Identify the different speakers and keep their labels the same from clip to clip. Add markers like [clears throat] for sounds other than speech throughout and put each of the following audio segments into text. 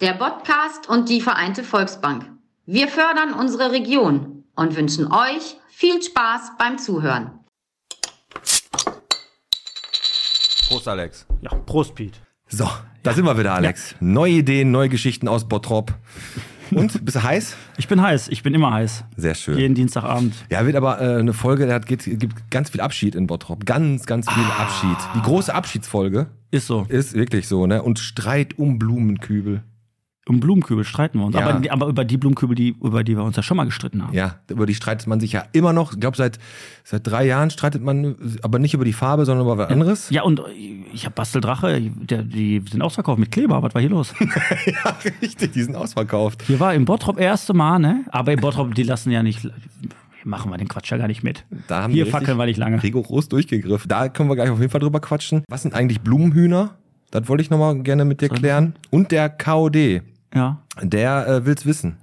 Speaker 1: der Podcast und die Vereinte Volksbank. Wir fördern unsere Region und wünschen euch viel Spaß beim Zuhören.
Speaker 2: Prost, Alex.
Speaker 3: Ja, Prost, Piet.
Speaker 4: So, da sind wir wieder, Alex. Neue Ideen, neue Geschichten aus Bottrop.
Speaker 3: [laughs]
Speaker 4: Und, bist du heiß?
Speaker 3: Ich bin heiß, ich bin immer heiß.
Speaker 4: Sehr schön.
Speaker 3: Jeden Dienstagabend.
Speaker 4: Ja, wird aber äh, eine Folge, da hat- geht- gibt ganz viel Abschied in Bottrop. Ganz, ganz viel
Speaker 3: Ah.
Speaker 4: Abschied. Die große Abschiedsfolge
Speaker 3: Ist so.
Speaker 4: ist wirklich so, ne? Und Streit um Blumenkübel.
Speaker 3: Um Blumenkübel streiten wir uns.
Speaker 4: Ja.
Speaker 3: Aber, aber über die Blumenkübel, die, über die wir uns ja schon mal gestritten haben.
Speaker 4: Ja, über die streitet man sich ja immer noch. Ich glaube, seit, seit drei Jahren streitet man, aber nicht über die Farbe, sondern über was anderes.
Speaker 3: Ja, und ich habe Basteldrache, der, die sind ausverkauft mit Kleber. Was war
Speaker 4: [laughs]
Speaker 3: hier los?
Speaker 4: [laughs] Ja, richtig, die sind ausverkauft.
Speaker 3: Hier war im Bottrop erste Mal, ne? Aber im Bottrop, die lassen ja nicht. Machen wir den Quatsch ja gar nicht mit.
Speaker 4: Da haben
Speaker 3: Hier
Speaker 4: die richtig-
Speaker 3: fackeln wir nicht lange.
Speaker 4: Rigoros durchgegriffen. Da können wir gleich auf jeden Fall drüber quatschen. Was sind eigentlich Blumenhühner? Das wollte ich nochmal gerne mit dir klären. Und der KOD,
Speaker 3: Ja.
Speaker 4: Der äh, will's
Speaker 3: [laughs]
Speaker 4: wissen.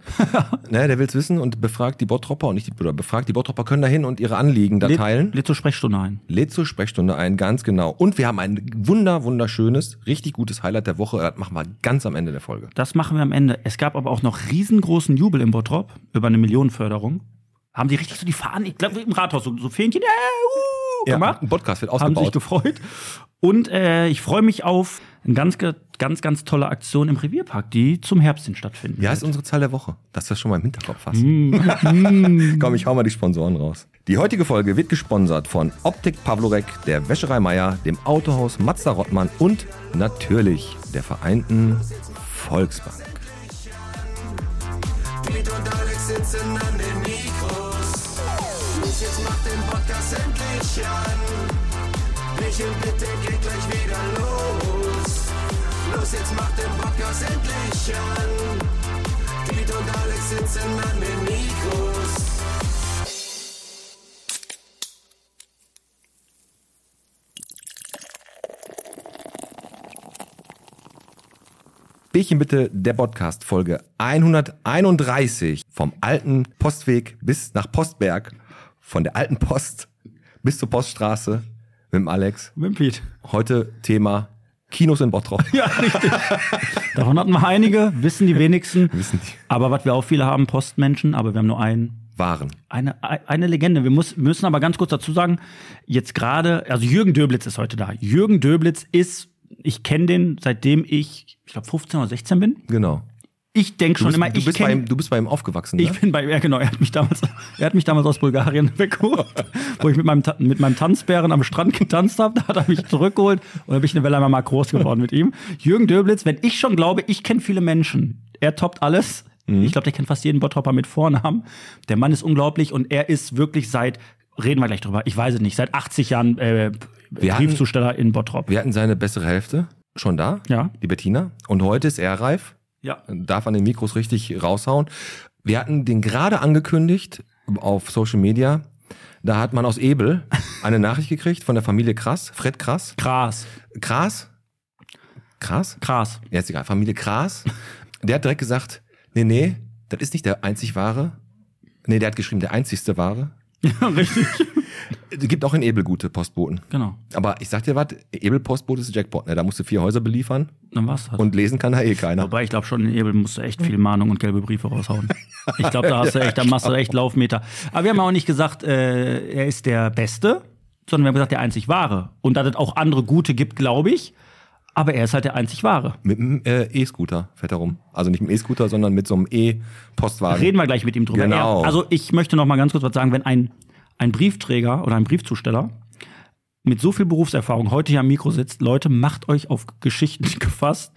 Speaker 4: ne, der will's wissen und befragt die Bottropper und nicht die, oder befragt die Bottropper können da hin und ihre Anliegen da
Speaker 3: Lädt-
Speaker 4: teilen.
Speaker 3: Lädt zur Sprechstunde ein.
Speaker 4: Lädt zur Sprechstunde ein, ganz genau. Und wir haben ein wunder, wunderschönes, richtig gutes Highlight der Woche. Das machen wir ganz am Ende der Folge.
Speaker 3: Das machen wir am Ende. Es gab aber auch noch riesengroßen Jubel im Bottrop über eine Millionenförderung. Haben die richtig so die Fahnen, ich glaube im Rathaus, so, so Fähnchen, äh, uh, gemacht.
Speaker 4: ein Podcast wird
Speaker 3: haben sich
Speaker 4: ausgebaut.
Speaker 3: gefreut. Und äh, ich freue mich auf eine ganz, ge- ganz, ganz tolle Aktion im Revierpark, die zum Herbst hin stattfinden
Speaker 4: Wie heißt
Speaker 3: wird.
Speaker 4: unsere Zahl der Woche? Dass wir das schon mal im Hinterkopf hast. [laughs] Komm, ich hau mal die Sponsoren raus. Die heutige Folge wird gesponsert von Optik Pavlorek, der Wäscherei Meier, dem Autohaus Mazda Rottmann und natürlich der Vereinten Volksbank. Bierchen bitte, der Podcast Folge 131 vom alten Postweg bis nach Postberg, von der alten Post bis zur Poststraße mit dem Alex.
Speaker 3: Mit dem Piet.
Speaker 4: Heute Thema Kinos in Bottrop.
Speaker 3: Ja, richtig. Davon hatten wir einige, wissen die wenigsten.
Speaker 4: [laughs] Wissen die.
Speaker 3: Aber was wir auch viele haben, Postmenschen, aber wir haben nur einen.
Speaker 4: Waren.
Speaker 3: Eine, eine Legende. Wir muss, müssen aber ganz kurz dazu sagen, jetzt gerade, also Jürgen Döblitz ist heute da. Jürgen Döblitz ist, ich kenne den, seitdem ich, ich glaube, 15 oder 16 bin.
Speaker 4: Genau.
Speaker 3: Ich denke
Speaker 4: Du
Speaker 3: schon
Speaker 4: bist,
Speaker 3: immer,
Speaker 4: du,
Speaker 3: ich
Speaker 4: bist
Speaker 3: kenn-
Speaker 4: bei ihm, du bist bei ihm aufgewachsen, ne?
Speaker 3: Ich bin bei, ja genau, er hat mich damals, er hat mich damals aus Bulgarien [laughs] weggeholt, wo ich mit meinem, Ta- mit meinem Tanzbären am Strand getanzt habe. Da hat er mich zurückgeholt und da bin ich eine Welle einmal mal groß geworden mit ihm. Jürgen Döblitz, wenn ich schon glaube, ich kenne viele Menschen. Er toppt alles.
Speaker 4: Mhm.
Speaker 3: Ich glaube, der kennt fast jeden Bottropper mit Vornamen. Der Mann ist unglaublich und er ist wirklich seit, reden wir gleich drüber, ich weiß es nicht, seit 80 Jahren äh,
Speaker 4: Wir hatten-
Speaker 3: Briefzusteller in Bottrop.
Speaker 4: Wir hatten seine bessere Hälfte schon da,
Speaker 3: Ja.
Speaker 4: die Bettina. Und heute ist er reif.
Speaker 3: Ja.
Speaker 4: darf an den Mikros richtig raushauen. Wir hatten den gerade angekündigt auf Social Media. Da hat man aus Ebel eine Nachricht gekriegt von der Familie Krass, Fred Krass.
Speaker 3: Krass,
Speaker 4: Krass? Krass?
Speaker 3: krass. [laughs]
Speaker 4: Ja, ist egal. Familie Krass. Der hat direkt gesagt, nee, nee, das ist nicht der einzig wahre. Nee, der hat geschrieben, der einzigste wahre.
Speaker 3: Ja, richtig.
Speaker 4: Es gibt auch in Ebel gute Postboten.
Speaker 3: Genau.
Speaker 4: Aber ich sag dir was, Ebel Postbote ist Jackpot, ne? Da musst du vier Häuser beliefern
Speaker 3: Dann war's halt. das.
Speaker 4: und lesen kann da eh keiner.
Speaker 3: Wobei ich glaube schon, in Ebel musst du echt viel Mahnung und gelbe Briefe raushauen. Ich glaube, da hast du echt, da machst du echt Laufmeter. Aber wir haben auch nicht gesagt, äh, er ist der Beste, sondern wir haben gesagt, der einzig Wahre. Und dass es auch andere Gute gibt, glaube ich. Aber er ist halt der einzig Wahre.
Speaker 4: Mit dem äh, E-Scooter fährt er rum. Also nicht mit dem E-Scooter, sondern mit so einem E-Postwagen.
Speaker 3: Reden wir gleich mit ihm drüber.
Speaker 4: Genau.
Speaker 3: Er, also ich möchte noch mal ganz kurz was sagen, wenn ein, ein Briefträger oder ein Briefzusteller mit so viel Berufserfahrung heute hier am Mikro sitzt, Leute, macht euch auf Geschichten [laughs] gefasst.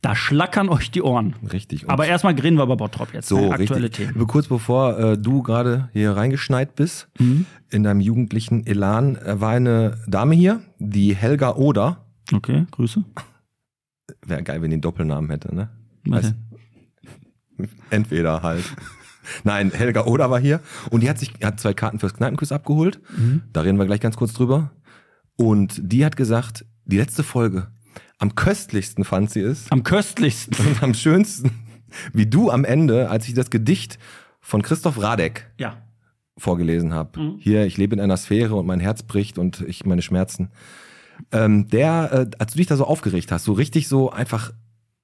Speaker 3: Da schlackern euch die Ohren.
Speaker 4: Richtig. Und
Speaker 3: Aber erstmal reden wir über Bottrop jetzt.
Speaker 4: so
Speaker 3: ne? aktuelle
Speaker 4: richtig.
Speaker 3: Themen.
Speaker 4: Be- Kurz bevor äh, du gerade hier reingeschneit bist, in deinem jugendlichen Elan, äh, war eine Dame hier, die Helga Oder.
Speaker 3: Okay, Grüße.
Speaker 4: Wäre geil, wenn die einen Doppelnamen hätte, ne?
Speaker 3: Warte.
Speaker 4: Weiß- Entweder
Speaker 3: [laughs]
Speaker 4: halt. Nein, Helga Oder war hier und die hat sich hat zwei Karten fürs Kneipenquiz abgeholt. Da reden wir gleich ganz kurz drüber. Und die hat gesagt, die letzte Folge am köstlichsten fand sie es, [laughs]
Speaker 3: Am köstlichsten.
Speaker 4: und am schönsten, wie du am Ende, als ich das Gedicht von Christoph Radek
Speaker 3: Ja.
Speaker 4: vorgelesen habe. Hier, ich lebe in einer Sphäre und mein Herz bricht und ich meine Schmerzen. Ähm, der, äh, als du dich da so aufgeregt hast, so richtig so einfach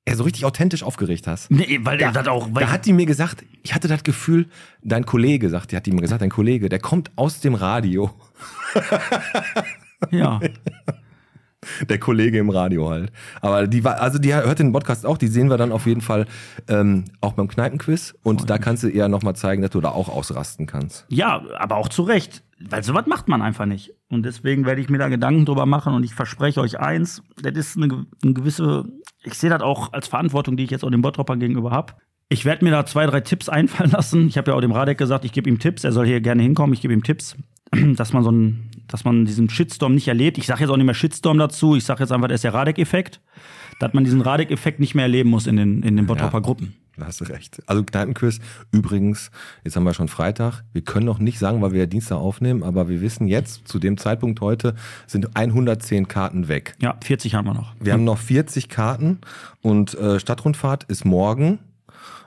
Speaker 4: er so richtig authentisch aufgeregt hast.
Speaker 3: Nee, weil der das auch. Weil
Speaker 4: Da hat die mir gesagt, ich hatte das Gefühl, dein Kollege, sagt, die hat die mir gesagt, dein Kollege, der kommt aus dem Radio. [laughs]
Speaker 3: ja.
Speaker 4: Der Kollege im Radio halt. Aber die war, also die hört den Podcast auch, die sehen wir dann auf jeden Fall ähm, auch beim Kneipenquiz. Und da kannst du eher nochmal zeigen, dass du da auch ausrasten kannst.
Speaker 3: ja, aber auch zu Recht. Weil sowas macht man einfach nicht. Und deswegen werde ich mir da Gedanken drüber machen und ich verspreche euch eins, das ist eine, ge- eine gewisse, ich sehe das auch als Verantwortung, die ich jetzt auch dem Bottropper gegenüber habe. Ich werde mir da zwei, drei Tipps einfallen [laughs] lassen. Ich habe ja auch dem Radek gesagt, ich gebe ihm Tipps, er soll hier gerne hinkommen, ich gebe ihm Tipps, [clears throat] dass man so einen, dass man diesen Shitstorm nicht erlebt. Ich sage jetzt auch nicht mehr Shitstorm dazu, ich sage jetzt einfach, das ist der Radek-Effekt, dass man diesen Radek-Effekt nicht mehr erleben muss in den, in den Bottropper Gruppen.
Speaker 4: Da hast du recht. Also Kneipenquiz, übrigens, jetzt haben wir schon Freitag. Wir können noch nicht sagen, weil wir ja Dienstag aufnehmen, aber wir wissen jetzt, zu dem Zeitpunkt heute, sind 110 Karten weg.
Speaker 3: Ja, 40 haben wir noch.
Speaker 4: Wir haben noch 40 Karten und äh, Stadtrundfahrt ist morgen.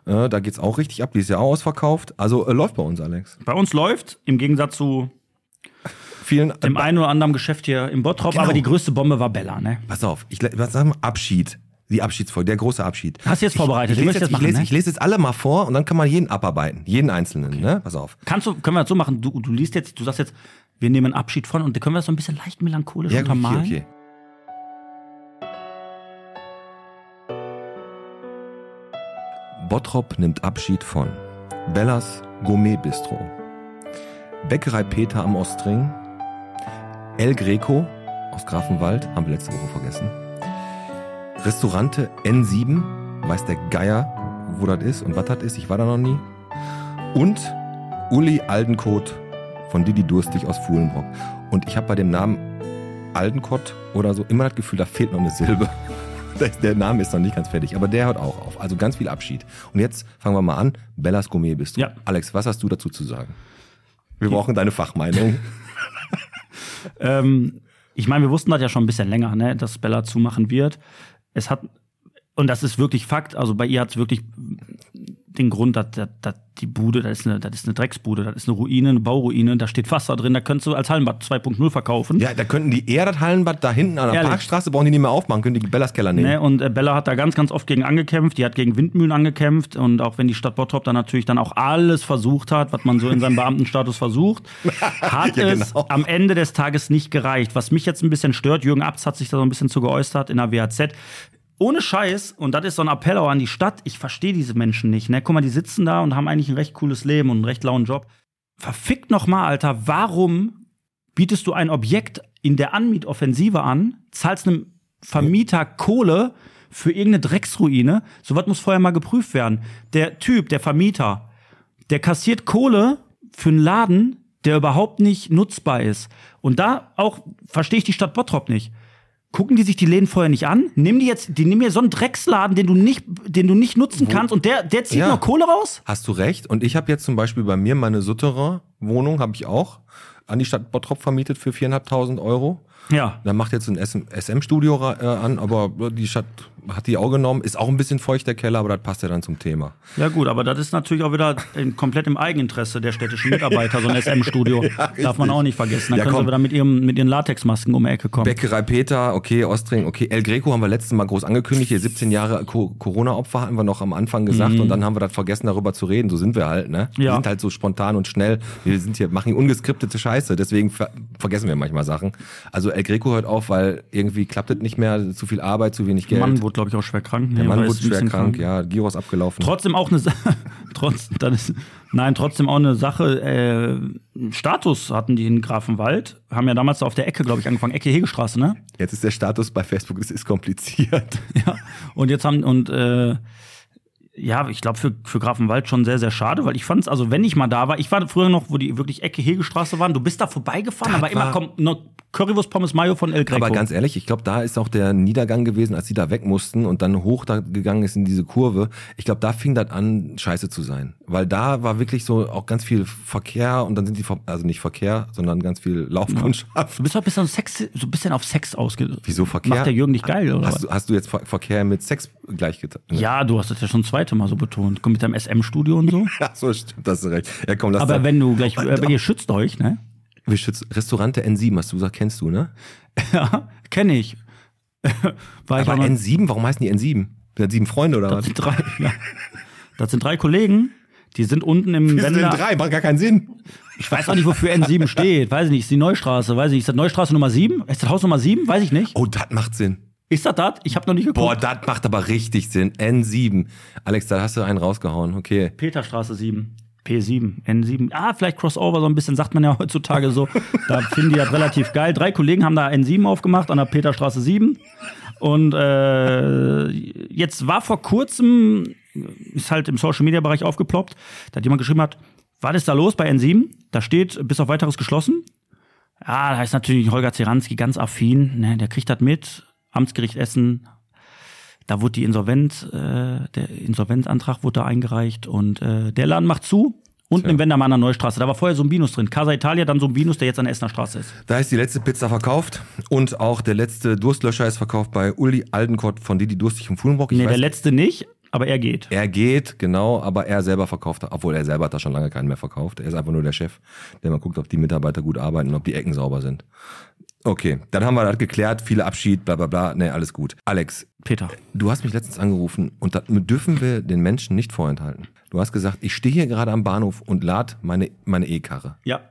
Speaker 4: Äh, da geht's auch richtig ab. Die ist ja auch ausverkauft. Also äh, läuft bei uns, Alex.
Speaker 3: Bei uns läuft, im Gegensatz zu
Speaker 4: Vielen
Speaker 3: dem einen oder anderen Geschäft hier im
Speaker 4: Äh,
Speaker 3: Bottrop,
Speaker 4: Genau.
Speaker 3: aber die größte Bombe war Bella, ne?
Speaker 4: Pass auf, ich le- was sagen wir? Abschied. Die Abschiedsfolge, der große Abschied.
Speaker 3: Hast du jetzt vorbereitet?
Speaker 4: Ich,
Speaker 3: Den
Speaker 4: ich, lese,
Speaker 3: möchtest
Speaker 4: jetzt, ich,
Speaker 3: du jetzt
Speaker 4: lese,
Speaker 3: machen, ne?
Speaker 4: ich lese jetzt alle mal vor und dann kann man jeden abarbeiten. Jeden einzelnen, ne? Pass auf.
Speaker 3: Kannst du, können wir das so machen? Du, du liest jetzt, du sagst jetzt, wir nehmen Abschied von und können wir das so ein bisschen leicht melancholisch
Speaker 4: Ja,
Speaker 3: untermalen?
Speaker 4: okay, okay. Bottrop nimmt Abschied von Bellas Gourmet Bistro, Bäckerei Peter am Ostring, El Greco aus Grafenwald, haben wir letzte Woche vergessen, Restaurante N7, weiß der Geier, wo das ist und was das ist, ich war da noch nie, und Uli Aldenkot von Didi Durstig aus Fuhlenbrock. Und ich habe bei dem Namen Aldenkott oder so immer das Gefühl, da fehlt noch eine Silbe. [laughs] Das- Der Name ist noch nicht ganz fertig, aber der hört auch auf. Also ganz viel Abschied. Und jetzt fangen wir mal an. Bellas Gourmet bist du.
Speaker 3: Ja.
Speaker 4: Alex, was hast du dazu zu sagen? Wir brauchen deine Fachmeinung.
Speaker 3: Ähm, ich meine, wir wussten das ja schon ein bisschen länger, ne, dass Bella zumachen wird. Es hat, und das ist wirklich Fakt, also bei ihr hat es wirklich den Grund, dass, dass, dass die Bude, das ist, eine, das ist eine Drecksbude, das ist eine Ruine, eine Bauruine, da steht Wasser drin, da könntest du als Hallenbad 2.0 verkaufen.
Speaker 4: ja, da könnten die eher das Hallenbad da hinten an der
Speaker 3: Ehrlich?
Speaker 4: Parkstraße, brauchen die nicht mehr aufmachen, können die Bellas Keller nehmen.
Speaker 3: Ne, und äh, Bella hat da ganz, ganz oft gegen angekämpft. Die hat gegen Windmühlen angekämpft. Und auch wenn die Stadt Bottrop dann natürlich dann auch alles versucht hat, was man
Speaker 4: [laughs]
Speaker 3: so in seinem Beamtenstatus versucht, hat
Speaker 4: Ja,
Speaker 3: es
Speaker 4: genau.
Speaker 3: am Ende des Tages nicht gereicht. Was mich jetzt ein bisschen stört, Jürgen Abz hat sich da so ein bisschen zu geäußert in der WAZ. Ohne Scheiß, und das ist so ein Appell auch an die Stadt, ich verstehe diese Menschen nicht. Ne? Guck mal, die sitzen da und haben eigentlich ein recht cooles Leben und einen recht lauen Job. Verfickt nochmal, Alter, warum bietest du ein Objekt in der Anmietoffensive an, zahlst einem Vermieter Kohle für irgendeine Drecksruine. Sowas muss vorher mal geprüft werden. Der Typ, der Vermieter, der kassiert Kohle für einen Laden, der überhaupt nicht nutzbar ist. Und da auch verstehe ich die Stadt Bottrop nicht. Gucken die sich die Läden vorher nicht an? Nimm die jetzt, die nehmen hier so einen Drecksladen, den du nicht, den du nicht nutzen kannst und der, der zieht
Speaker 4: Ja.
Speaker 3: noch Kohle raus?
Speaker 4: Hast du recht. Und ich habe jetzt zum Beispiel bei mir meine Sutterer-Wohnung, habe ich auch, an die Stadt Bottrop vermietet für 4.500 Euro.
Speaker 3: Ja.
Speaker 4: Dann macht jetzt ein SM-Studio äh, an, aber die Stadt hat die auch genommen. Ist auch ein bisschen feucht, der Keller, aber das passt ja dann zum Thema.
Speaker 3: Ja gut, aber das ist natürlich auch wieder in, komplett im Eigeninteresse der städtischen Mitarbeiter,
Speaker 4: [laughs]
Speaker 3: so ein SM-Studio. Darf man auch nicht vergessen. Dann
Speaker 4: Ja,
Speaker 3: können
Speaker 4: komm.
Speaker 3: sie wieder mit, ihrem, mit ihren Latexmasken um die Ecke kommen.
Speaker 4: Bäckerei Peter, okay, Ostring, okay. El Greco haben wir letztes Mal groß angekündigt. Hier 17 Jahre Co Corona-Opfer hatten wir noch am Anfang gesagt und dann haben wir das vergessen, darüber zu reden. So sind wir halt, ne? Wir
Speaker 3: Mhm. Ja.
Speaker 4: sind halt so spontan und schnell. Wir sind hier, machen hier ungeskriptete Scheiße. Deswegen ver vergessen wir manchmal Sachen. Also El Greco hört auf, weil irgendwie klappt es nicht mehr. Zu viel Arbeit, zu wenig
Speaker 3: Der
Speaker 4: Geld.
Speaker 3: Mann wurde, glaube ich, auch schwer krank.
Speaker 4: der Mann wurde schwer krank, ja. Giros abgelaufen.
Speaker 3: Trotzdem auch eine Sache. [laughs] Trotz, dann ist, nein, trotzdem auch eine Sache. Äh, Status hatten die in Grafenwald. Haben ja damals auf der Ecke, glaube ich, angefangen. Ecke Hegestraße, ne?
Speaker 4: Jetzt ist der Status bei Facebook, das ist
Speaker 3: [laughs]
Speaker 4: kompliziert.
Speaker 3: Ja. Und jetzt haben, und äh, ja, ich glaube für, für Grafenwald schon sehr, sehr schade, weil ich fand es, also wenn ich mal da war, ich war früher noch, wo die wirklich Ecke Hegestraße waren, du bist da vorbeigefahren, aber immer
Speaker 4: war-
Speaker 3: kommt noch Currywurst Pommes Mayo von El Greco.
Speaker 4: Aber ganz ehrlich, ich glaube, da ist auch der Niedergang gewesen, als die da weg mussten und dann hoch da gegangen ist in diese Kurve. Ich glaube, da fing das an, scheiße zu sein. Weil da war wirklich so auch ganz viel Verkehr und dann sind die, ver- also nicht Verkehr, sondern ganz viel Laufkundschaft.
Speaker 3: du bist doch ein bisschen, Sex, so ein bisschen auf Sex ausge...
Speaker 4: Wieso Verkehr?
Speaker 3: Macht der Jürgen dich geil,
Speaker 4: [laughs]
Speaker 3: oder
Speaker 4: Hast
Speaker 3: was?
Speaker 4: du, ne? hast du jetzt Ver Verkehr mit Sex gleichgetan? [laughs]
Speaker 3: Ja, du hast das ja schon das zweite Mal so betont. Komm mit deinem SM-Studio und so.
Speaker 4: Ach so, stimmt, das ist recht. Ja, komm, lass
Speaker 3: Aber
Speaker 4: das.
Speaker 3: wenn du gleich, äh, ihr schützt euch, ne? [laughs]
Speaker 4: Wir schützen- Restaurante N7, hast du gesagt, kennst du, ne?
Speaker 3: Ja, kenne ich. [laughs] War ich
Speaker 4: Aber
Speaker 3: auch noch-
Speaker 4: N7, warum heißen die N7? Sind das sieben Freunde oder
Speaker 3: [laughs] Das
Speaker 4: was?
Speaker 3: sind drei, ja. das sind drei Kollegen, die sind unten im
Speaker 4: Das sind
Speaker 3: Wender.
Speaker 4: drei, macht gar keinen Sinn.
Speaker 3: Ich weiß auch nicht, wofür N7 steht. Weiß ich nicht. Ist die Neustraße, weiß ich nicht. Ist das Neustraße Nummer 7? Ist das Haus Nummer 7? Weiß ich nicht.
Speaker 4: Oh, das macht Sinn.
Speaker 3: Ist das das? Ich habe noch nicht geguckt.
Speaker 4: Boah, das macht aber richtig Sinn. N7. Alex, da hast du einen rausgehauen. Okay.
Speaker 3: Peterstraße 7. P7, N7. Ah, vielleicht Crossover, so ein bisschen sagt man ja [laughs] heutzutage so. Da finden die das relativ geil. Drei Kollegen haben da N7 aufgemacht an der Peterstraße 7. Und äh, jetzt war vor kurzem, ist halt im Social Media Bereich aufgeploppt, da hat jemand geschrieben hat, was ist da los bei N7? Da steht bis auf weiteres geschlossen. Ja, da ist natürlich Holger Zeranski ganz affin, ne? der kriegt das mit. Amtsgericht Essen da wurde die Insolvent, äh, der Insolvenzantrag wurde da eingereicht und äh, der Laden macht zu. Unten im Wendermanner Neustraße. Da war vorher so ein Binus drin. Casa Italia, dann so ein Binus, der jetzt an der Essener Straße ist.
Speaker 4: Da ist die letzte Pizza verkauft und auch der letzte Durstlöscher ist verkauft bei Uli Aldenkott von Didi Durstig und Fuhlenbrock. Ich
Speaker 3: Nee, der
Speaker 4: weiß,
Speaker 3: letzte nicht, aber er geht.
Speaker 4: er geht, genau, aber er selber verkauft, obwohl er selber hat da schon lange keinen mehr verkauft. Er ist einfach nur der Chef, der mal guckt, ob die Mitarbeiter gut arbeiten und ob die Ecken sauber sind. Okay, dann haben wir das geklärt, viele Abschied, bla bla bla, nee, alles gut. Alex,
Speaker 3: Peter.
Speaker 4: Du hast mich letztens angerufen und das dürfen wir den Menschen nicht vorenthalten. Du hast gesagt, ich stehe hier gerade am Bahnhof und lad meine meine E-Karre.
Speaker 3: Ja.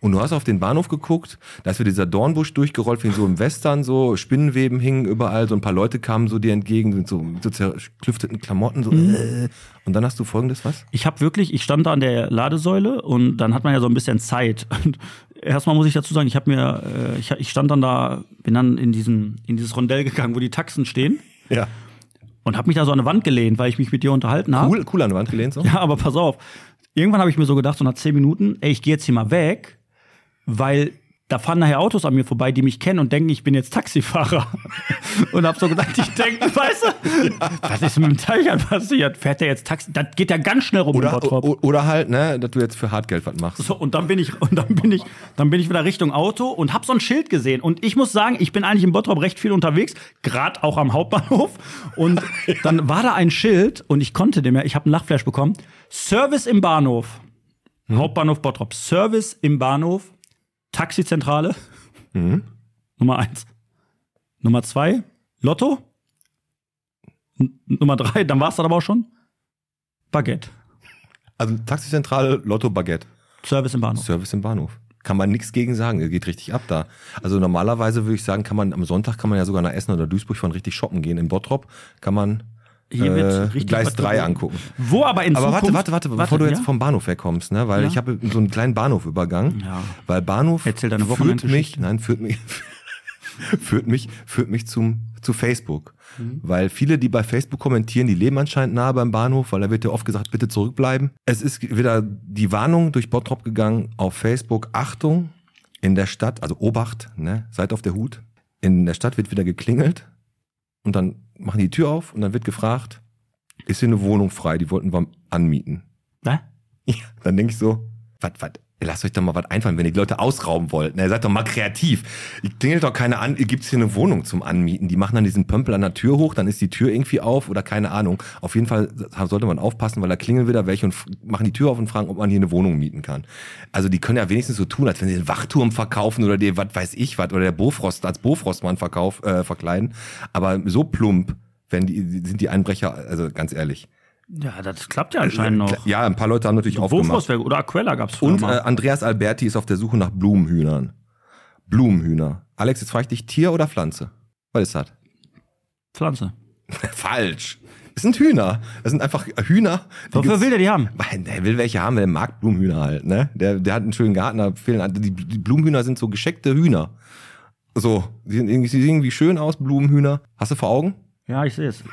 Speaker 4: Und du hast auf den Bahnhof geguckt, da ist wieder dieser Dornbusch durchgerollt, wie in so im Western, so Spinnenweben hingen überall, so ein paar Leute kamen so dir entgegen, mit so, mit so zerklüfteten Klamotten, so äh. Und dann hast du folgendes, was?
Speaker 3: Ich habe wirklich, ich stand da an der Ladesäule und dann hat man ja so ein bisschen Zeit. [laughs] Und erstmal muss ich dazu sagen, ich habe mir, äh, ich, ich stand dann da, bin dann in, diesen, in dieses Rondell gegangen, wo die Taxen stehen
Speaker 4: Ja.
Speaker 3: und habe mich da so an eine Wand gelehnt, weil ich mich mit dir unterhalten habe.
Speaker 4: Cool, cool an die Wand gelehnt, so?
Speaker 3: Ja, aber pass auf. Irgendwann habe ich mir so gedacht, so nach zehn Minuten, ey, ich gehe jetzt hier mal weg, weil da fahren nachher Autos an mir vorbei, die mich kennen und denken, ich bin jetzt Taxifahrer. [laughs] und habe so gedacht, ich denke, [laughs] weißt du, was ist mit dem Teichern passiert? Fährt der jetzt Taxi? Das geht ja ganz schnell rum in
Speaker 4: Oder,
Speaker 3: Bottrop.
Speaker 4: o- oder halt, ne, dass du jetzt für Hartgeld was machst.
Speaker 3: So, und dann bin ich, und dann bin ich, dann bin ich wieder Richtung Auto und hab so ein Schild gesehen. Und ich muss sagen, ich bin eigentlich in Bottrop recht viel unterwegs, gerade auch am Hauptbahnhof. Und dann war da ein Schild und ich konnte dem ja, ich habe einen Lachflash bekommen. Service im Bahnhof. Hauptbahnhof Bottrop. Service im Bahnhof. Taxizentrale. Nummer eins. Nummer zwei, Lotto. N Nummer drei, dann war's dann aber auch schon. Baguette.
Speaker 4: Also Taxizentrale, Lotto, Baguette.
Speaker 3: Service im Bahnhof.
Speaker 4: Service im Bahnhof. Kann man nichts gegen sagen, Er geht richtig ab da. Also normalerweise würde ich sagen, kann man am Sonntag kann man ja sogar nach Essen oder Duisburg von richtig shoppen gehen. In Bottrop kann man
Speaker 3: Hier wird
Speaker 4: äh,
Speaker 3: richtig
Speaker 4: Gleis
Speaker 3: was
Speaker 4: 3
Speaker 3: geboten.
Speaker 4: angucken.
Speaker 3: Wo aber in
Speaker 4: Aber warte,
Speaker 3: Zukunft...
Speaker 4: warte, warte, bevor du jetzt
Speaker 3: ja?
Speaker 4: vom Bahnhof herkommst, ne? Weil
Speaker 3: Ja.
Speaker 4: ich habe so einen kleinen Bahnhof-Übergang.
Speaker 3: Ja.
Speaker 4: Weil Bahnhof
Speaker 3: Erzähl deine
Speaker 4: führt mich,
Speaker 3: Wochenendgeschichte.
Speaker 4: nein, führt mich, [laughs] führt mich, führt mich zum, zu Facebook.
Speaker 3: Mhm.
Speaker 4: Weil viele, die bei Facebook kommentieren, die leben anscheinend nahe beim Bahnhof, weil da wird ja oft gesagt, bitte zurückbleiben. Es ist wieder die Warnung durch Bottrop gegangen auf Facebook. Achtung, in der Stadt, also Obacht, ne? Seid auf der Hut. In der Stadt wird wieder geklingelt und dann machen die die Tür auf und dann wird gefragt, ist hier eine Wohnung frei? Die wollten wir anmieten.
Speaker 3: Hä?
Speaker 4: Ja, dann denke ich so, was, was, lasst euch doch mal was einfallen, wenn ihr die Leute ausrauben wollt. Na, seid doch mal kreativ. Ihr klingelt doch keine an, ihr gibt's hier eine Wohnung zum Anmieten. Die machen dann diesen Pömpel an der Tür hoch, dann ist die Tür irgendwie auf oder keine Ahnung. Auf jeden Fall sollte man aufpassen, weil da klingeln wieder welche und f- machen die Tür auf und fragen, ob man hier eine Wohnung mieten kann. Also die können ja wenigstens so tun, als wenn sie den Wachturm verkaufen oder dir, was weiß ich was, oder der Bofrost als Bofrostmann verkauf, äh, verkleiden. Aber so plump, wenn die, sind die Einbrecher, also ganz ehrlich.
Speaker 3: Ja, das klappt ja anscheinend noch.
Speaker 4: Äh, Ja, ein paar Leute haben natürlich aufgemacht.
Speaker 3: Wurfhauswerk oder Aquella gab's früher
Speaker 4: Und äh,
Speaker 3: mal.
Speaker 4: Andreas Alberti ist auf der Suche nach Blumenhühnern. Blumenhühner. Alex, jetzt frage ich dich, Tier oder Pflanze? Was ist das? [laughs]
Speaker 3: Pflanze.
Speaker 4: Falsch. Es sind Hühner. Es sind einfach Hühner. die
Speaker 3: Wofür
Speaker 4: gibt's-
Speaker 3: will der die haben?
Speaker 4: Weil Der will welche haben, der mag Blumenhühner halt. Ne? Der, der hat einen schönen Garten, da fehlen, die, die Blumenhühner sind so gescheckte Hühner. So, die, sind irgendwie- die sehen irgendwie schön aus, Blumenhühner. Hast du vor Augen?
Speaker 3: Ja, ich sehe es.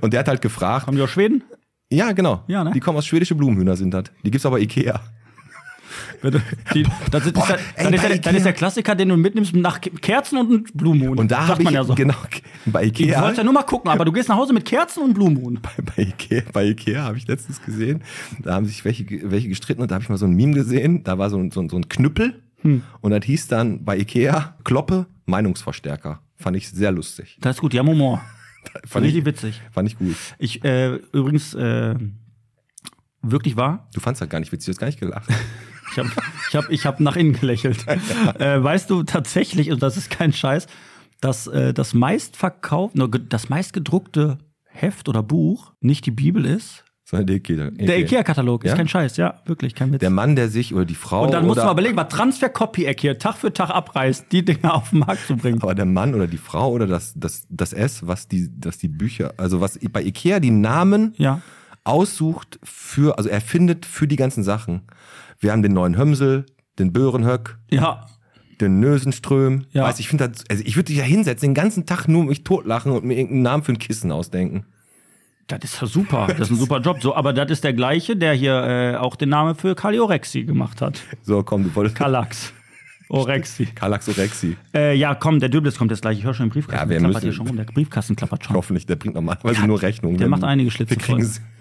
Speaker 4: Und der hat halt gefragt.
Speaker 3: Kommen die aus Schweden?
Speaker 4: Ja, genau.
Speaker 3: Ja, ne?
Speaker 4: Die kommen aus schwedische Blumenhühner sind das. Die gibt's aber bei Ikea.
Speaker 3: Die, das ist, ist, der-
Speaker 4: ey,
Speaker 3: dann, ist
Speaker 4: bei
Speaker 3: der, dann ist der
Speaker 4: Ikea.
Speaker 3: Klassiker, den du mitnimmst, nach Ke- Kerzen und einem Blumenmond.
Speaker 4: Und da
Speaker 3: Sagt
Speaker 4: habe ich
Speaker 3: man ja
Speaker 4: [laughs]
Speaker 3: so.
Speaker 4: genau bei
Speaker 3: Ich
Speaker 4: Ikea.
Speaker 3: wollte ja nur mal gucken, aber du gehst nach Hause mit Kerzen und Blumenmond.
Speaker 4: bei Ikea, bei Ikea habe ich letztens gesehen, da haben sich welche, ge- welche gestritten und da habe ich mal so ein Meme gesehen, da war so ein, so ein, so ein Knüppel
Speaker 3: Hm.
Speaker 4: und das hieß dann bei Ikea Kloppe Meinungsverstärker. Fand ich sehr lustig.
Speaker 3: Das ist gut, die haben Humor.
Speaker 4: [laughs] Fand
Speaker 3: Richtig
Speaker 4: ich,
Speaker 3: witzig.
Speaker 4: Fand ich gut.
Speaker 3: Ich, äh, übrigens, äh, wirklich wahr,
Speaker 4: Du fandst das gar nicht witzig, du hast gar nicht
Speaker 3: [laughs]
Speaker 4: gelacht.
Speaker 3: Ich habe ich hab, ich hab nach innen gelächelt.
Speaker 4: [laughs]
Speaker 3: äh, weißt du tatsächlich, und das ist kein Scheiß, dass äh, das meistverkaufte, das meistgedruckte Heft oder Buch nicht die Bibel ist.
Speaker 4: Sondern der Ikea. Ikea.
Speaker 3: Der IKEA-Katalog
Speaker 4: Ja?
Speaker 3: ist kein Scheiß, ja, wirklich, kein Witz.
Speaker 4: Der Mann, der sich oder die Frau.
Speaker 3: Und dann musst
Speaker 4: oder,
Speaker 3: du mal überlegen, was Transfer Copy Eck hier Tag für Tag abreißt, die Dinger auf den Markt zu bringen.
Speaker 4: Aber der Mann oder die Frau oder das, das, das S, was die, das die Bücher, also was bei Ikea die Namen
Speaker 3: Ja.
Speaker 4: aussucht für, also erfindet für die ganzen Sachen. Wir haben den neuen Hömsel, den Böhrenhöck,
Speaker 3: Ja.
Speaker 4: den Nösenström.
Speaker 3: Ja.
Speaker 4: Weiß ich, finde das, also ich würde dich ja hinsetzen, den ganzen Tag nur um mich totlachen und mir irgendeinen Namen für ein Kissen ausdenken.
Speaker 3: Das ist ja super, das ist ein super Job. So, aber das ist der gleiche, der hier äh, auch den Namen für Kaliorexi gemacht hat.
Speaker 4: So, komm, du wolltest. [laughs]
Speaker 3: Kalax. Orexi.
Speaker 4: Kalaxorexi.
Speaker 3: Äh, ja, komm, der Döblitz kommt jetzt gleich. Ich höre schon den Briefkasten.
Speaker 4: Ja, wir
Speaker 3: klappert
Speaker 4: müssen-
Speaker 3: hier schon rum. Der Briefkasten klappert schon.
Speaker 4: Hoffentlich, der bringt normalerweise nur Rechnung.
Speaker 3: der
Speaker 4: ne?
Speaker 3: macht einige Schlitze
Speaker 4: Wir kriegen's-
Speaker 3: voll.
Speaker 4: [laughs]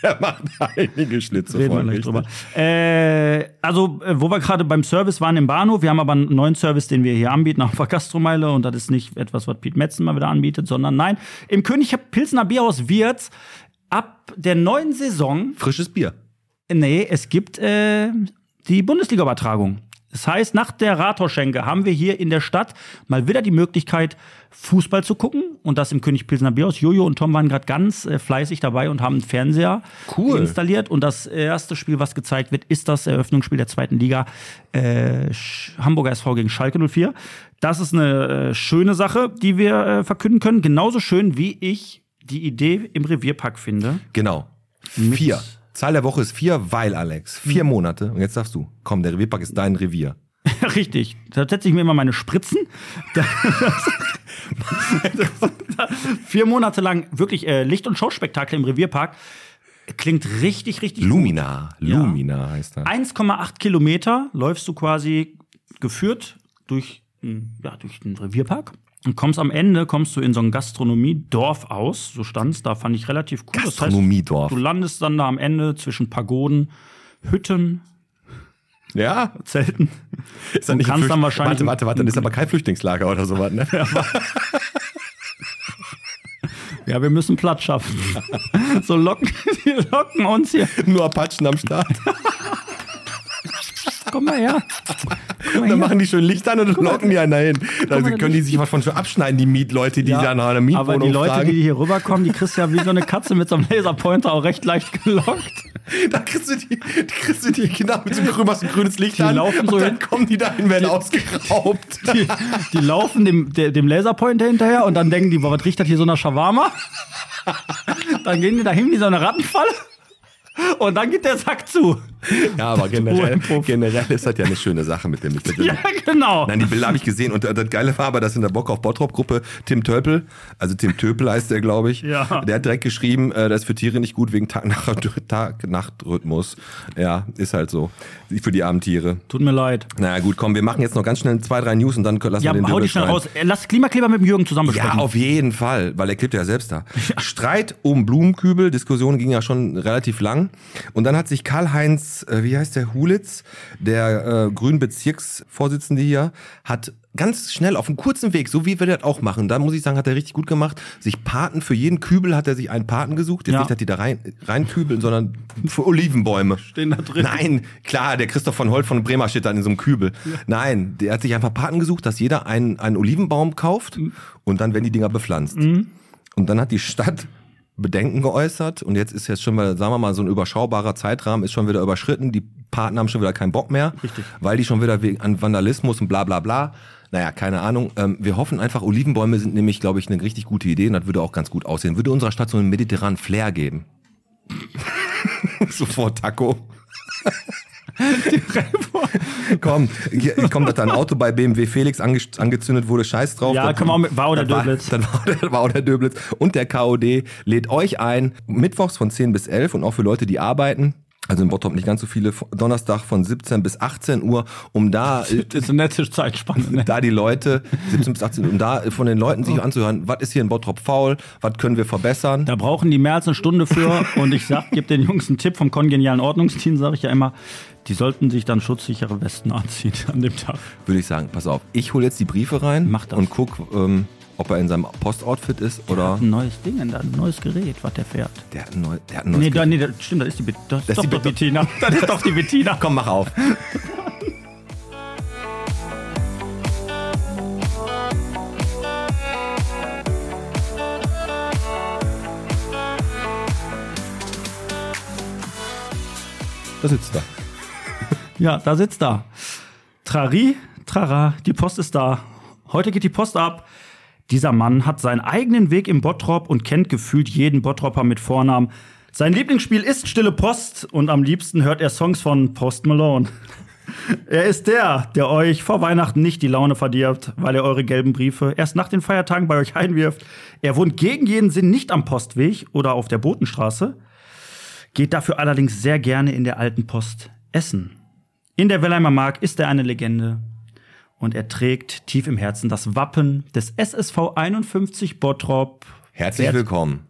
Speaker 4: Der macht einige Schlitze
Speaker 3: Reden wir
Speaker 4: voll.
Speaker 3: gleich
Speaker 4: richtig.
Speaker 3: drüber. Äh, also, äh, wo wir gerade beim Service waren im Bahnhof, wir haben aber einen neuen Service, den wir hier anbieten auf der Gastromeile und das ist nicht etwas, was Piet Metzen mal wieder anbietet, sondern nein, im König Pilsener Bierhaus wird's ab der neuen Saison,
Speaker 4: Frisches Bier.
Speaker 3: nee, es gibt äh, die Bundesliga-Übertragung. Das heißt, nach der Rathausschenke haben wir hier in der Stadt mal wieder die Möglichkeit, Fußball zu gucken und das im König Pilsener Bierhaus. Jojo und Tom waren gerade ganz äh, fleißig dabei und haben einen Fernseher
Speaker 4: Cool.
Speaker 3: installiert. Und das erste Spiel, was gezeigt wird, ist das Eröffnungsspiel der zweiten Liga äh, Sch- Hamburger SV gegen Schalke 04. Das ist eine äh, schöne Sache, die wir äh, verkünden können. Genauso schön, wie ich die Idee im Revierpark finde.
Speaker 4: Genau. Vier. Zahl der Woche ist vier, weil Alex.
Speaker 3: Hm.
Speaker 4: Vier Monate. Und jetzt sagst du, komm, der Revierpark ist dein Revier.
Speaker 3: Ja, Richtig. Da setze ich mir immer meine Spritzen. Da- Vier Monate lang wirklich äh, Licht- und Schauspektakel im Revierpark. Klingt richtig, richtig
Speaker 4: Lumina.
Speaker 3: Ja.
Speaker 4: Lumina heißt das.
Speaker 3: 1,8 Kilometer läufst du quasi geführt durch, mm, ja, durch den Revierpark. Und kommst am Ende, kommst du in so ein Gastronomiedorf aus. So stand's da, fand ich relativ cool. Das heißt,
Speaker 4: Gastronomiedorf.
Speaker 3: Du landest dann da am Ende zwischen Pagoden, Hütten,
Speaker 4: Ja?
Speaker 3: Zelten.
Speaker 4: Ist das
Speaker 3: Und kannst
Speaker 4: ein
Speaker 3: dann
Speaker 4: Flücht-
Speaker 3: wahrscheinlich-
Speaker 4: Warte, warte, warte. Dann ist aber kein Flüchtlingslager oder sowas, ne?
Speaker 3: Ja, wir müssen Platz
Speaker 4: [laughs]
Speaker 3: schaffen. so locken, die locken uns hier.
Speaker 4: Nur Apachen am Start.
Speaker 3: Ah, Komm mal her. Komm mal
Speaker 4: Dann
Speaker 3: her.
Speaker 4: machen die schön Licht an und locken die einen dahin. Dann
Speaker 3: mal,
Speaker 4: können die sich was von schon abschneiden, die Mietleute, die
Speaker 3: Ja,
Speaker 4: da nach einer Mietwohnung
Speaker 3: Aber die Leute,
Speaker 4: fragen.
Speaker 3: die hier rüberkommen, die kriegst du ja wie so eine Katze mit so einem Laserpointer auch recht leicht gelockt.
Speaker 4: [laughs] Da kriegst du die, die, kriegst du die Kinder mit so einem grün- machst ein grünes Licht
Speaker 3: Die
Speaker 4: an
Speaker 3: laufen
Speaker 4: und
Speaker 3: so
Speaker 4: dann
Speaker 3: hin.
Speaker 4: kommen die dahin, werden ausgeraubt.
Speaker 3: Die, die laufen dem, der- dem Laserpointer hinterher und dann denken die, boah, was riecht das hier so nach Shawarma? Dann gehen die dahin wie so eine Rattenfalle und dann geht der Sack zu.
Speaker 4: [laughs] Ja, aber generell,
Speaker 3: Ohrenpuff.
Speaker 4: generell ist das ja eine schöne Sache mit dem Licht.
Speaker 3: Ja, genau.
Speaker 4: Nein, die Bilder habe ich gesehen und äh, das Geile war aber, dass in der Bock auf Bottrop-Gruppe Tim Tölpel, also Tim Töpel heißt der, glaube ich,
Speaker 3: Ja.
Speaker 4: der hat direkt geschrieben, äh, das ist für Tiere nicht gut wegen Tag-Nacht-Rhythmus. ja, ist halt so. Für die armen Tiere.
Speaker 3: Tut mir leid.
Speaker 4: Naja gut, komm, wir machen jetzt noch ganz schnell zwei, drei News und dann lassen
Speaker 3: Ja,
Speaker 4: wir den
Speaker 3: hau
Speaker 4: Döbel
Speaker 3: dich schnell
Speaker 4: rein.
Speaker 3: raus. Äh, Lass Klimakleber mit dem Jürgen zusammen
Speaker 4: Ja,
Speaker 3: besprechen.
Speaker 4: auf jeden Fall, weil er klebt ja selbst
Speaker 3: [laughs]
Speaker 4: da. Streit um Blumenkübel, Diskussion ging ja schon relativ lang. Und dann hat sich Karl-Heinz, äh, wie heißt der, Hulitz, der äh, grünen Bezirksvorsitzende hier, hat ganz schnell auf einem kurzen Weg, so wie wir das auch machen, da muss ich sagen, hat er richtig gut gemacht, sich Paten, für jeden Kübel hat er sich einen Paten gesucht. Jetzt
Speaker 3: Ja.
Speaker 4: nicht, dass die da rein, reinkübeln, sondern für Olivenbäume.
Speaker 3: Stehen da drin.
Speaker 4: Nein, klar, der Christoph von Holt von Bremer steht dann in so einem Kübel. Nein, der hat sich einfach Paten gesucht, dass jeder einen, einen Olivenbaum kauft
Speaker 3: Mhm.
Speaker 4: und dann werden die Dinger bepflanzt. Und dann hat die Stadt Bedenken geäußert und jetzt ist jetzt schon mal, sagen wir mal, so ein überschaubarer Zeitrahmen ist schon wieder überschritten. Die Paten haben schon wieder keinen Bock mehr, Richtig. weil die schon wieder wegen an Vandalismus und bla bla bla. Naja, keine Ahnung. Ähm, wir hoffen einfach, Olivenbäume sind nämlich, glaube ich, eine richtig gute Idee und das würde auch ganz gut aussehen. Würde unserer Stadt so einen mediterranen Flair geben. [laughs] Sofort Taco. komm, hier, komm, dass da ein Auto bei BMW Felix ange angezündet wurde, scheiß drauf.
Speaker 3: Ja,
Speaker 4: Das-
Speaker 3: komm, auch mit- war auch der
Speaker 4: das
Speaker 3: Döblitz.
Speaker 4: Dann war, das war auch der Döblitz. Und der KOD lädt euch ein, mittwochs von 10 bis 11 und auch für Leute, die arbeiten. Also in Bottrop nicht ganz so viele, Donnerstag von 17 bis 18 Uhr, um da [laughs]
Speaker 3: Das [laughs] ist eine nette Zeitspanne. Ne?
Speaker 4: da die Leute, 17 bis 18, um da von den Leuten sich anzuhören, was ist hier in Bottrop faul, was können wir verbessern.
Speaker 3: Da brauchen die mehr als eine Stunde [laughs] für. Und ich sag, gebe den Jungs einen Tipp vom kongenialen Ordnungsteam, sage ich ja immer, die sollten sich dann schutzsichere Westen anziehen an dem Tag.
Speaker 4: Würde ich sagen, pass auf, ich hole jetzt die Briefe rein
Speaker 3: Mach das.
Speaker 4: und guck, ähm, ob er in seinem Postoutfit ist oder.
Speaker 3: Ein neues Ding, ein neues Gerät, was der fährt.
Speaker 4: Der hat ein neu, der hat ein neues
Speaker 3: Nee, da,
Speaker 4: Gerät.
Speaker 3: nee, da, stimmt, das ist die, Be- das
Speaker 4: Das
Speaker 3: ist
Speaker 4: ist
Speaker 3: doch,
Speaker 4: die
Speaker 3: doch
Speaker 4: Be-
Speaker 3: Bettina. [laughs] Das ist doch die Bettina.
Speaker 4: Komm, mach auf. Da sitzt er.
Speaker 3: Ja, da sitzt da. Trari, trara, die Post ist da. Heute geht die Post ab. Dieser Mann hat seinen eigenen Weg im Bottrop und kennt gefühlt jeden Bottropper mit Vornamen. Sein Lieblingsspiel ist Stille Post und am liebsten hört er Songs von Post Malone. [laughs] Er ist der, der euch vor Weihnachten nicht die Laune verdirbt, weil er eure gelben Briefe erst nach den Feiertagen bei euch einwirft. Er wohnt gegen jeden Sinn nicht am Postweg oder auf der Botenstraße, geht dafür allerdings sehr gerne in der alten Post essen. In der Wellheimer Mark ist er eine Legende und er trägt tief im Herzen das Wappen des SSV 51 Bottrop.
Speaker 4: Herzlich
Speaker 3: Herz-
Speaker 4: willkommen,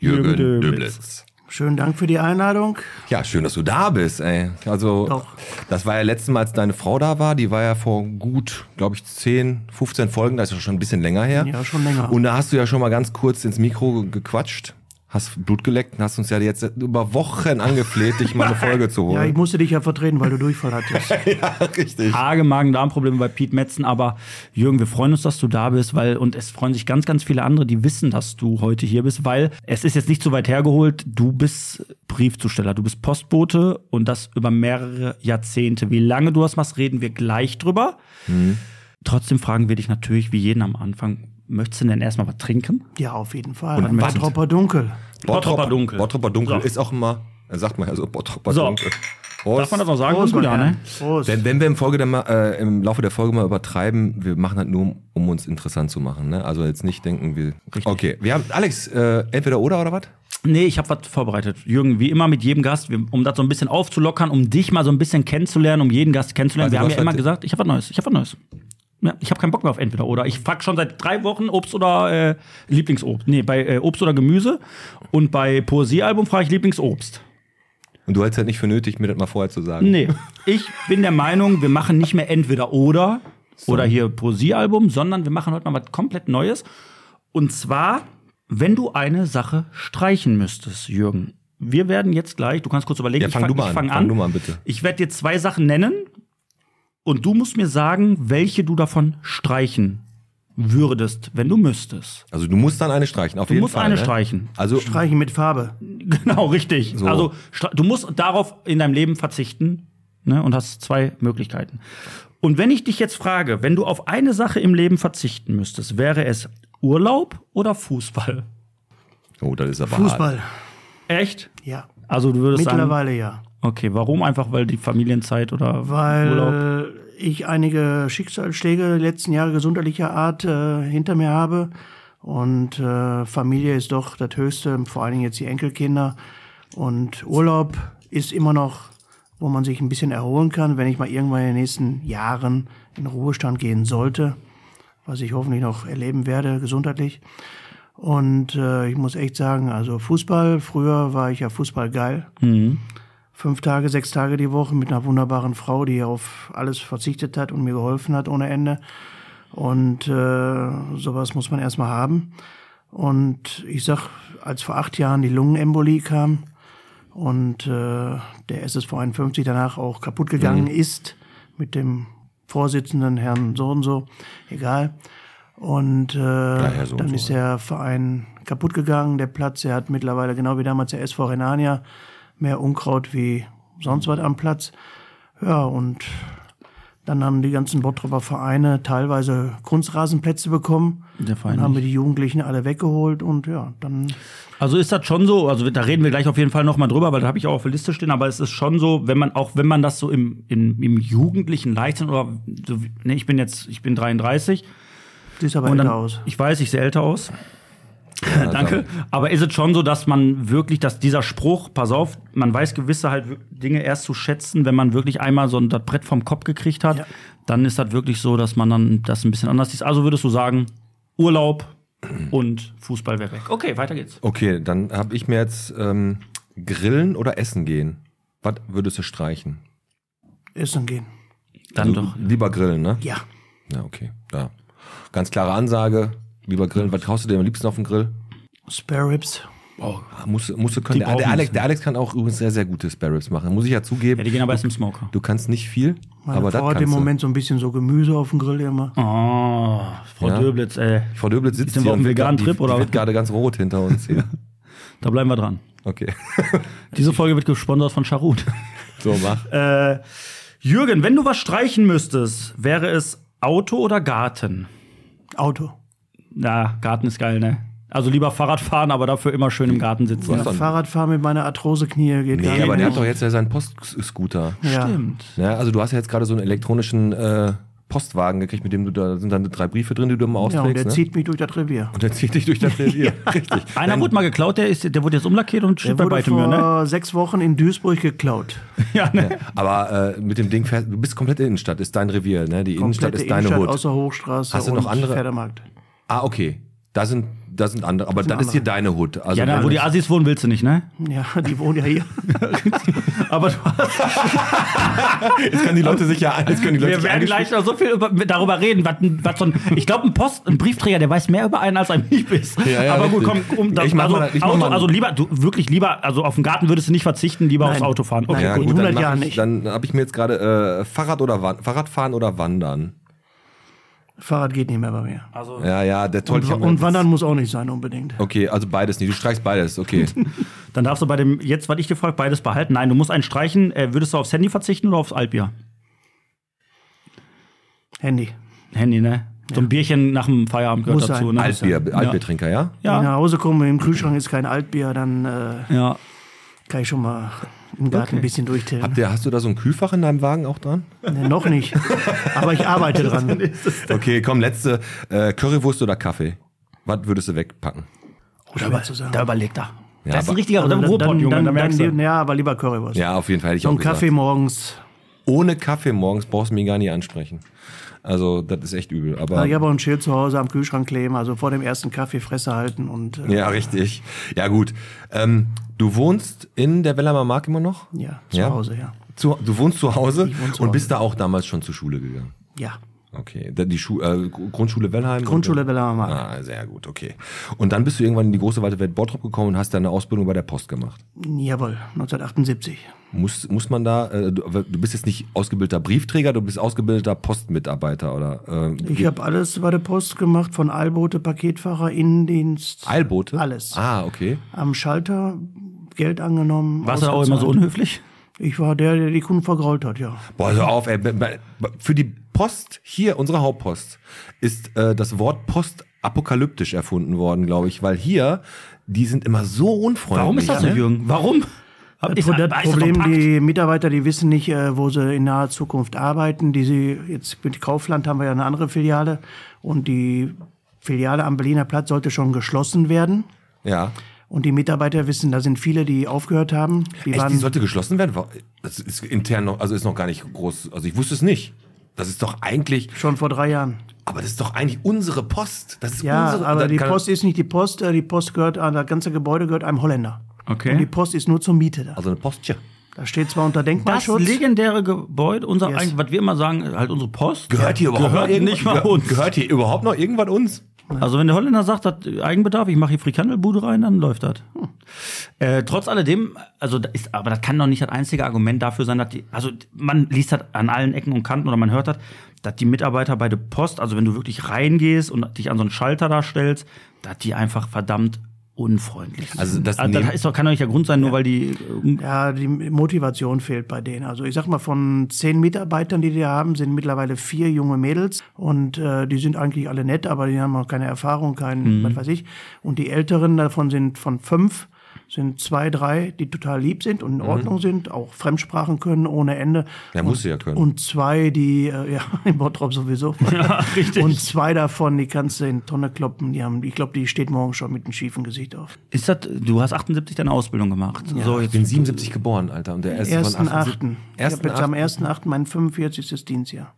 Speaker 3: Jürgen
Speaker 4: Jürgen
Speaker 3: Döblitz.
Speaker 4: Döblitz.
Speaker 5: Schönen Dank für die Einladung.
Speaker 4: Ja, schön, dass du da bist, ey. Also,
Speaker 5: Doch.
Speaker 4: das war ja letztes Mal, als deine Frau da war. Die war ja vor gut, glaube ich, 10, 15 Folgen. Das ist ja schon ein bisschen länger her.
Speaker 5: Ja, schon länger.
Speaker 4: Und da hast du ja schon mal ganz kurz ins Mikro gequatscht, hast Blut geleckt und hast uns ja jetzt über Wochen angefleht, dich mal eine Folge zu
Speaker 5: [laughs] Ja, ich
Speaker 4: holen.
Speaker 5: musste dich ja vertreten, weil du Durchfall hattest.
Speaker 4: Ja, richtig.
Speaker 3: Arge Magen-Darm-Probleme bei Pete Metzen, aber Jürgen, wir freuen uns, dass du da bist, weil und es freuen sich ganz, ganz viele andere, die wissen, dass du heute hier bist, weil es ist jetzt nicht so weit hergeholt. Du bist Briefzusteller, du bist Postbote und das über mehrere Jahrzehnte. Wie lange du das machst, reden wir gleich drüber. Trotzdem fragen wir dich natürlich, wie jeden am Anfang, möchtest du denn erstmal was trinken?
Speaker 5: ja, auf jeden Fall.
Speaker 4: Und was?
Speaker 5: Battropper Dunkel.
Speaker 3: Bottroper Dunkel.
Speaker 4: Bottroper Dunkel
Speaker 3: So.
Speaker 4: ist auch immer, sagt man ja so, Bottroper
Speaker 3: So.
Speaker 4: Dunkel.
Speaker 3: Darf man das noch sagen?
Speaker 5: Prost,
Speaker 3: Gut,
Speaker 5: meine
Speaker 3: ja, ne?
Speaker 5: Herren. Prost.
Speaker 4: Wenn, wenn wir im, Folge dann mal, äh, im Laufe der Folge mal übertreiben, wir machen halt nur, um, um uns interessant zu machen. Ne? Also jetzt nicht denken wir. Okay, wir haben Alex, äh, entweder oder oder was?
Speaker 3: Nee, ich habe was vorbereitet. Jürgen, wie immer mit jedem Gast, wir- um das so ein bisschen aufzulockern, um dich mal so ein bisschen kennenzulernen, um jeden Gast kennenzulernen.
Speaker 4: Also
Speaker 3: wir
Speaker 4: du
Speaker 3: haben
Speaker 4: hast
Speaker 3: ja immer
Speaker 4: halt-
Speaker 3: gesagt, ich habe was Neues, ich habe was Neues. Ja, ich habe keinen Bock mehr auf entweder oder. Ich frag schon seit drei Wochen Obst oder äh, Lieblingsobst. Nee, bei äh, Obst oder Gemüse und bei Poesiealbum frage ich Lieblingsobst.
Speaker 4: Und du hältst halt nicht für nötig, mir das mal vorher zu sagen.
Speaker 3: Nee, ich bin der Meinung, wir machen nicht mehr entweder oder oder hier Poesiealbum, sondern wir machen heute mal was komplett Neues. Und zwar, wenn du eine Sache streichen müsstest, Jürgen. Wir werden jetzt gleich, du kannst kurz überlegen,
Speaker 4: Ja, fang du mal
Speaker 3: ich
Speaker 4: an.
Speaker 3: fang
Speaker 4: Fang
Speaker 3: an.
Speaker 4: du mal an, bitte.
Speaker 3: Ich werde dir zwei Sachen nennen und du musst mir sagen, welche du davon streichen würdest, wenn du müsstest.
Speaker 4: Also du musst dann eine streichen, auf
Speaker 3: Du
Speaker 4: jeden
Speaker 3: musst
Speaker 4: Fall.
Speaker 3: eine
Speaker 4: ne?
Speaker 3: streichen.
Speaker 4: Also
Speaker 5: Streichen mit Farbe.
Speaker 3: [laughs] Genau, richtig.
Speaker 4: So.
Speaker 3: Also stra- du musst darauf in deinem Leben verzichten ne, und hast zwei Möglichkeiten. Und wenn ich dich jetzt frage, wenn du auf eine Sache im Leben verzichten müsstest, wäre es Urlaub oder
Speaker 5: [laughs]
Speaker 3: Fußball?
Speaker 4: Oh, das ist aber hart.
Speaker 5: Fußball.
Speaker 3: Echt?
Speaker 5: Ja.
Speaker 3: Also du würdest sagen,
Speaker 5: Mittlerweile ja.
Speaker 3: okay, warum einfach, weil die Familienzeit oder Urlaub?
Speaker 5: Weil ich einige Schicksalsschläge der letzten Jahre gesundheitlicher Art äh, hinter mir habe. Und äh, Familie ist doch das Höchste, vor allen Dingen jetzt die Enkelkinder. Und Urlaub ist immer noch, wo man sich ein bisschen erholen kann, wenn ich mal irgendwann in den nächsten Jahren in Ruhestand gehen sollte, was ich hoffentlich noch erleben werde, gesundheitlich. Und äh, ich muss echt sagen, also Fußball, früher war ich ja Fußball geil fünf Tage, sechs Tage die Woche mit einer wunderbaren Frau, die auf alles verzichtet hat und mir geholfen hat ohne Ende. Und äh, sowas muss man erstmal haben. Und ich sag, als vor acht Jahren die Lungenembolie kam und äh, der SSV 51 danach auch kaputt gegangen ist mit dem Vorsitzenden Herrn so und so, egal. Und äh,
Speaker 4: Herr so und
Speaker 5: dann
Speaker 4: so,
Speaker 5: ist
Speaker 4: ja.
Speaker 5: der Verein kaputt gegangen, der Platz. Er hat mittlerweile, genau wie damals der SV Renania, mehr Unkraut wie sonst was am Platz. Ja, und dann haben die ganzen Bottroper Vereine teilweise Kunstrasenplätze bekommen.
Speaker 3: Der Verein
Speaker 5: Dann haben
Speaker 3: nicht.
Speaker 5: wir die Jugendlichen alle weggeholt und ja, dann
Speaker 3: Also ist das schon so, also da reden wir gleich auf jeden Fall nochmal drüber, weil da habe ich auch auf der Liste stehen, aber es ist schon so, wenn man, auch wenn man das so im, im, im jugendlichen Leichtsinn oder so, wie- ne, ich bin jetzt, ich bin 33
Speaker 5: sieht aber
Speaker 3: und dann,
Speaker 5: älter aus.
Speaker 3: ich weiß, ich sehe älter aus,
Speaker 4: Ja,
Speaker 3: Danke.
Speaker 4: dann-
Speaker 3: Aber ist es schon so, dass man wirklich, dass dieser Spruch, pass auf, man weiß gewisse halt wir- Dinge erst zu schätzen, wenn man wirklich einmal so ein das Brett vom Kopf gekriegt hat,
Speaker 5: Ja.
Speaker 3: dann ist das wirklich so, dass man dann das ein bisschen anders sieht. Also würdest du sagen, Urlaub und Fußball wäre weg. Okay, weiter geht's.
Speaker 4: Okay, dann habe ich mir jetzt ähm, Grillen oder Essen gehen. Was würdest du streichen?
Speaker 5: Essen gehen.
Speaker 3: Dann
Speaker 4: Also,
Speaker 3: doch.
Speaker 4: Lieber grillen, ne?
Speaker 5: Ja,
Speaker 4: Ja, okay. Ja. Ganz klare Ansage. Lieber grillen. Was kaufst du dir am liebsten auf den Grill?
Speaker 5: Spare Ribs.
Speaker 4: Ah, musst, du- musst du können.
Speaker 3: Die
Speaker 4: Der, der,
Speaker 3: brauchen
Speaker 4: Alex,
Speaker 3: es
Speaker 4: der Alex kann auch übrigens sehr, sehr gute Spare Ribs machen. Muss ich ja zugeben.
Speaker 3: Ja, die gehen aber erst im Smoker.
Speaker 4: du kannst nicht viel,
Speaker 5: Meine
Speaker 4: aber das
Speaker 5: Frau hat
Speaker 4: kannst
Speaker 5: im
Speaker 4: du.
Speaker 5: Moment so ein bisschen so Gemüse auf dem Grill immer.
Speaker 3: Oh, Frau
Speaker 4: Ja.
Speaker 3: Döblitz, ey.
Speaker 4: Frau Döblitz sitzt
Speaker 3: Sind wir
Speaker 4: hier
Speaker 3: auf
Speaker 4: und
Speaker 3: einem
Speaker 4: wird
Speaker 3: veganen
Speaker 4: gerade-
Speaker 3: Trip,
Speaker 4: Die
Speaker 3: oder was?
Speaker 4: wird gerade ganz rot
Speaker 3: [laughs]
Speaker 4: hinter uns hier.
Speaker 3: Da bleiben wir dran.
Speaker 4: Okay.
Speaker 3: Diese Folge wird gesponsert von Charut. [laughs]
Speaker 4: So, mach.
Speaker 3: Äh, Jürgen, wenn du was streichen müsstest, wäre es Auto oder Garten?
Speaker 5: Auto.
Speaker 3: Na, Garten ist geil, ne? Also lieber Fahrrad fahren, aber dafür immer schön im Garten sitzen.
Speaker 4: Was?
Speaker 3: Ja.
Speaker 4: Dann-
Speaker 5: Fahrradfahren mit meiner Arthrose-Knie geht gar
Speaker 4: Nee,
Speaker 5: nicht.
Speaker 4: aber der hat doch jetzt ja seinen Postscooter.
Speaker 5: ja.
Speaker 3: Stimmt.
Speaker 4: Ja, also du hast ja jetzt gerade so einen elektronischen äh, Postwagen gekriegt, mit dem du da sind dann drei Briefe drin, die du immer
Speaker 5: Ja,
Speaker 4: austrägst.
Speaker 5: und der
Speaker 4: ne?
Speaker 5: zieht mich durch das Revier.
Speaker 4: und der zieht dich durch
Speaker 3: [laughs]
Speaker 4: das Revier. Richtig.
Speaker 3: Einer wurde mal geklaut, der, ist, der wurde jetzt umlackiert und
Speaker 5: Der
Speaker 3: steht bei
Speaker 5: wurde
Speaker 3: weitem
Speaker 5: vor
Speaker 3: mehr, ne?
Speaker 5: sechs Wochen in Duisburg geklaut.
Speaker 3: Ja, ne?
Speaker 4: Aber äh, mit dem Ding fährst du bist komplett Innenstadt, ist dein Revier, ne? Die Innenstadt
Speaker 5: Komplette
Speaker 4: ist deine
Speaker 5: Innenstadt
Speaker 4: Hut.
Speaker 5: außer Hochstraße
Speaker 4: Hast du
Speaker 5: und
Speaker 4: noch andere?
Speaker 5: Pferdemarkt.
Speaker 4: Ah, okay. Da sind, da sind andere, aber dann ist hier deine Hut. Also
Speaker 3: Ja, da,
Speaker 4: dann
Speaker 3: wo die Assis wohnen, willst du nicht, ne?
Speaker 5: Ja, [laughs] die wohnen ja hier.
Speaker 3: Aber du
Speaker 4: [laughs] jetzt können die Leute sich ja, jetzt können die Leute
Speaker 3: Wir
Speaker 4: sich
Speaker 3: werden
Speaker 4: angeschrieben-
Speaker 3: gleich noch so viel über, darüber reden, was, ein- was so ein, ich glaube, ein Post, ein Briefträger, der weiß mehr über einen als ein Lieb ist.
Speaker 4: Ja, ja,
Speaker 3: Aber gut, komm,
Speaker 4: richtig.
Speaker 3: um,
Speaker 4: Ich mach
Speaker 3: also,
Speaker 4: mal- ich mach
Speaker 3: Auto,
Speaker 4: mal-
Speaker 3: also lieber, du, wirklich lieber, also auf den Garten würdest du nicht verzichten, lieber aufs
Speaker 5: Nein.
Speaker 3: Auto fahren.
Speaker 5: Nein.
Speaker 3: Okay.
Speaker 4: ja,
Speaker 5: in
Speaker 4: gut,
Speaker 5: 100
Speaker 4: dann mach
Speaker 5: Jahren
Speaker 4: ich,
Speaker 5: nicht.
Speaker 4: Dann habe ich mir jetzt gerade äh, Fahrrad oder Wan- Fahrradfahren oder Wandern.
Speaker 5: Fahrrad geht nicht mehr bei mir.
Speaker 3: Also,
Speaker 4: Ja, ja, der toll.
Speaker 5: Und,
Speaker 4: ich hab mir
Speaker 5: und
Speaker 4: jetzt-
Speaker 5: wandern muss auch nicht sein unbedingt.
Speaker 4: Okay, also beides nicht. Du streichst beides, okay.
Speaker 3: Dann darfst du bei dem, jetzt, was ich dir frage, beides behalten. Nein, du musst einen streichen. Äh, würdest du aufs Handy verzichten oder aufs Altbier?
Speaker 5: Handy.
Speaker 3: Handy, ne? So ein Bierchen nach dem Feierabend gehört
Speaker 5: Muss
Speaker 3: dazu,
Speaker 5: sein. Genau.
Speaker 3: ne?
Speaker 4: Altbier, Altbiertrinker, ja?
Speaker 5: Wenn ich
Speaker 3: Ja.
Speaker 5: nach Hause komme, im Kühlschrank ist kein Altbier, dann äh,
Speaker 3: Ja.
Speaker 5: kann ich schon mal im Garten ein bisschen durchtillen.
Speaker 4: Habt ihr, hast du da so ein Kühlfach in deinem Wagen auch dran?
Speaker 5: Nee,
Speaker 4: [laughs]
Speaker 5: noch nicht. Aber ich arbeite dran.
Speaker 4: Okay, komm, letzte. Äh, Currywurst oder Kaffee? Was würdest du wegpacken?
Speaker 5: Schwer zu sagen.
Speaker 3: Da überlegt er.
Speaker 4: Ja,
Speaker 3: das ist ein
Speaker 4: aber-
Speaker 3: richtiger
Speaker 5: Also
Speaker 3: also,
Speaker 5: dann,
Speaker 3: Robot,
Speaker 5: dann,
Speaker 3: Junge,
Speaker 5: dann,
Speaker 3: da merkst du.
Speaker 5: ja, aber lieber Currywurst.
Speaker 4: Ja, auf jeden Fall hätte ich
Speaker 5: so
Speaker 4: auch
Speaker 5: ein
Speaker 4: gesagt.
Speaker 5: Kaffee morgens.
Speaker 4: Ohne Kaffee morgens brauchst du mich gar nicht ansprechen. Also, das ist echt übel. Aber
Speaker 5: Also ich habe auch ein Schild zu Hause am Kühlschrank kleben, also vor dem ersten Kaffee Fresse halten und äh,
Speaker 4: Ja, richtig. Ja, gut. Ähm, du wohnst in der Wellermer Mark immer noch?
Speaker 5: ja, zu
Speaker 4: Ja.
Speaker 5: Hause, ja.
Speaker 4: Zu, du wohnst zu Hause
Speaker 5: wohne zu
Speaker 4: und bist da auch damals schon zur Schule gegangen.
Speaker 5: Ja.
Speaker 4: Okay, da- die Schu äh, Gr- Grundschule Wellheim.
Speaker 5: Grundschule Wellermer Markt.
Speaker 4: Ah, sehr gut, okay. Und dann bist du irgendwann in die große weite Welt Bottrop gekommen und hast deine Ausbildung bei der Post gemacht.
Speaker 5: Jawohl, 1978.
Speaker 4: Muss, muss man da, äh, du, aber du bist jetzt nicht ausgebildeter Briefträger, du bist ausgebildeter Postmitarbeiter oder ähm,
Speaker 5: Ich habe alles bei der Post gemacht, von Eilbote, Paketfahrer, Innendienst,
Speaker 4: Eilbote?
Speaker 5: Alles.
Speaker 4: Ah, okay.
Speaker 5: am Schalter, Geld angenommen.
Speaker 3: Warst du da auch immer so
Speaker 5: ausgezahlt.
Speaker 3: unhöflich?
Speaker 5: Ich war der, der die Kunden vergrault hat, ja.
Speaker 4: Boah, hör auf, ey. Be- be- Für die Post hier, unsere Hauptpost, ist äh, das Wort Post apokalyptisch erfunden worden, glaube ich, weil hier, die sind immer so unfreundlich.
Speaker 3: Warum ist das so,
Speaker 4: ne?
Speaker 3: Jürgen? Warum? Hab
Speaker 5: Pro-
Speaker 3: weiß
Speaker 5: das
Speaker 3: doch
Speaker 5: Äh, Problem,
Speaker 3: Pakt.
Speaker 5: die Mitarbeiter, die wissen nicht, äh, wo sie in naher Zukunft arbeiten. Die sie, jetzt mit Kaufland haben wir ja eine andere Filiale und die Filiale am Berliner Platz sollte schon geschlossen werden.
Speaker 4: Ja.
Speaker 5: Und die Mitarbeiter wissen, da sind viele, die aufgehört haben. Die
Speaker 4: Echt, die
Speaker 5: waren,
Speaker 4: sollte geschlossen werden? Wa- Das ist intern noch, also ist noch gar nicht groß, also ich wusste es nicht. Das ist doch eigentlich,
Speaker 5: schon vor drei Jahren.
Speaker 4: aber das ist doch eigentlich unsere Post. Das ist
Speaker 5: Ja,
Speaker 4: unsere
Speaker 5: aber
Speaker 4: da
Speaker 5: die
Speaker 4: Hm, kann-
Speaker 5: Post ist nicht die Post. äh, Die Post gehört, äh, das ganze Gebäude gehört einem Holländer.
Speaker 3: Okay.
Speaker 5: Und die Post ist nur zur Miete da.
Speaker 4: Also eine Post, ja.
Speaker 5: Da steht zwar unter
Speaker 3: Das
Speaker 5: Denkmalschutz.
Speaker 3: legendäre Gebäude, unser,
Speaker 5: Yes.
Speaker 3: eigen- was wir immer sagen, halt unsere Post.
Speaker 4: Gehört hier überhaupt
Speaker 3: gehört
Speaker 4: noch irgendwas-
Speaker 3: nicht mal
Speaker 4: gehört-
Speaker 3: uns.
Speaker 4: Gehört hier überhaupt noch irgendwas uns?
Speaker 3: Also wenn der Holländer sagt, hat Eigenbedarf, ich mache hier Frikandelbude rein, dann läuft das. Hm. Äh, trotz alledem, also da ist, aber das kann doch nicht das einzige Argument dafür sein, dass die, also man liest das an allen Ecken und Kanten oder man hört das, dass die Mitarbeiter bei der Post, also wenn du wirklich reingehst und dich an so einen Schalter da stellst, dass die einfach verdammt unfreundlich sind.
Speaker 4: Also das nehmen-
Speaker 3: das ist doch, kann doch nicht der Grund sein, nur weil die äh,
Speaker 5: Ja, die Motivation fehlt bei denen. Also ich sag mal, von zehn Mitarbeitern, die die haben, sind mittlerweile vier junge Mädels und äh, die sind eigentlich alle nett, aber die haben auch keine Erfahrung, kein,
Speaker 4: Mhm.
Speaker 5: was weiß ich. Und die Älteren davon sind von fünf, sind zwei, drei, die total lieb sind und in Ordnung sind, auch Fremdsprachen können ohne Ende.
Speaker 4: Mhm. Ja, muss sie ja können.
Speaker 5: Und zwei, die, äh, ja, [laughs] im Bottrop
Speaker 4: [laughs]
Speaker 5: sowieso.
Speaker 3: richtig.
Speaker 5: Und zwei davon, die kannst du in Tonne kloppen. Die haben, ich glaube, die steht morgen schon mit einem schiefen Gesicht auf.
Speaker 3: ist das, du hast 78 deine Ausbildung gemacht. so,
Speaker 4: ich bin 77 geboren, Alter. Und der erste von
Speaker 5: 1.8.
Speaker 4: 78.
Speaker 5: Ich habe jetzt am
Speaker 4: Ersten
Speaker 5: 1.8. mein 45. Dienstjahr.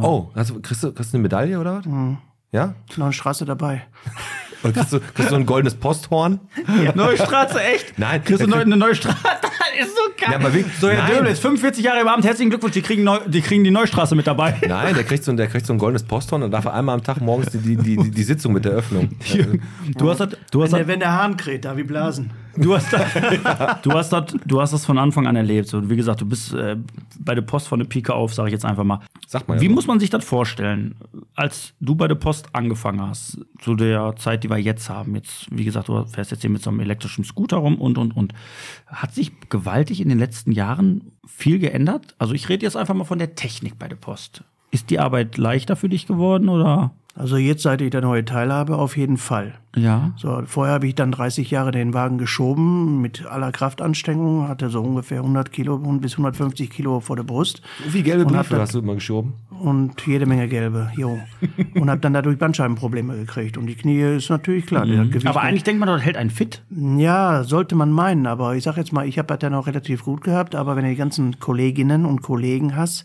Speaker 4: Oh, Mhm. hast, du- kriegst, du, kriegst du eine Medaille oder was? Ja?
Speaker 5: Noch eine Straße dabei.
Speaker 4: Oder kriegst du, kriegst du ein goldenes Posthorn?
Speaker 3: Neue Straße, echt?
Speaker 4: Nein,
Speaker 3: Kriegst du
Speaker 4: da
Speaker 3: neu,
Speaker 4: krieg-
Speaker 3: eine neue Straße? [laughs] Das ist so geil.
Speaker 4: Ja, aber wie-
Speaker 3: so, Herr
Speaker 4: Nein.
Speaker 3: Döbel ist 45 Jahre im Abend. Herzlichen Glückwunsch, die kriegen, neu, die, kriegen die Neustraße mit dabei.
Speaker 4: [laughs] Nein, der kriegt so, ein- der kriegt so ein goldenes Posthorn und darf einmal am Tag morgens die, die, die, die, die Sitzung mit der Öffnung.
Speaker 3: Du hast halt- das, du hast
Speaker 5: Wenn der,
Speaker 3: das,
Speaker 5: wenn der Hahn kräht, da wie Blasen.
Speaker 3: Du hast, das, du, hast das, du hast das von Anfang an erlebt. Und wie gesagt, du bist äh, bei der Post von der Pike auf, sage ich jetzt einfach mal.
Speaker 4: Sagt man ja
Speaker 3: Wie
Speaker 4: so.
Speaker 3: muss man sich das vorstellen, als du bei der Post angefangen hast, zu der Zeit, die wir jetzt haben? Jetzt, wie gesagt, du fährst jetzt hier mit so einem elektrischen Scooter rum und und und. Hat sich gewaltig in den letzten Jahren viel geändert? Also ich rede jetzt einfach mal von der Technik bei der Post. Ist die Arbeit leichter für dich geworden oder?
Speaker 5: Also jetzt, seit ich da neue Teile habe, auf jeden Fall.
Speaker 3: Ja.
Speaker 5: So, vorher habe ich dann 30 Jahre den Wagen geschoben mit aller Kraftanstrengung, hatte so ungefähr 100 Kilo bis 150 Kilo vor der Brust
Speaker 4: [laughs] Wie gelbe
Speaker 5: Und hab
Speaker 4: Briefe
Speaker 5: dann-
Speaker 4: hast du immer geschoben?
Speaker 5: und jede Menge gelbe, [laughs] jo. und habe dann dadurch Bandscheibenprobleme gekriegt und die Knie ist natürlich klar. der Gewicht
Speaker 3: Aber eigentlich denkt man, das hält einen fit.
Speaker 5: Ja, sollte man meinen, aber ich sag jetzt mal, ich habe das dann auch relativ gut gehabt, aber wenn du die ganzen Kolleginnen und Kollegen hast,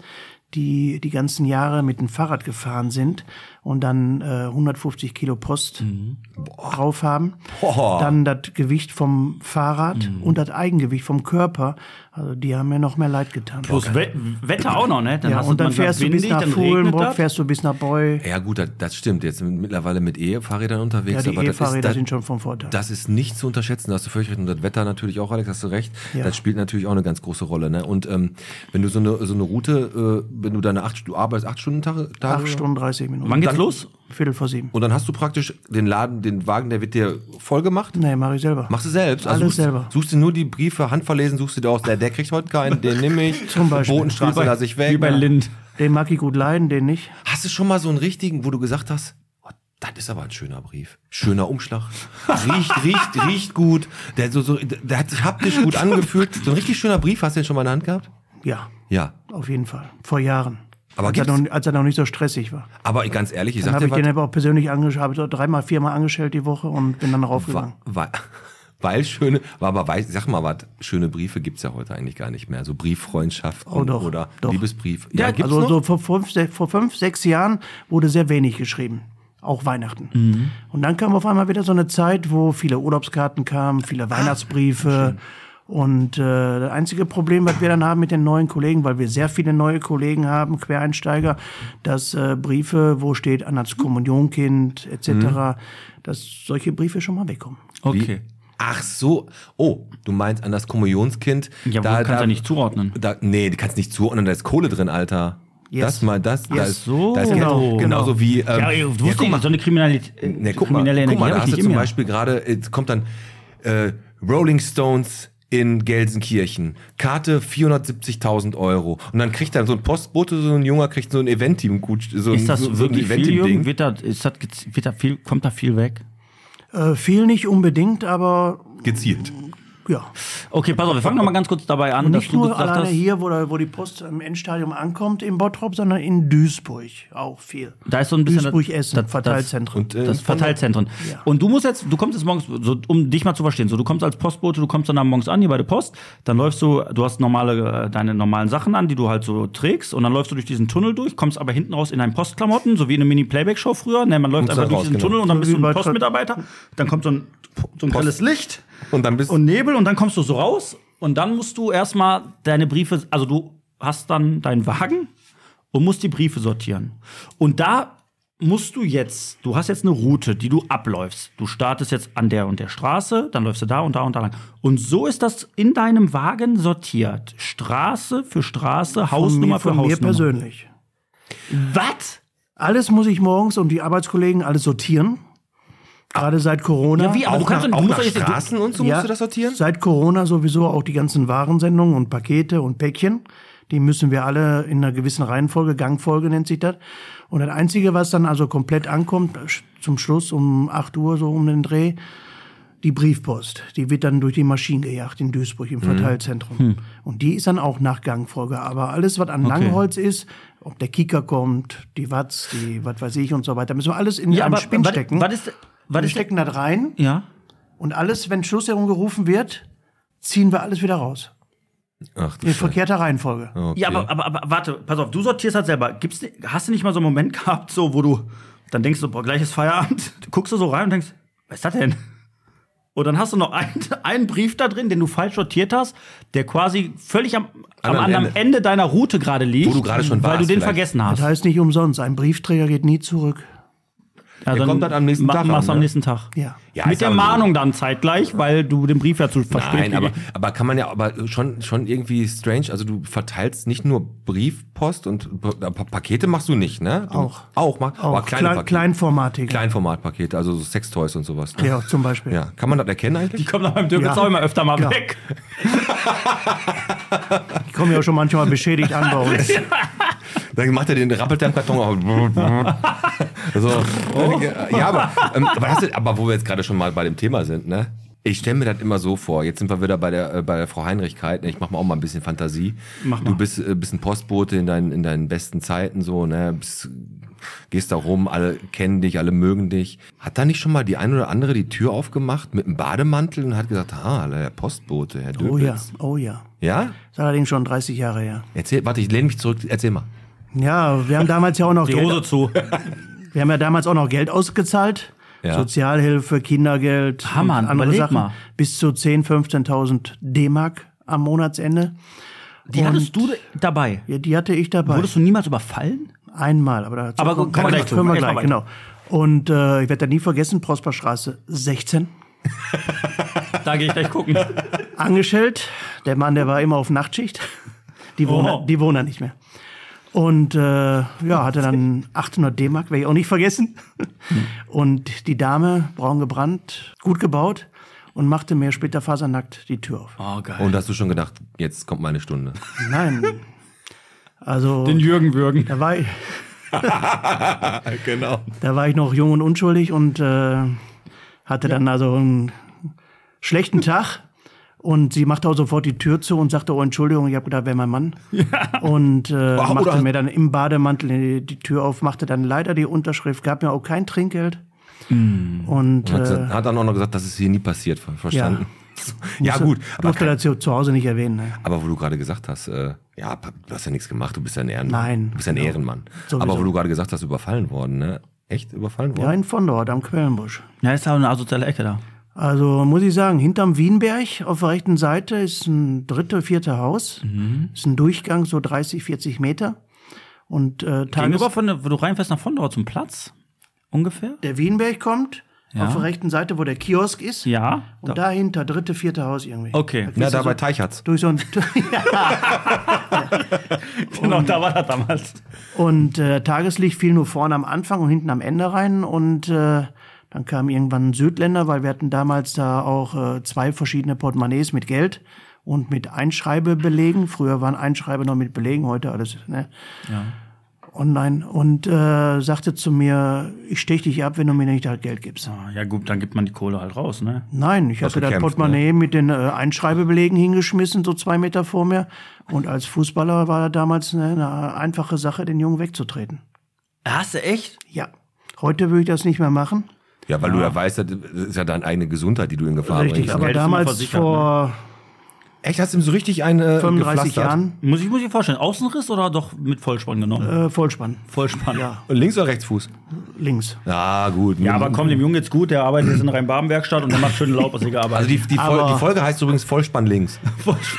Speaker 5: die die ganzen Jahre mit dem Fahrrad gefahren sind und dann äh, 150 Kilo Post
Speaker 3: Mhm.
Speaker 5: drauf haben, dann das Gewicht vom Fahrrad
Speaker 3: Mhm.
Speaker 5: und das Eigengewicht vom Körper, also die haben mir noch mehr leid getan.
Speaker 3: Plus We Wetter auch noch, ne? Dann
Speaker 5: ja,
Speaker 3: hast
Speaker 5: und dann
Speaker 3: man sagt,
Speaker 5: fährst du bis
Speaker 3: windig,
Speaker 5: nach
Speaker 3: dann regnet
Speaker 5: Fuhlenbrock,
Speaker 3: das.
Speaker 5: fährst du bis nach Beu.
Speaker 4: Ja gut, das, das stimmt. Jetzt sind wir mittlerweile mit E-Fahrrädern
Speaker 5: Ja,
Speaker 4: unterwegs.
Speaker 5: die
Speaker 4: aber das ist-
Speaker 5: E-Fahrräder
Speaker 4: das-
Speaker 5: sind schon vom Vorteil.
Speaker 4: Das ist nicht zu unterschätzen, da hast du völlig recht. Und das Wetter natürlich auch, Alex, hast du recht.
Speaker 5: Ja.
Speaker 4: Das spielt natürlich auch eine ganz große Rolle. Ne? Und ähm, wenn du so eine, so eine Route, äh, wenn du deine acht, du arbeitest acht Stunden Tage, Tage
Speaker 5: Acht Stunden 30 Minuten.
Speaker 3: Wann geht's
Speaker 5: Dann-
Speaker 3: los?
Speaker 5: Viertel vor sieben.
Speaker 4: und dann hast du praktisch den Laden, den Wagen, der wird dir voll gemacht.
Speaker 5: Nee, mache ich selber.
Speaker 4: Machst du selbst. Also
Speaker 5: Alles
Speaker 4: suchst,
Speaker 5: selber.
Speaker 4: Suchst du nur die Briefe handverlesen, suchst du dir aus. Der, der kriegt heute keinen, den nehme ich.
Speaker 5: [laughs] Zum Beispiel.
Speaker 4: Botenstraße
Speaker 3: Wie bei-
Speaker 4: lasse ich weg.
Speaker 3: Wie bei
Speaker 4: Ja.
Speaker 3: Lind.
Speaker 5: Den mag ich gut leiden, den nicht.
Speaker 4: Hast du schon mal so einen richtigen, wo du gesagt hast, oh, das ist aber ein schöner Brief. Schöner Umschlag.
Speaker 5: [laughs]
Speaker 4: Riecht, riecht, riecht gut. Der, so, so, der hat sich haptisch gut angefühlt. So ein richtig schöner Brief, hast du den schon mal in der Hand gehabt?
Speaker 5: Ja,
Speaker 4: Ja.
Speaker 5: auf jeden Fall. Vor Jahren.
Speaker 4: Aber
Speaker 5: als, er
Speaker 4: gibt's-
Speaker 5: noch, als er noch nicht so stressig war.
Speaker 4: Aber ganz ehrlich, ich
Speaker 5: Dann
Speaker 4: sag
Speaker 5: habe
Speaker 4: dir
Speaker 5: ich den
Speaker 4: was.
Speaker 5: aber auch persönlich angeschaut, habe so dreimal, viermal angestellt die Woche und bin dann raufgegangen.
Speaker 4: Wa- wa- [laughs] Weil schöne, war aber weiß, sag mal was, schöne Briefe gibt's ja heute eigentlich gar nicht mehr. So Brieffreundschaften
Speaker 5: Oh, doch,
Speaker 4: oder
Speaker 5: doch.
Speaker 4: Liebesbrief.
Speaker 5: also so vor fünf, sech, vor fünf, sechs Jahren wurde sehr wenig geschrieben. Auch Weihnachten. Und dann kam auf einmal wieder so eine Zeit, wo viele Urlaubskarten kamen, viele Weihnachtsbriefe. und äh, das einzige Problem, was wir dann haben mit den neuen Kollegen, weil wir sehr viele neue Kollegen haben, Quereinsteiger, dass äh, Briefe, wo steht an das Kommunionkind etc., dass solche Briefe schon mal wegkommen.
Speaker 3: Okay.
Speaker 4: Ach so, oh, du meinst an das Kommunionskind.
Speaker 3: Ja, aber du kannst ja nicht zuordnen.
Speaker 4: Da, nee, du kannst nicht zuordnen, da ist Kohle drin, Alter.
Speaker 5: Yes.
Speaker 4: Das mal, das, da ist,
Speaker 3: so.
Speaker 4: da ist Geld.
Speaker 5: Genau,
Speaker 4: genauso wie, ähm, ja,
Speaker 3: Ja, ich wusste
Speaker 4: guck
Speaker 3: nicht,
Speaker 4: mal,
Speaker 3: so eine Kriminalität,
Speaker 4: nee, guck mal,
Speaker 3: kriminelle
Speaker 4: guck mal, da
Speaker 3: Energie habe ich
Speaker 4: hast du
Speaker 3: nicht
Speaker 4: zum
Speaker 3: in mir.
Speaker 4: Beispiel gerade, jetzt kommt dann, äh, Rolling Stones in Gelsenkirchen, Karte 470.000 Euro. Und dann kriegt dann so ein Postbote, so ein Junger kriegt so ein Event-Team, so ein,
Speaker 3: Ist das
Speaker 4: so, so ein
Speaker 3: wirklich viel, Jürgen?
Speaker 4: Event-Team-Ding.
Speaker 3: Wird da, ist das, gez- wird da viel, kommt da viel weg?
Speaker 5: Äh, viel nicht unbedingt, aber
Speaker 4: Gezielt.
Speaker 5: ja.
Speaker 3: Okay, pass auf, wir fangen nochmal ganz kurz dabei an, dass
Speaker 5: Nicht
Speaker 3: du
Speaker 5: nur
Speaker 3: gesagt
Speaker 5: alleine
Speaker 3: hast,
Speaker 5: hier, wo, da- wo die Post im Endstadium ankommt in Bottrop, sondern in Duisburg auch viel.
Speaker 3: da ist so ein bisschen das-
Speaker 5: Duisburg-Essen,
Speaker 3: das- das-
Speaker 5: Verteilzentrum.
Speaker 4: Und, äh,
Speaker 3: Das Verteilzentren.
Speaker 5: Ja.
Speaker 3: Und du musst jetzt, du kommst jetzt morgens, so, um dich mal zu verstehen, so du kommst als Postbote, du kommst dann am morgens an hier bei der Post, dann läufst du, du hast normale, äh, deine normalen Sachen an, die du halt so trägst, und dann läufst du durch diesen Tunnel durch, kommst aber hinten raus in deinen Postklamotten, so wie in einer Mini-Playback-Show früher. Ne, man läuft
Speaker 4: Kommst
Speaker 3: einfach
Speaker 4: dann
Speaker 3: durch
Speaker 4: raus,
Speaker 3: diesen
Speaker 4: genau.
Speaker 3: Tunnel und dann bist
Speaker 5: Wie
Speaker 3: du
Speaker 5: bei
Speaker 3: ein
Speaker 5: Tra-
Speaker 3: Postmitarbeiter, dann kommt so ein, so ein grelles Licht
Speaker 4: Und dann bist
Speaker 3: und Nebel und dann kommst du so raus und dann musst du erstmal deine Briefe, also du hast dann deinen Wagen und musst die Briefe sortieren. Und da musst du jetzt, du hast jetzt eine Route, die du abläufst. Du startest jetzt an der und der Straße, dann läufst du da und da und da lang. Und so ist das in deinem Wagen sortiert. Straße für Straße, Hausnummer für
Speaker 5: von mir
Speaker 3: Hausnummer.
Speaker 5: persönlich.
Speaker 3: Was?
Speaker 5: Alles muss ich morgens und die Arbeitskollegen alles sortieren. Gerade seit Corona.
Speaker 3: Ja, wie? Aber du kannst doch-
Speaker 4: nach,
Speaker 3: du
Speaker 4: auch
Speaker 3: musst
Speaker 4: nach
Speaker 3: doch jetzt- du-
Speaker 4: Straßen und so
Speaker 5: Ja,
Speaker 4: musst du das sortieren?
Speaker 5: Seit Corona sowieso auch die ganzen Warensendungen und Pakete und Päckchen. Die müssen wir alle in einer gewissen Reihenfolge, Gangfolge nennt sich das. Und das Einzige, was dann also komplett ankommt, sch- zum Schluss um 8 Uhr so um den Dreh, die Briefpost. Die wird dann durch die Maschinen gejagt in Duisburg
Speaker 3: Mhm.
Speaker 5: im Verteilzentrum.
Speaker 3: Hm.
Speaker 5: Und die ist dann auch nach Gangfolge. Aber alles, was an Langholz ist, ob der Kicker kommt, die Watz, die was weiß ich und so weiter, müssen wir alles in
Speaker 3: Ja,
Speaker 5: einen
Speaker 3: aber
Speaker 5: Spinn
Speaker 3: was-
Speaker 5: stecken.
Speaker 3: was ist- was
Speaker 5: wir
Speaker 3: ist-
Speaker 5: stecken das rein.
Speaker 3: Ja.
Speaker 5: Und alles, wenn Schlussehrung gerufen wird, ziehen wir alles wieder raus.
Speaker 4: Ach, du
Speaker 5: In
Speaker 4: Scheiße.
Speaker 5: verkehrter Reihenfolge.
Speaker 4: Okay.
Speaker 3: Ja, aber, aber, aber warte, pass auf, du sortierst halt selber. Gibt's, ni- hast du nicht mal so einen Moment [laughs] gehabt, so, wo du dann denkst, so, boah, gleich ist Feierabend, [laughs] du guckst da so rein und denkst, was ist das denn? Und dann hast du noch einen, [laughs] einen Brief da drin, den du falsch sortiert hast, der quasi völlig am, am
Speaker 4: Anderen
Speaker 3: anderen
Speaker 4: Ende.
Speaker 3: Ende. deiner Route gerade liegt.
Speaker 4: Wo du gerade schon
Speaker 3: Weil
Speaker 4: warst
Speaker 3: du den
Speaker 4: vielleicht.
Speaker 3: vergessen
Speaker 5: Das
Speaker 3: hast.
Speaker 5: heißt nicht umsonst, ein Briefträger geht nie zurück.
Speaker 3: Ja,
Speaker 4: der
Speaker 3: dann
Speaker 4: kommt dann am nächsten
Speaker 3: ma-
Speaker 4: Tag.
Speaker 3: Machst
Speaker 4: an,
Speaker 3: am
Speaker 4: ne?
Speaker 3: nächsten Tag.
Speaker 5: Ja.
Speaker 4: Ja,
Speaker 3: Mit
Speaker 4: ist
Speaker 3: der
Speaker 4: aber-
Speaker 3: Mahnung dann zeitgleich, weil du den Brief ja zu verspätet
Speaker 4: Nein, aber, aber kann man ja, aber schon, schon irgendwie strange. Also du verteilst nicht nur Briefpost und Pa- Pa- Pakete machst du nicht, ne? Du,
Speaker 5: Auch.
Speaker 4: Auch, mach,
Speaker 5: Auch
Speaker 4: aber kleine
Speaker 5: klein,
Speaker 4: Pakete.
Speaker 5: kleinformatig.
Speaker 4: Kleinformatpakete, also so Sextoys und sowas. Ne?
Speaker 5: Ja, zum Beispiel.
Speaker 4: Ja, kann man das erkennen eigentlich?
Speaker 3: Die kommen nach meinem Dürkitz
Speaker 5: Ja.
Speaker 3: auch immer öfter mal [laughs]
Speaker 5: Ja.
Speaker 3: weg.
Speaker 5: Die kommen ja auch schon manchmal beschädigt an bei
Speaker 3: [laughs]
Speaker 5: uns.
Speaker 4: Dann macht er den, rappelt der im Karton auf. so. Ja, aber, ähm, aber, hast du, aber wo wir jetzt gerade schon mal bei dem Thema sind, ne? Ich stelle mir das immer so vor. Jetzt sind wir wieder bei der, äh, bei der Frau Heinrichkeit. ne? Ich mache mal auch mal ein bisschen Fantasie. Mach mal. Du bist, äh, bist ein Postbote in deinen, in deinen besten Zeiten, so, ne? Bist, gehst da rum, alle kennen dich, alle mögen dich. Hat da nicht schon mal die eine oder andere die Tür aufgemacht mit einem Bademantel und hat gesagt, ah, der Postbote, Herr Döbitz.
Speaker 5: Oh ja, oh ja.
Speaker 4: Ja?
Speaker 5: Ist allerdings schon 30 Jahre her.
Speaker 4: Erzähl, warte, ich lehne mich zurück, erzähl mal.
Speaker 5: Ja, wir haben damals ja auch noch
Speaker 3: Die
Speaker 5: Geld
Speaker 3: Hose zu.
Speaker 5: Wir haben ja damals auch noch Geld ausgezahlt.
Speaker 4: Ja.
Speaker 5: Sozialhilfe, Kindergeld,
Speaker 3: Hammer,
Speaker 5: und andere
Speaker 3: überleg
Speaker 5: Sachen.
Speaker 3: mal.
Speaker 5: Bis zu 10.000, 15.000 D-Mark am Monatsende.
Speaker 3: Die hattest du dabei.
Speaker 5: Ja, die hatte ich dabei.
Speaker 3: Wurdest du niemals überfallen?
Speaker 5: Einmal, aber dazu
Speaker 3: Aber
Speaker 5: kommen,
Speaker 3: kommen wir gleich zu.
Speaker 5: können wir
Speaker 3: Erstmal
Speaker 5: gleich, genau. Und äh, ich werde da nie vergessen, Prosperstraße 16.
Speaker 3: Da gehe ich gleich gucken.
Speaker 5: Angestellt, der Mann, der war immer auf Nachtschicht. [laughs] Die wohnen,
Speaker 3: Oh.
Speaker 5: die wohnen da nicht mehr. Und äh, ja, hatte dann 800 D-Mark, werde ich auch nicht vergessen. [laughs] Und die Dame, braun gebrannt, gut gebaut und machte mir später fasernackt die Tür auf.
Speaker 3: [laughs] Oh, geil.
Speaker 4: Und hast du schon gedacht, jetzt kommt meine Stunde.
Speaker 5: Nein. Also,
Speaker 3: Den Jürgen würgen.
Speaker 5: da war ich,
Speaker 4: genau.
Speaker 5: da war ich noch jung und unschuldig und äh, hatte dann also einen schlechten Tag. Und sie machte auch sofort die Tür zu und sagte, oh Entschuldigung, ich habe gedacht, wäre mein Mann. Und äh, machte
Speaker 4: oder-
Speaker 5: mir dann im Bademantel die, die Tür auf, machte dann leider die Unterschrift, gab mir auch kein Trinkgeld. Und
Speaker 4: Mm. Hat,
Speaker 5: äh,
Speaker 4: gesagt, hat dann auch noch gesagt, das ist hier nie passiert, ver- verstanden. Ja,
Speaker 5: musste-
Speaker 4: gut, aber,
Speaker 5: durfte das zu zu Hause nicht erwähnen. Ne?
Speaker 4: aber wo du gerade gesagt hast, äh, ja, pa- du hast ja nichts gemacht, du bist ja ein Ehrenmann.
Speaker 5: Nein.
Speaker 4: Du bist ja ein Ehrenmann.
Speaker 5: Sowieso.
Speaker 4: Aber wo du gerade gesagt hast, überfallen worden, ne? Echt überfallen
Speaker 5: Ja,
Speaker 4: worden?
Speaker 5: in Vondort am Quellenbusch.
Speaker 3: Ja, ist ja eine asoziale Ecke da.
Speaker 5: Also muss ich sagen, hinterm Wienberg auf der rechten Seite ist ein dritte, vierte Haus.
Speaker 3: Mhm.
Speaker 5: Ist ein Durchgang, so 30, 40 Meter. Und äh, Tages
Speaker 3: Gegenüber von, der- wo du reinfährst nach Vondorf zum Platz? Ungefähr?
Speaker 5: der Wienberg kommt, auf der rechten Seite, wo der Kiosk ist.
Speaker 3: Ja.
Speaker 5: Und dahinter, dritte, vierte Haus irgendwie.
Speaker 3: Okay.
Speaker 4: Na, da bei Teichertz.
Speaker 5: Durch so ein,
Speaker 3: [laughs]
Speaker 5: [laughs]
Speaker 3: Genau, da war das damals.
Speaker 5: und äh, Tageslicht fiel nur vorne am Anfang und hinten am Ende rein. Und äh, dann kam irgendwann ein Südländer, weil wir hatten damals da auch äh, zwei verschiedene Portemonnaies mit Geld und mit Einschreibebelegen. Früher waren Einschreibe noch mit Belegen, heute alles ne? online. Und äh, sagte zu mir, ich stech dich ab, wenn du mir nicht das Geld gibst.
Speaker 3: Ah, Ja, gut, dann gibt man die Kohle halt raus, ne?
Speaker 5: Nein, ich hatte das
Speaker 4: gekämpft,
Speaker 5: Portemonnaie mit den äh, Einschreibebelegen hingeschmissen, so zwei Meter vor mir. Und als Fußballer war das damals eine, eine einfache Sache, den Jungen wegzutreten.
Speaker 3: Hast du echt?
Speaker 5: Ja, heute würde ich das nicht mehr machen.
Speaker 4: Ja, weil du ja weißt, das ist ja deine eigene Gesundheit, die du in Gefahr
Speaker 5: Richtig,
Speaker 4: bringst.
Speaker 5: aber
Speaker 3: Geld ist ne? immer
Speaker 5: damals
Speaker 3: versichert,
Speaker 5: vor [laughs]
Speaker 4: Echt, hast du ihm so richtig äh, eine
Speaker 5: 35 Jahren
Speaker 3: Muss ich, muss ich mir vorstellen, Außenriss oder doch mit Vollspann genommen?
Speaker 5: äh, Vollspann,
Speaker 3: Vollspann. Ja.
Speaker 4: Links oder rechts Fuß?
Speaker 5: links.
Speaker 4: Ah, gut.
Speaker 3: ja, aber komm, dem Jungen geht's gut, der arbeitet jetzt in Rhein-Baden-Werkstatt und der macht schön laubessige Arbeit.
Speaker 4: Also die, die, Fol
Speaker 5: Aber-
Speaker 4: die Folge heißt übrigens Vollspann links.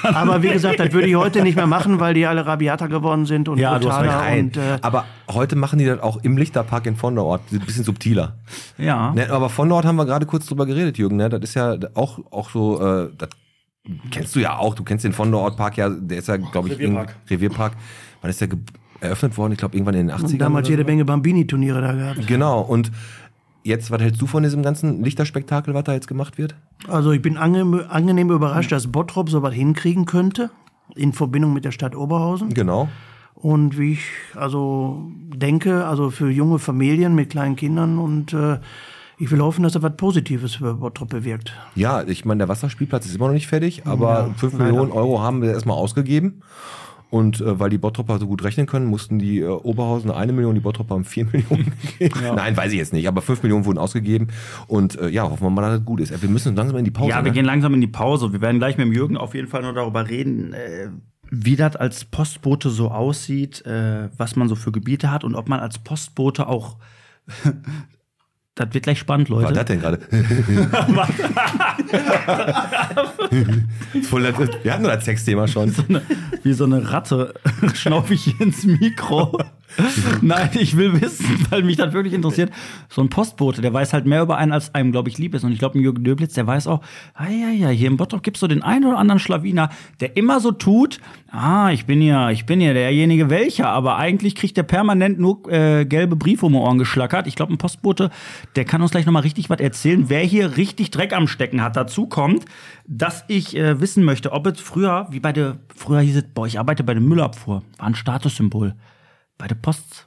Speaker 5: Aber wie gesagt, das würde ich heute nicht mehr machen, weil die alle rabiater geworden sind und
Speaker 3: Ja, du hast
Speaker 5: brutaler.
Speaker 4: Nein,
Speaker 5: Und, äh,
Speaker 4: aber heute machen die das auch im Lichterpark in Vonderort. Ein bisschen subtiler.
Speaker 3: ja.
Speaker 4: Ne, aber von dort haben wir gerade kurz drüber geredet, Jürgen. Ne? Das ist ja auch, auch so, äh, das kennst du ja auch. Du kennst den von dort Park ja, der ist ja, glaube ich,
Speaker 3: Revierpark.
Speaker 4: irgend- Revierpark. Wann ist der ge- eröffnet worden? Ich glaube, irgendwann in den 80ern.
Speaker 5: damals
Speaker 4: oder
Speaker 5: jede Menge Bambini-Turniere da gehabt.
Speaker 4: so. Genau. Und jetzt, was hältst du von diesem ganzen Lichterspektakel, was da jetzt gemacht wird?
Speaker 5: Also ich bin ange angenehm überrascht, dass Bottrop sowas hinkriegen könnte in Verbindung mit der Stadt Oberhausen.
Speaker 4: Genau.
Speaker 5: Und wie ich also denke, also für junge Familien mit kleinen Kindern und äh, ich will hoffen, dass er was Positives für Bottrop bewirkt.
Speaker 4: Ja, ich meine, der Wasserspielplatz ist immer noch nicht fertig, aber fünf 5 Millionen Euro haben wir erstmal ausgegeben. Und äh, weil die Bottropper so gut rechnen können, mussten die äh, Oberhausen eine Million, die Bottropper haben vier [laughs] Millionen gegeben. Nein, weiß ich jetzt nicht, aber fünf Millionen wurden ausgegeben. Und äh, ja, hoffen wir mal, dass das gut ist. Äh, Wir müssen langsam in die Pause.
Speaker 3: Ja, wir
Speaker 4: ne?
Speaker 3: gehen langsam in die Pause. Wir werden gleich mit dem Jürgen auf jeden Fall noch darüber reden, äh, wie das als Postbote so aussieht, äh, was man so für Gebiete hat und ob man als Postbote auch. [laughs] das wird gleich spannend,
Speaker 4: Was war
Speaker 3: Leute. [laughs]
Speaker 4: das denn gerade? Voll das- wir hatten doch das Sexthema schon.
Speaker 3: [laughs]
Speaker 4: [laughs]
Speaker 3: Wie so eine Ratte schnaufe ich hier ins Mikro. Nein, ich will wissen, weil mich das wirklich interessiert. So ein Postbote, der weiß halt mehr über einen, als einem, glaube ich, lieb ist. Und ich glaube, ein Jürgen Döblitz, der weiß auch, ah, ja, ja, hier im Bottrop gibt's so den einen oder anderen Schlawiner, der immer so tut, ah, ich bin ja, ich bin ja derjenige welcher, aber eigentlich kriegt der permanent nur äh, gelbe Briefe um die Ohren geschlackert. Ich glaube, ein Postbote, der kann uns gleich nochmal richtig was erzählen, wer hier richtig Dreck am Stecken hat. Dazu kommt, dass ich äh, wissen möchte, ob es früher, wie bei der, früher hieß es, boah, ich arbeite bei der Müllabfuhr, war ein Statussymbol. Bei der Post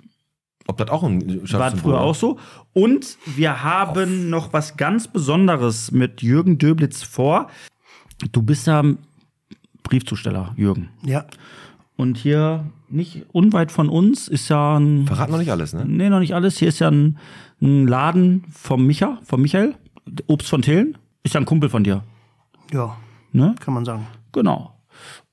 Speaker 4: Ob das auch ein
Speaker 3: war
Speaker 4: Schatzsymbol
Speaker 3: früher auch so. Und wir haben noch was ganz Besonderes mit Jürgen Döblitz vor. Du bist ja Briefzusteller, Jürgen.
Speaker 5: Ja.
Speaker 3: Und hier nicht unweit von uns ist ja ein.
Speaker 4: Verrat noch nicht alles, ne?
Speaker 3: Nee, noch nicht alles. Hier ist ja ein, ein Laden vom Micha, vom Michael, Obst von Thelen. Ist ja ein Kumpel von dir.
Speaker 5: Ja,
Speaker 3: Ne?
Speaker 5: kann man sagen.
Speaker 3: Genau.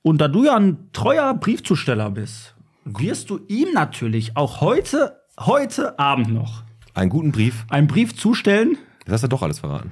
Speaker 3: Und da du ja ein treuer Briefzusteller bist, wirst du ihm natürlich auch heute, heute Abend noch
Speaker 4: Einen guten Brief.
Speaker 3: einen Brief zustellen,
Speaker 4: Das hast du doch alles verraten.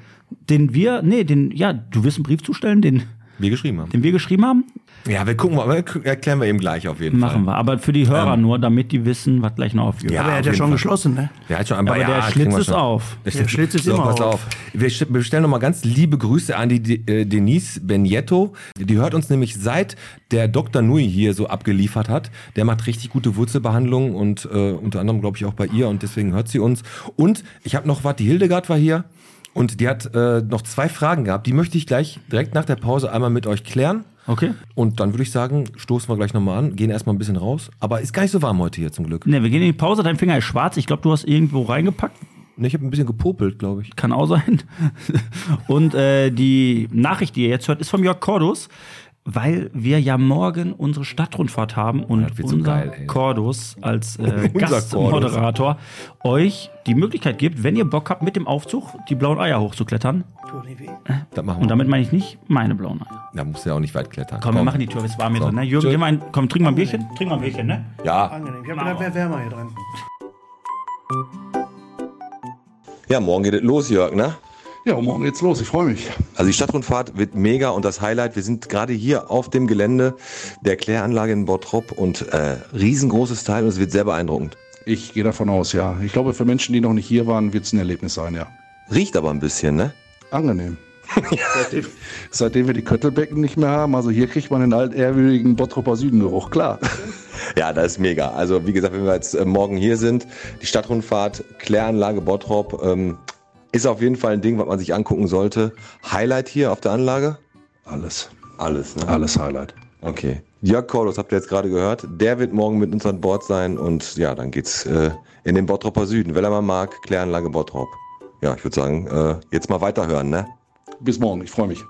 Speaker 3: den wir, nee, den, ja, du wirst einen Brief zustellen, den,
Speaker 4: Wir geschrieben haben.
Speaker 3: den wir geschrieben haben.
Speaker 4: Ja, wir gucken mal, erklären wir eben gleich auf jeden
Speaker 3: Machen wir. Aber für die Hörer nur, damit die wissen, was gleich noch aufgeht.
Speaker 4: Ja,
Speaker 5: Aber er
Speaker 4: auf
Speaker 5: hat ja
Speaker 4: jeden
Speaker 5: schon
Speaker 4: Fall.
Speaker 5: geschlossen, ne?
Speaker 4: Der hat schon ein paar
Speaker 3: aber der
Speaker 4: das
Speaker 3: Schlitz
Speaker 4: kriegen wir
Speaker 3: ist
Speaker 4: schon.
Speaker 3: auf.
Speaker 5: Der Schlitz ist immer
Speaker 4: pass
Speaker 5: auf.
Speaker 4: Wir sch- wir stellen nochmal ganz liebe Grüße an die De- äh, Denise Benietto. Die hört uns nämlich seit der Dr. Nui hier so abgeliefert hat. Der macht richtig gute Wurzelbehandlungen und äh, unter anderem glaube ich auch bei ihr und deswegen hört sie uns. Und ich habe noch was, die Hildegard war hier und die hat äh, noch zwei Fragen gehabt. Die möchte ich gleich direkt nach der Pause einmal mit euch klären.
Speaker 3: Okay.
Speaker 4: Und dann würde ich sagen, stoßen wir gleich nochmal an, gehen erstmal ein bisschen raus. Aber ist gar nicht so warm heute hier zum Glück.
Speaker 3: Ne, wir gehen in die Pause. Dein Finger ist schwarz. Ich glaube, du hast irgendwo reingepackt.
Speaker 4: Ne, Ich habe ein bisschen gepopelt, glaube ich.
Speaker 3: Kann auch sein. [laughs] Und äh, die Nachricht, die ihr jetzt hört, ist vom Jörg Cordus, weil wir ja morgen unsere Stadtrundfahrt haben und
Speaker 4: das wird so
Speaker 3: unser
Speaker 4: geil, ey.
Speaker 3: Cordus als äh,
Speaker 4: [laughs] Unser
Speaker 3: Gastmoderator euch die Möglichkeit gibt, wenn ihr Bock habt, mit dem Aufzug die blauen Eier hochzuklettern.
Speaker 4: Das machen wir.
Speaker 3: Und damit meine ich nicht meine blauen Eier.
Speaker 4: Da musst du ja auch nicht weit klettern.
Speaker 3: Komm, wir machen die Tür, es warm hier
Speaker 4: So.
Speaker 3: drin. Ne? Jürgen,
Speaker 4: Tschö.
Speaker 3: geh mal ein, komm, trink mal ein Bierchen. Trink mal ein Bierchen, ne?
Speaker 4: Ja,
Speaker 5: Angenehm. Ich habe gedacht, wäre wärmer hier drin.
Speaker 6: Ja, morgen geht es los, Jörg, ne?
Speaker 7: Ja, morgen geht's los. Ich freue mich.
Speaker 6: Also die Stadtrundfahrt wird mega und das Highlight, wir sind gerade hier auf dem Gelände der Kläranlage in Bottrop und äh, riesengroßes Teil und es wird sehr beeindruckend.
Speaker 7: Ich gehe davon aus, ja. Ich glaube, für Menschen, die noch nicht hier waren, wird's ein Erlebnis sein, ja.
Speaker 6: Riecht aber ein bisschen, ne?
Speaker 7: Angenehm. seitdem, [laughs] seitdem wir die Köttelbecken nicht mehr haben, also hier kriegt man den altehrwürdigen Bottroper Südengeruch, klar.
Speaker 6: Ja, das ist mega. Also wie gesagt, wenn wir jetzt äh, morgen hier sind, die Stadtrundfahrt, Kläranlage Bottrop, ähm, ist auf jeden Fall ein Ding, was man sich angucken sollte. Highlight hier auf der Anlage?
Speaker 7: Alles,
Speaker 6: Alles, ne?
Speaker 7: alles Highlight.
Speaker 6: Okay. Jörg Kordos habt ihr jetzt gerade gehört. Der wird morgen mit uns an Bord sein und ja, dann geht's äh, in den Bottroper Süden. Wenn er mal mag, Kläranlage Bottrop. Ja, ich würde sagen, äh, jetzt mal weiterhören, ne?
Speaker 7: Bis morgen, ich freue mich.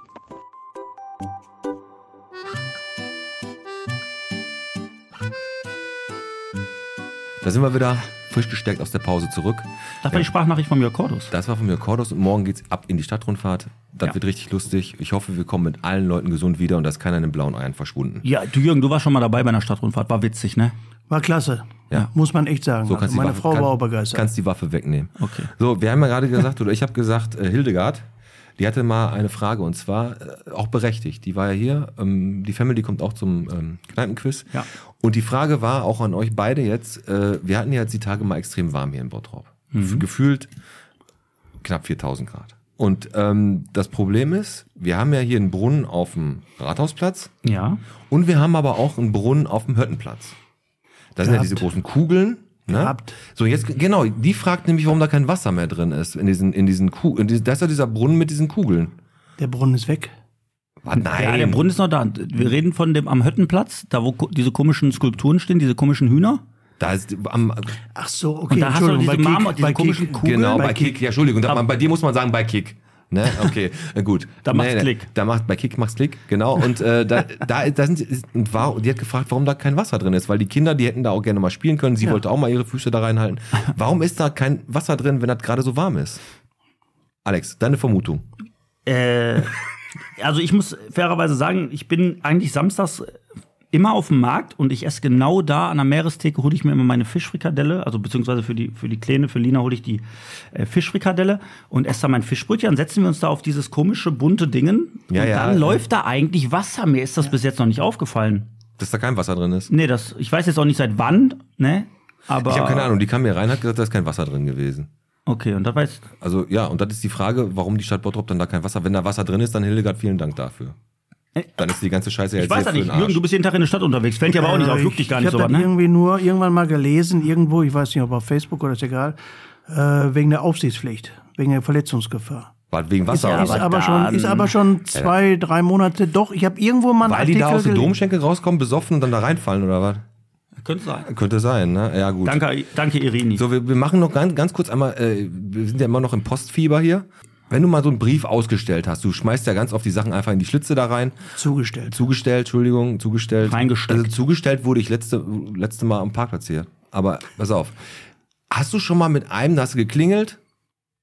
Speaker 4: da sind wir wieder frisch gestärkt aus der Pause zurück.
Speaker 3: Das war die Sprachnachricht vom Jörg Cordus.
Speaker 4: Das war von mir Kordos und morgen geht's ab in die Stadtrundfahrt. Das
Speaker 3: Ja.
Speaker 4: wird richtig lustig. Ich hoffe, wir kommen mit allen Leuten gesund wieder und da ist keiner in den blauen Eiern verschwunden.
Speaker 3: Ja, du Jürgen, du warst schon mal dabei bei einer Stadtrundfahrt. War witzig, ne?
Speaker 5: War klasse.
Speaker 4: Ja.
Speaker 5: Muss man echt sagen.
Speaker 4: So
Speaker 5: also meine Frau
Speaker 4: kann-
Speaker 5: war auch begeistert.
Speaker 4: Kannst die Waffe wegnehmen.
Speaker 3: Okay.
Speaker 4: So, wir haben ja gerade gesagt, oder ich habe gesagt, äh, Hildegard, die hatte mal eine Frage und zwar äh, auch berechtigt. Die war ja hier, ähm, die Family kommt auch zum ähm, Kneipenquiz.
Speaker 3: Ja.
Speaker 4: Und die Frage war auch an euch beide jetzt, äh, wir hatten ja jetzt die Tage mal extrem warm hier in Bottrop.
Speaker 5: Mhm.
Speaker 4: Gefühlt knapp 4000 Grad. Und ähm, das Problem ist, wir haben ja hier einen Brunnen auf dem Rathausplatz
Speaker 3: Ja.
Speaker 4: und wir haben aber auch einen Brunnen auf dem Hörtenplatz. Da sind ja
Speaker 5: Gehabt.
Speaker 4: diese großen Kugeln. Ne?
Speaker 5: Gehabt.
Speaker 4: So, jetzt, genau, die fragt nämlich, warum da kein Wasser mehr drin ist. In diesen, in diesen Kugeln. Da ist ja dieser Brunnen mit diesen Kugeln.
Speaker 5: Der Brunnen ist weg.
Speaker 4: Was? Nein.
Speaker 3: Ja, der Brunnen ist noch da. Wir reden von dem am Höttenplatz, da wo ko- diese komischen Skulpturen stehen, diese komischen Hühner.
Speaker 4: Da ist am,
Speaker 5: Ach so, okay.
Speaker 3: Und da hast du
Speaker 5: Entschuldigung,
Speaker 3: diese
Speaker 5: bei Kick-
Speaker 3: Marmor, diese
Speaker 5: bei
Speaker 3: komischen
Speaker 5: Kick.
Speaker 3: Kugeln
Speaker 4: genau,
Speaker 5: bei
Speaker 4: bei, Kick. Ja, Entschuldigung, da, bei dir muss man sagen, bei Kick. Ne? Okay, [laughs] äh, gut.
Speaker 3: Da macht's Klick.
Speaker 4: Da macht, bei Kick macht's Klick, genau. Und äh, da, da, da sind, ist, und war, und die hat gefragt, warum da kein Wasser drin ist, weil die Kinder, die hätten da auch gerne mal spielen können. Sie wollte auch mal ihre Füße da reinhalten. Warum ist da kein Wasser drin, wenn das gerade so warm ist? Alex, deine Vermutung.
Speaker 3: Äh, [laughs] also ich muss fairerweise sagen, ich bin eigentlich samstags äh, immer auf dem Markt und ich esse genau da an der Meerestheke hole ich mir immer meine Fischfrikadelle, also beziehungsweise für die für die Kleine, für Lina hole ich die äh, Fischfrikadelle und esse da mein Fischbrötchen. Dann setzen wir uns da auf dieses komische bunte Dingen
Speaker 4: Ja,
Speaker 3: und
Speaker 4: ja.
Speaker 3: dann läuft da eigentlich Wasser. Mir ist das bis jetzt noch nicht aufgefallen.
Speaker 4: Dass da kein Wasser drin ist.
Speaker 3: Nee, das, ich weiß jetzt auch nicht seit wann, ne? Aber,
Speaker 4: Ich habe keine Ahnung, die kam hier rein, hat gesagt, da ist kein Wasser drin gewesen.
Speaker 3: Okay, und das war jetzt
Speaker 4: Also ja, und das ist die Frage, warum die Stadt Bottrop dann da kein Wasser, wenn da Wasser drin ist, dann Hildegard, vielen Dank dafür. Dann ist die ganze Scheiße ja
Speaker 3: Äh, Ich weiß ja
Speaker 4: jetzt
Speaker 3: nicht,
Speaker 4: für den
Speaker 3: Jürgen, du bist jeden Tag in der Stadt unterwegs. Fällt dir aber auch nicht auf, juckt dich gar nicht
Speaker 5: ich
Speaker 3: so
Speaker 5: hab
Speaker 3: was,
Speaker 5: das
Speaker 3: ne?
Speaker 5: irgendwie nur irgendwann mal gelesen, irgendwo, ich weiß nicht, ob auf Facebook oder ist egal, äh, wegen der Aufsichtspflicht, wegen der Verletzungsgefahr.
Speaker 4: War wegen Wasser.
Speaker 5: ist,
Speaker 4: aber
Speaker 5: aber
Speaker 3: dann-
Speaker 5: schon, ist aber schon zwei, drei Monate, doch, ich habe irgendwo mal einen
Speaker 4: weil die da aus dem
Speaker 5: gelesen.
Speaker 4: Domschenkel rauskommen, besoffen und dann da reinfallen oder was?
Speaker 3: Könnte sein.
Speaker 4: Könnte sein, ne? Ja, gut.
Speaker 3: Danke, danke Irini.
Speaker 4: So, wir, wir machen noch ganz, ganz kurz einmal, äh, wir sind ja immer noch im Postfieber hier. Wenn du mal so einen Brief ausgestellt hast, du schmeißt ja ganz oft die Sachen einfach in die Schlitze da rein.
Speaker 5: zugestellt.
Speaker 4: Zugestellt, Entschuldigung, zugestellt.
Speaker 3: Reingesteckt.
Speaker 4: Also zugestellt wurde ich letzte, letzte Mal am Parkplatz hier. Aber pass auf. Hast du schon mal mit einem, da hast du geklingelt,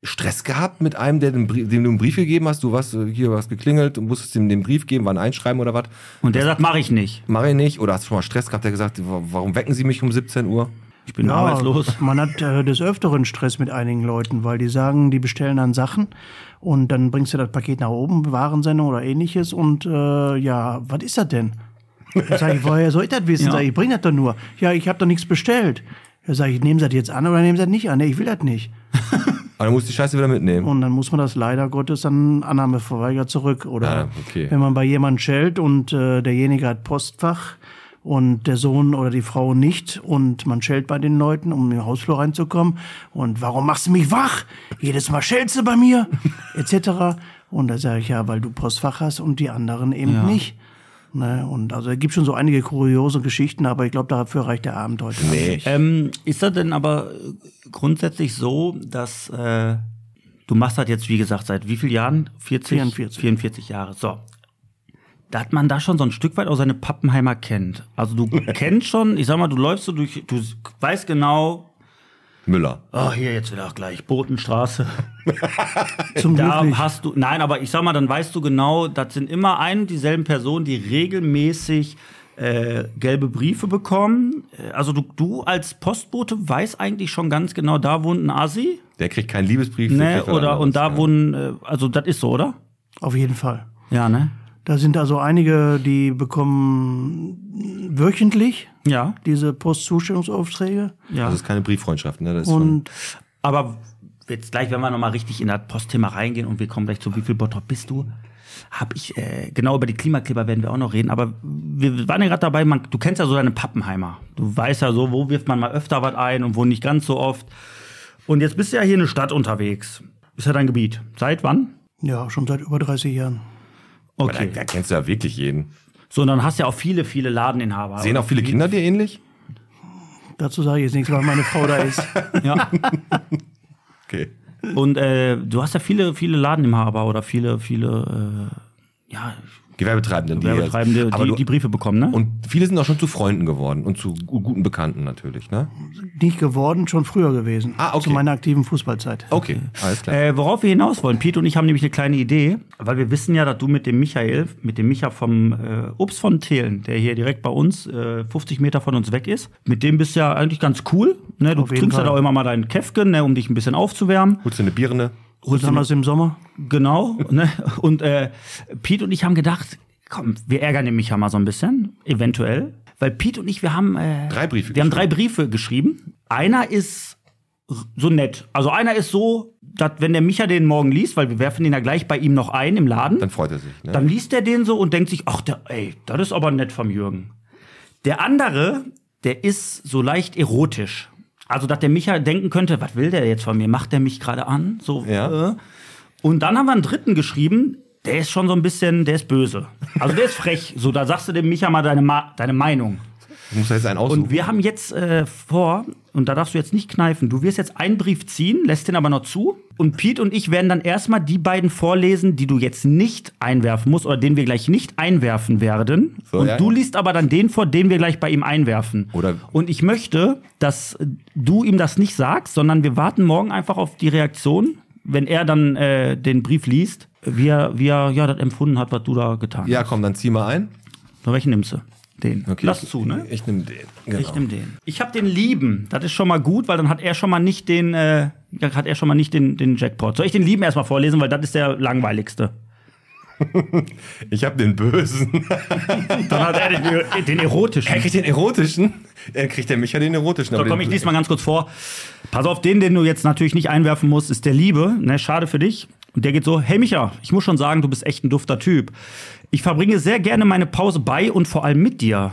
Speaker 4: Stress gehabt mit einem, der den Brief, dem du einen Brief gegeben hast? Du warst äh, hier, was geklingelt und musstest ihm den Brief geben, wann einschreiben oder was?
Speaker 3: Und der sagt, mache ich nicht.
Speaker 4: Mach ich nicht. Oder hast du schon mal Stress gehabt, der gesagt, wa- warum wecken sie mich um 17 Uhr?
Speaker 3: Ich bin arbeitslos.
Speaker 5: Man hat äh, des Öfteren Stress mit einigen Leuten, weil die sagen, die bestellen dann Sachen und dann bringst du das Paket nach oben, Warensendung oder ähnliches und äh, ja, was ist das denn? Dann sag ich, woher soll ich das wissen?
Speaker 3: Ja.
Speaker 5: Sag ich, ich bring das doch nur. Ja, ich habe doch nichts bestellt. Dann sag ich, nehmen Sie das jetzt an oder nehmen Sie das nicht an? Nee, ich will das nicht.
Speaker 4: Aber dann musst du die Scheiße wieder mitnehmen.
Speaker 5: Und dann muss man das leider Gottes an Annahme verweigert zurück. Oder
Speaker 4: Ah, okay.
Speaker 5: wenn man bei jemandem schellt und äh, derjenige hat Postfach und der Sohn oder die Frau nicht und man schellt bei den Leuten, um in den Hausflur reinzukommen. Und warum machst du mich wach? Jedes Mal schellst du
Speaker 4: [laughs]
Speaker 5: bei mir, etc. Und da sage ich ja, weil du Postfach hast und die anderen eben nicht. Ne? Und also es gibt schon so einige kuriose Geschichten, aber ich glaube, dafür reicht der Abend heute. Nee.
Speaker 3: Ähm, ist das denn aber grundsätzlich so, dass äh, du machst das jetzt, wie gesagt, seit wie vielen Jahren? 40?
Speaker 5: 44.
Speaker 3: 44 Jahre. So. Da hat man da schon so ein Stück weit auch seine Pappenheimer kennt. Also du kennst schon, ich sag mal, du läufst so durch, du weißt genau,
Speaker 4: Müller.
Speaker 3: oh, hier jetzt wieder gleich, Botenstraße.
Speaker 5: Zum Glück
Speaker 3: Da
Speaker 5: nicht.
Speaker 3: hast du, nein, aber ich sag mal, dann weißt du genau, das sind immer ein und dieselben Personen, die regelmäßig äh, gelbe Briefe bekommen. Äh, Also du, du als Postbote weißt eigentlich schon ganz genau, da wohnt ein Assi,
Speaker 4: Der kriegt keinen Liebesbrief. der
Speaker 3: ne?
Speaker 4: kriegt was
Speaker 3: Oder und da
Speaker 4: anderes,
Speaker 3: wohnen, äh, also das ist so, oder?
Speaker 5: Auf jeden Fall.
Speaker 3: Ja, ne?
Speaker 5: Da sind also einige, die bekommen wöchentlich
Speaker 3: Ja,
Speaker 5: diese Postzustellungsaufträge.
Speaker 3: ja.
Speaker 4: Das ist keine Brieffreundschaft, ne? Das ist schon,
Speaker 5: Und
Speaker 3: aber jetzt gleich, wenn wir nochmal richtig in das Postthema reingehen und wir kommen gleich zu, wie viel Bottrop bist du? Hab ich, äh, genau über die Klimakleber werden wir auch noch reden, aber wir waren ja gerade dabei, man, du kennst ja so deine Pappenheimer. Du weißt ja so, wo wirft man mal öfter was ein und wo nicht ganz so oft. Und jetzt bist du ja hier in der Stadt unterwegs. Ist ja dein Gebiet. Seit wann?
Speaker 5: ja, schon seit über 30 Jahren.
Speaker 3: Okay.
Speaker 4: Da kennst du ja wirklich jeden.
Speaker 3: So, und dann hast du ja auch viele, viele Ladeninhaber.
Speaker 4: Sehen auch viele Kinder dir ähnlich?
Speaker 5: Dazu sage ich jetzt nichts, weil meine Frau
Speaker 4: [laughs]
Speaker 5: da ist.
Speaker 3: Ja.
Speaker 4: Okay.
Speaker 3: Und äh, du hast ja viele, viele Ladeninhaber oder viele, viele, äh, ja,
Speaker 4: Gewerbetreibende. die
Speaker 3: Werbetreibende,
Speaker 4: jetzt- Aber
Speaker 3: die,
Speaker 4: du,
Speaker 3: die Briefe bekommen, ne?
Speaker 4: und viele sind auch schon zu Freunden geworden und zu gu- guten Bekannten natürlich, ne?
Speaker 5: Nicht geworden, schon früher gewesen.
Speaker 4: Ah, okay. Oh,
Speaker 5: Zu meiner aktiven Fußballzeit.
Speaker 4: Okay, alles klar.
Speaker 3: Äh, worauf wir hinaus wollen, Pete und ich haben nämlich eine kleine Idee, weil wir wissen ja, dass du mit dem Michael, mit dem Micha vom äh, Obst von Thelen, der hier direkt bei uns, äh, 50 Meter von uns weg ist, mit dem bist du ja eigentlich ganz cool. Ne? Du
Speaker 5: Auf jeden
Speaker 3: trinkst ja
Speaker 5: Fall.
Speaker 3: da auch immer mal deinen Käfken, ne? um dich ein bisschen aufzuwärmen.
Speaker 4: Holst du eine Birne?
Speaker 5: Besonders im Sommer.
Speaker 3: Genau. ne? Und äh, Pete und ich haben gedacht, komm, wir ärgern den Micha mal so ein bisschen, eventuell. Weil Pete und ich, wir haben äh,
Speaker 4: Drei Briefe
Speaker 3: Wir haben
Speaker 4: geschrieben.
Speaker 3: drei Briefe geschrieben. Einer ist so nett. Also einer ist so, dass wenn der Micha den morgen liest, weil wir werfen den ja gleich bei ihm noch ein im Laden,
Speaker 4: Dann freut er sich. Ne?
Speaker 3: dann liest er den so und denkt sich, ach, der, ey, das ist aber nett vom Jürgen. Der andere, der ist so leicht erotisch. Also, dass der Micha denken könnte, was will der jetzt von mir? Macht der mich gerade an? So,
Speaker 4: Ja.
Speaker 3: äh. Und dann haben wir einen dritten geschrieben, der ist schon so ein bisschen, der ist böse. Also, der ist frech. So, da sagst du dem Micha mal deine, Ma deine Meinung.
Speaker 4: Du musst ja jetzt einen aussuchen.
Speaker 3: Und wir haben jetzt äh, vor, und da darfst du jetzt nicht kneifen, du wirst jetzt einen Brief ziehen, lässt den aber noch zu. Und Pete und ich werden dann erstmal die beiden vorlesen, die du jetzt nicht einwerfen musst oder den wir gleich nicht einwerfen werden.
Speaker 4: So,
Speaker 3: und
Speaker 4: ja,
Speaker 3: du
Speaker 4: ja.
Speaker 3: liest aber dann den vor, den wir gleich bei ihm einwerfen.
Speaker 4: Oder-
Speaker 3: und ich möchte, dass äh, du ihm das nicht sagst, sondern wir warten morgen einfach auf die Reaktion, wenn er dann äh, den Brief liest, wie er, wie er ja, das empfunden hat, was du da getan hast.
Speaker 4: ja, komm, dann zieh mal ein.
Speaker 3: So, welchen nimmst du? Den.
Speaker 4: Okay,
Speaker 3: Lass
Speaker 4: ich-
Speaker 3: zu, ne?
Speaker 4: Ich nehme den. Genau.
Speaker 3: Ich nehme den. Ich habe den lieben. Das ist schon mal gut, weil dann hat er schon mal nicht den, äh, hat er schon mal nicht den, den Jackpot. Soll ich den lieben erstmal vorlesen, weil das ist der langweiligste.
Speaker 4: Ich habe den Bösen.
Speaker 3: Dann hat er den, den erotischen.
Speaker 4: Er kriegt den erotischen. Er kriegt der Micha den erotischen.
Speaker 3: So,
Speaker 4: aber
Speaker 3: komm,
Speaker 4: den-
Speaker 3: ich lese mal ganz kurz vor. Pass auf, den, den du jetzt natürlich nicht einwerfen musst, ist der Liebe. Ne, schade für dich. Und der geht so, hey Micha, ich muss schon sagen, du bist echt ein dufter Typ. Ich verbringe sehr gerne meine Pause bei und vor allem mit dir.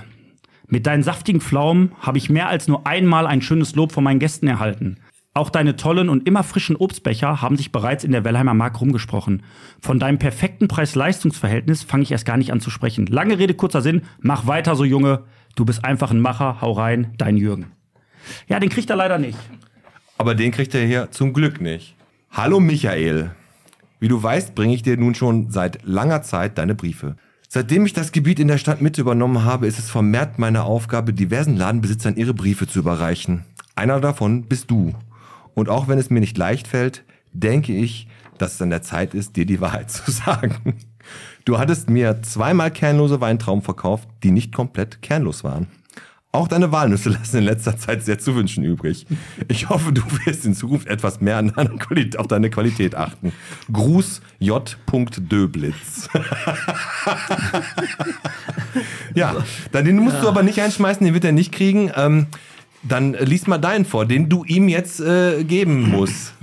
Speaker 3: Mit deinen saftigen Pflaumen habe ich mehr als nur einmal ein schönes Lob von meinen Gästen erhalten. Auch deine tollen und immer frischen Obstbecher haben sich bereits in der Wellheimer Mark rumgesprochen. Von deinem perfekten Preis-Leistungs-Verhältnis fange ich erst gar nicht an zu sprechen. Lange Rede, kurzer Sinn, mach weiter so, Junge. Du bist einfach ein Macher, hau rein, dein Jürgen. Ja, den kriegt er leider nicht.
Speaker 4: Aber den kriegt er hier zum Glück nicht. Hallo Michael. Wie du weißt, bringe ich dir nun schon seit langer Zeit deine Briefe. Seitdem ich das Gebiet in der Stadtmitte übernommen habe, ist es vermehrt meine Aufgabe, diversen Ladenbesitzern ihre Briefe zu überreichen. Einer davon bist du. Und auch wenn es mir nicht leicht fällt, denke ich, dass es an der Zeit ist, dir die Wahrheit [laughs] zu sagen. Du hattest mir zweimal kernlose Weintrauben verkauft, die nicht komplett kernlos waren. Auch deine Walnüsse [laughs] lassen in letzter Zeit sehr zu wünschen übrig. Ich hoffe, du wirst in Zukunft etwas mehr an deine Qualität, auf deine Qualität achten. Gruß J. Döblitz. [laughs] ja, dann den musst du aber nicht einschmeißen, den wird er nicht kriegen. Ähm, dann äh, lies mal deinen vor, den du ihm jetzt äh, geben musst.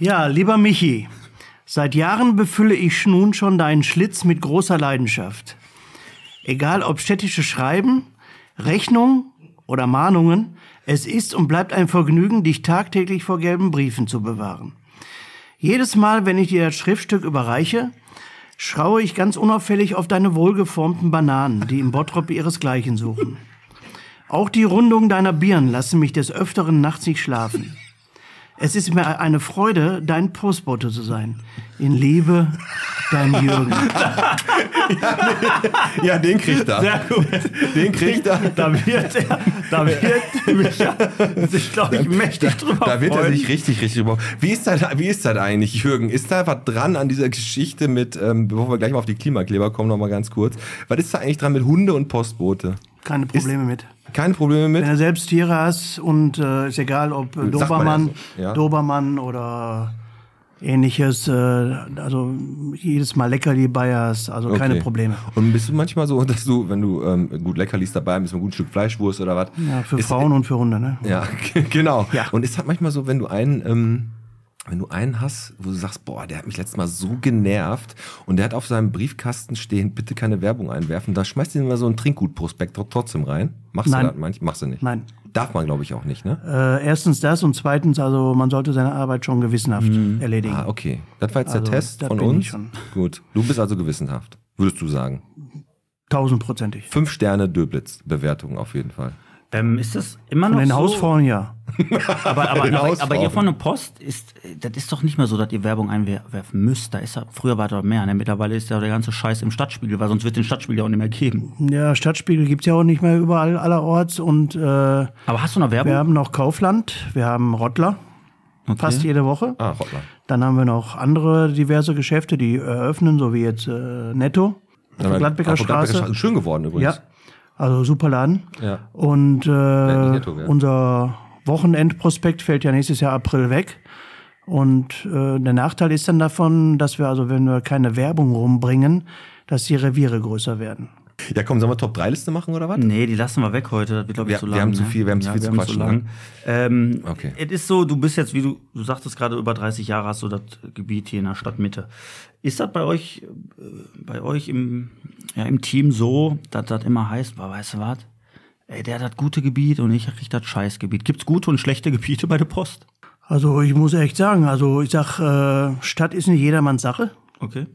Speaker 5: Ja, lieber Michi, seit Jahren befülle ich nun schon deinen Schlitz mit großer Leidenschaft. Egal ob städtische Schreiben, Rechnungen oder Mahnungen, es ist und bleibt ein Vergnügen, dich tagtäglich vor gelben Briefen zu bewahren. Jedes Mal, wenn ich dir das Schriftstück überreiche, schraue ich ganz unauffällig auf deine wohlgeformten Bananen, die im Bottrop ihresgleichen suchen. Auch die Rundung deiner Birnen lassen mich des Öfteren nachts nicht schlafen. Es ist mir eine Freude, dein Postbote zu sein. In Liebe, dein Jürgen.
Speaker 4: [laughs] Ja, den kriegt er.
Speaker 3: gut.
Speaker 4: Den kriegt er.
Speaker 3: Da wird er, da wird Micha sich, glaube ich, mächtig drüber
Speaker 4: Da wird er
Speaker 3: freuen.
Speaker 4: sich richtig, richtig über. Wie ist das, wie ist das eigentlich, Jürgen? Ist da was dran an dieser Geschichte mit, ähm, bevor wir gleich mal auf die Klimakleber kommen, noch mal ganz kurz. Was ist da eigentlich dran mit Hunde und Postbote?
Speaker 5: Keine Probleme mit.
Speaker 4: Keine Probleme
Speaker 5: Wenn
Speaker 4: mit?
Speaker 5: du selbst Tiere hast und äh, ist egal, ob äh,
Speaker 4: Sagt man ja
Speaker 5: Dobermann,
Speaker 4: so, ja.
Speaker 5: Dobermann oder ähnliches, äh, also jedes Mal Leckerli bei hast, also keine
Speaker 4: Okay.
Speaker 5: Probleme.
Speaker 4: Und bist du manchmal so, [laughs] dass du, wenn du ähm, gut Leckerlis dabei bist, ein gutes Stück Fleischwurst oder was?
Speaker 5: Ja, für
Speaker 4: ist,
Speaker 5: Frauen und für Hunde, ne?
Speaker 4: Ja, [laughs] genau.
Speaker 5: Ja.
Speaker 4: Und ist halt manchmal so, wenn du einen, ähm, wenn du einen hast, wo du sagst, boah, der hat mich letztes Mal so genervt und der hat auf seinem Briefkasten stehen, bitte keine Werbung einwerfen, da schmeißt du ihm mal so einen Trinkgutprospekt tro- trotzdem rein. Machst
Speaker 5: Nein.
Speaker 4: du das manchmal? Machst du nicht.
Speaker 5: Nein.
Speaker 4: Darf man, glaube ich, auch nicht, ne?
Speaker 5: Äh, erstens das und zweitens, also man sollte seine Arbeit schon gewissenhaft erledigen.
Speaker 4: Ah, okay. Das war jetzt
Speaker 5: Also,
Speaker 4: der Test
Speaker 5: das
Speaker 4: von
Speaker 5: bin ich
Speaker 4: uns.
Speaker 5: schon.
Speaker 4: Gut. Du bist also gewissenhaft, würdest du sagen.
Speaker 5: Tausendprozentig.
Speaker 4: Fünf Sterne Döblitz-Bewertung auf jeden Fall.
Speaker 3: Ähm, ist das immer noch
Speaker 5: Von den
Speaker 3: so?
Speaker 5: Hausfrauen ja.
Speaker 3: Aber, aber,
Speaker 4: Den
Speaker 3: aber, aber
Speaker 4: Hausfrauen.
Speaker 3: ihr von der Post ist, äh, das ist doch nicht mehr so, dass ihr Werbung einwerfen müsst. Da ist ja, früher war da mehr. Ne? Mittlerweile ist ja der ganze Scheiß im Stadtspiegel, weil sonst wird den Stadtspiegel ja auch nicht mehr geben.
Speaker 5: Ja, Stadtspiegel gibt's ja auch nicht mehr überall allerorts und äh, wir
Speaker 3: Aber hast du noch Werbung?
Speaker 5: haben noch Kaufland, wir haben Rottler, fast jede Woche.
Speaker 4: Ah, Rottmann.
Speaker 5: Dann haben wir noch andere diverse Geschäfte, die eröffnen, so wie jetzt äh, Netto, auf der Gladbecker Straße.
Speaker 4: Schön geworden übrigens.
Speaker 5: Ja, also super Laden.
Speaker 4: halt Ja.
Speaker 5: Und äh,
Speaker 4: nicht Netto, ja.
Speaker 5: unser Wochenendprospekt fällt ja nächstes Jahr April weg. Und äh, der Nachteil ist dann davon, dass wir also, wenn wir keine Werbung rumbringen, dass die Reviere größer werden.
Speaker 4: Ja, komm, sollen wir Top 3 Liste machen oder was?
Speaker 5: Hm.
Speaker 3: Nee, die lassen wir weg heute. Das wird, glaube ich,
Speaker 4: Ja,
Speaker 3: zu
Speaker 4: wir
Speaker 3: lang.
Speaker 4: haben zu
Speaker 3: ne?
Speaker 4: viel- wir haben zu viel zu
Speaker 3: zu
Speaker 4: quatschen, ne?
Speaker 3: lang. Ähm,
Speaker 4: Okay.
Speaker 3: Es ist so, du bist jetzt, wie du, du sagtest gerade, über 30 Jahre hast du das Gebiet hier in der Stadtmitte. Ist das bei euch, äh, bei euch im, ja, im Team so, dass das immer heißt, boah, weißt du was? Ey, der hat das gute Gebiet und ich krieg das Scheißgebiet. Gibt's gute und schlechte [laughs] Gebiete bei der Post?
Speaker 5: Also ich muss echt sagen, also ich sag, äh, Stadt ist nicht jedermanns Sache,
Speaker 3: Okay.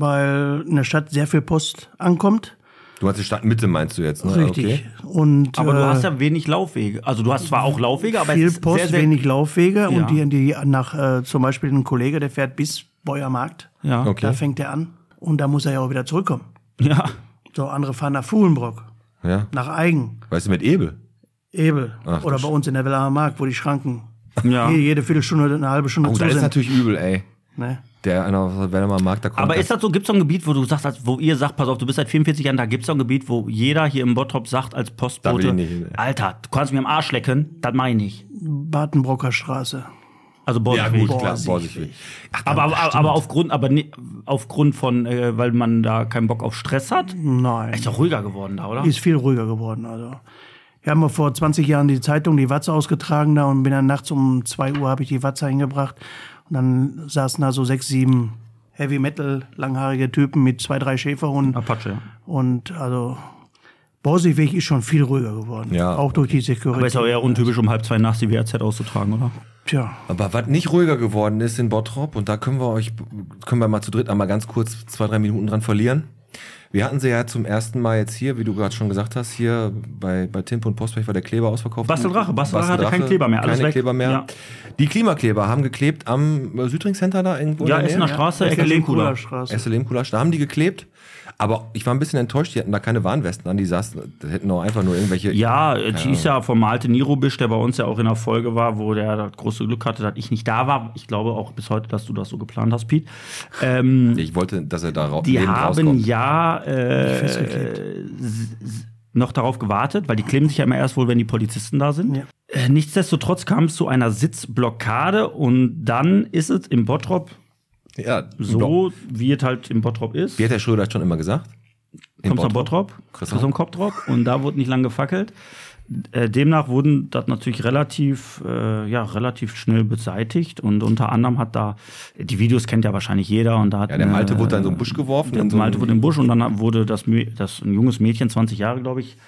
Speaker 5: weil in der Stadt sehr viel Post ankommt.
Speaker 4: Du hast die Stadtmitte, meinst du jetzt, ne?
Speaker 5: Richtig. Und
Speaker 3: Aber du
Speaker 5: äh,
Speaker 3: hast ja wenig Laufwege. Also du hast zwar auch Laufwege, aber
Speaker 5: viel
Speaker 3: es ist
Speaker 5: Post,
Speaker 3: sehr, sehr,
Speaker 5: wenig Laufwege
Speaker 3: Ja.
Speaker 5: und die, die nach äh, zum Beispiel ein Kollege, der fährt bis Beuermarkt,
Speaker 3: Ja.
Speaker 4: Okay.
Speaker 5: da fängt er an und da muss er ja auch wieder zurückkommen.
Speaker 3: Ja.
Speaker 5: So, andere fahren nach Fuhlenbrock,
Speaker 4: Okay. Ja.
Speaker 5: nach Eigen,
Speaker 4: Weißt du, mit Ebel?
Speaker 5: Ebel
Speaker 4: Ach,
Speaker 5: oder
Speaker 4: du
Speaker 5: bei uns in der Wellacher Markt, wo die Schranken
Speaker 3: Ja.
Speaker 5: je- jede Viertelstunde, eine halbe Stunde
Speaker 4: Oh,
Speaker 5: zu
Speaker 4: das ist
Speaker 5: sind.
Speaker 4: natürlich übel, ey.
Speaker 5: Ne?
Speaker 4: Der einer aus der Wellemer Markt, da kommt.
Speaker 3: Aber
Speaker 4: dann-
Speaker 3: ist das so, gibt es so ein Gebiet, wo du sagst, als- wo ihr sagt, pass auf, du bist seit 44 Jahren, da gibt es so ein Gebiet, wo jeder hier im Bottrop sagt als
Speaker 4: Da will
Speaker 3: Postbote,
Speaker 4: ich nicht hin, ey.
Speaker 3: Alter, du kannst mir am Arsch lecken, das meine ich.
Speaker 5: Badenbrocker Straße.
Speaker 3: Also Borsigweg.
Speaker 4: gut, klar,
Speaker 5: Borsigweg.
Speaker 4: Borsigweg.
Speaker 3: aber, aber, aber aufgrund, aber ne, aufgrund von, äh, weil man da keinen Bock auf Stress hat,
Speaker 4: Mhm.
Speaker 5: Nein.
Speaker 3: ist doch ruhiger geworden da, oder?
Speaker 5: Die ist viel ruhiger geworden. Also. Ich habe mal vor 20 Jahren die Zeitung, die Watze ausgetragen da und bin dann nachts um 2 Uhr habe ich die Watze hingebracht. Und dann saßen da so sechs, sieben Heavy Metal langhaarige Typen mit zwei, drei Schäferhunden.
Speaker 3: Apache. ja.
Speaker 5: Und also Borsigweg ist schon viel ruhiger geworden.
Speaker 4: Ja.
Speaker 5: Auch durch die
Speaker 3: Aber ist auch
Speaker 5: Security.
Speaker 3: eher untypisch, um halb zwei nachts die WRZ auszutragen, oder?
Speaker 5: Tja,
Speaker 4: Aber was nicht ruhiger geworden ist in Bottrop, und da können wir euch, können wir mal zu dritt einmal ganz kurz zwei, drei Minuten dran verlieren. Wir hatten sie ja zum ersten Mal jetzt hier, wie du gerade schon gesagt hast, hier bei, bei Timp und Postpech war der Kleber ausverkauft.
Speaker 3: Basteldrache, Basteldrache hatte keinen Kleber mehr, alles
Speaker 4: keine
Speaker 3: weg.
Speaker 4: Kleber mehr.
Speaker 3: Ja.
Speaker 4: Die Klimakleber haben geklebt am äh, Südring Center da irgendwo.
Speaker 3: Ja,
Speaker 4: in der
Speaker 3: Essener
Speaker 4: Nähe.
Speaker 3: Straße, Ecke Lehmkuder.
Speaker 5: Straße.
Speaker 4: Erste Lehmkulasch, da haben die geklebt. Aber ich war ein bisschen enttäuscht, die hatten da keine Warnwesten an, die saßen, da hätten auch einfach nur irgendwelche.
Speaker 3: Ja, äh, die ist ja vom Malte Nirobisch, der bei uns ja auch in der Folge war, wo der das große Glück hatte, dass ich nicht da war. Ich glaube auch bis heute, dass du das so geplant hast, Pete. Ähm,
Speaker 4: Ich wollte, dass er da ra
Speaker 3: die
Speaker 4: lebend
Speaker 3: haben
Speaker 4: rauskommt.
Speaker 3: ja äh,
Speaker 5: Festgeklebt.
Speaker 3: s- s- noch darauf gewartet, weil die kleben sich ja immer erst wohl, wenn die Polizisten da sind.
Speaker 5: Ja.
Speaker 3: Äh, Nichtsdestotrotz kam es zu einer Sitzblockade und dann ist es im Bottrop
Speaker 4: Ja,
Speaker 3: so, wie es halt im Bottrop ist.
Speaker 4: Wie hat der Schröder schon immer gesagt? In
Speaker 3: Kommst nach Bottrop, kriegst
Speaker 4: Kriegst du
Speaker 3: du einen Kopfdrop und da wurde nicht lang gefackelt. Äh, Demnach wurden das natürlich relativ, äh, ja, relativ schnell beseitigt und unter anderem hat da, die Videos kennt ja wahrscheinlich jeder und da hat äh,
Speaker 4: Ja, der
Speaker 3: eine-
Speaker 4: Malte wurde da in so einen Busch geworfen.
Speaker 3: der
Speaker 4: in so einen-
Speaker 3: Malte wurde im Busch und dann wurde das, Mä- das ein junges Mädchen, 20 Jahre, glaube ich,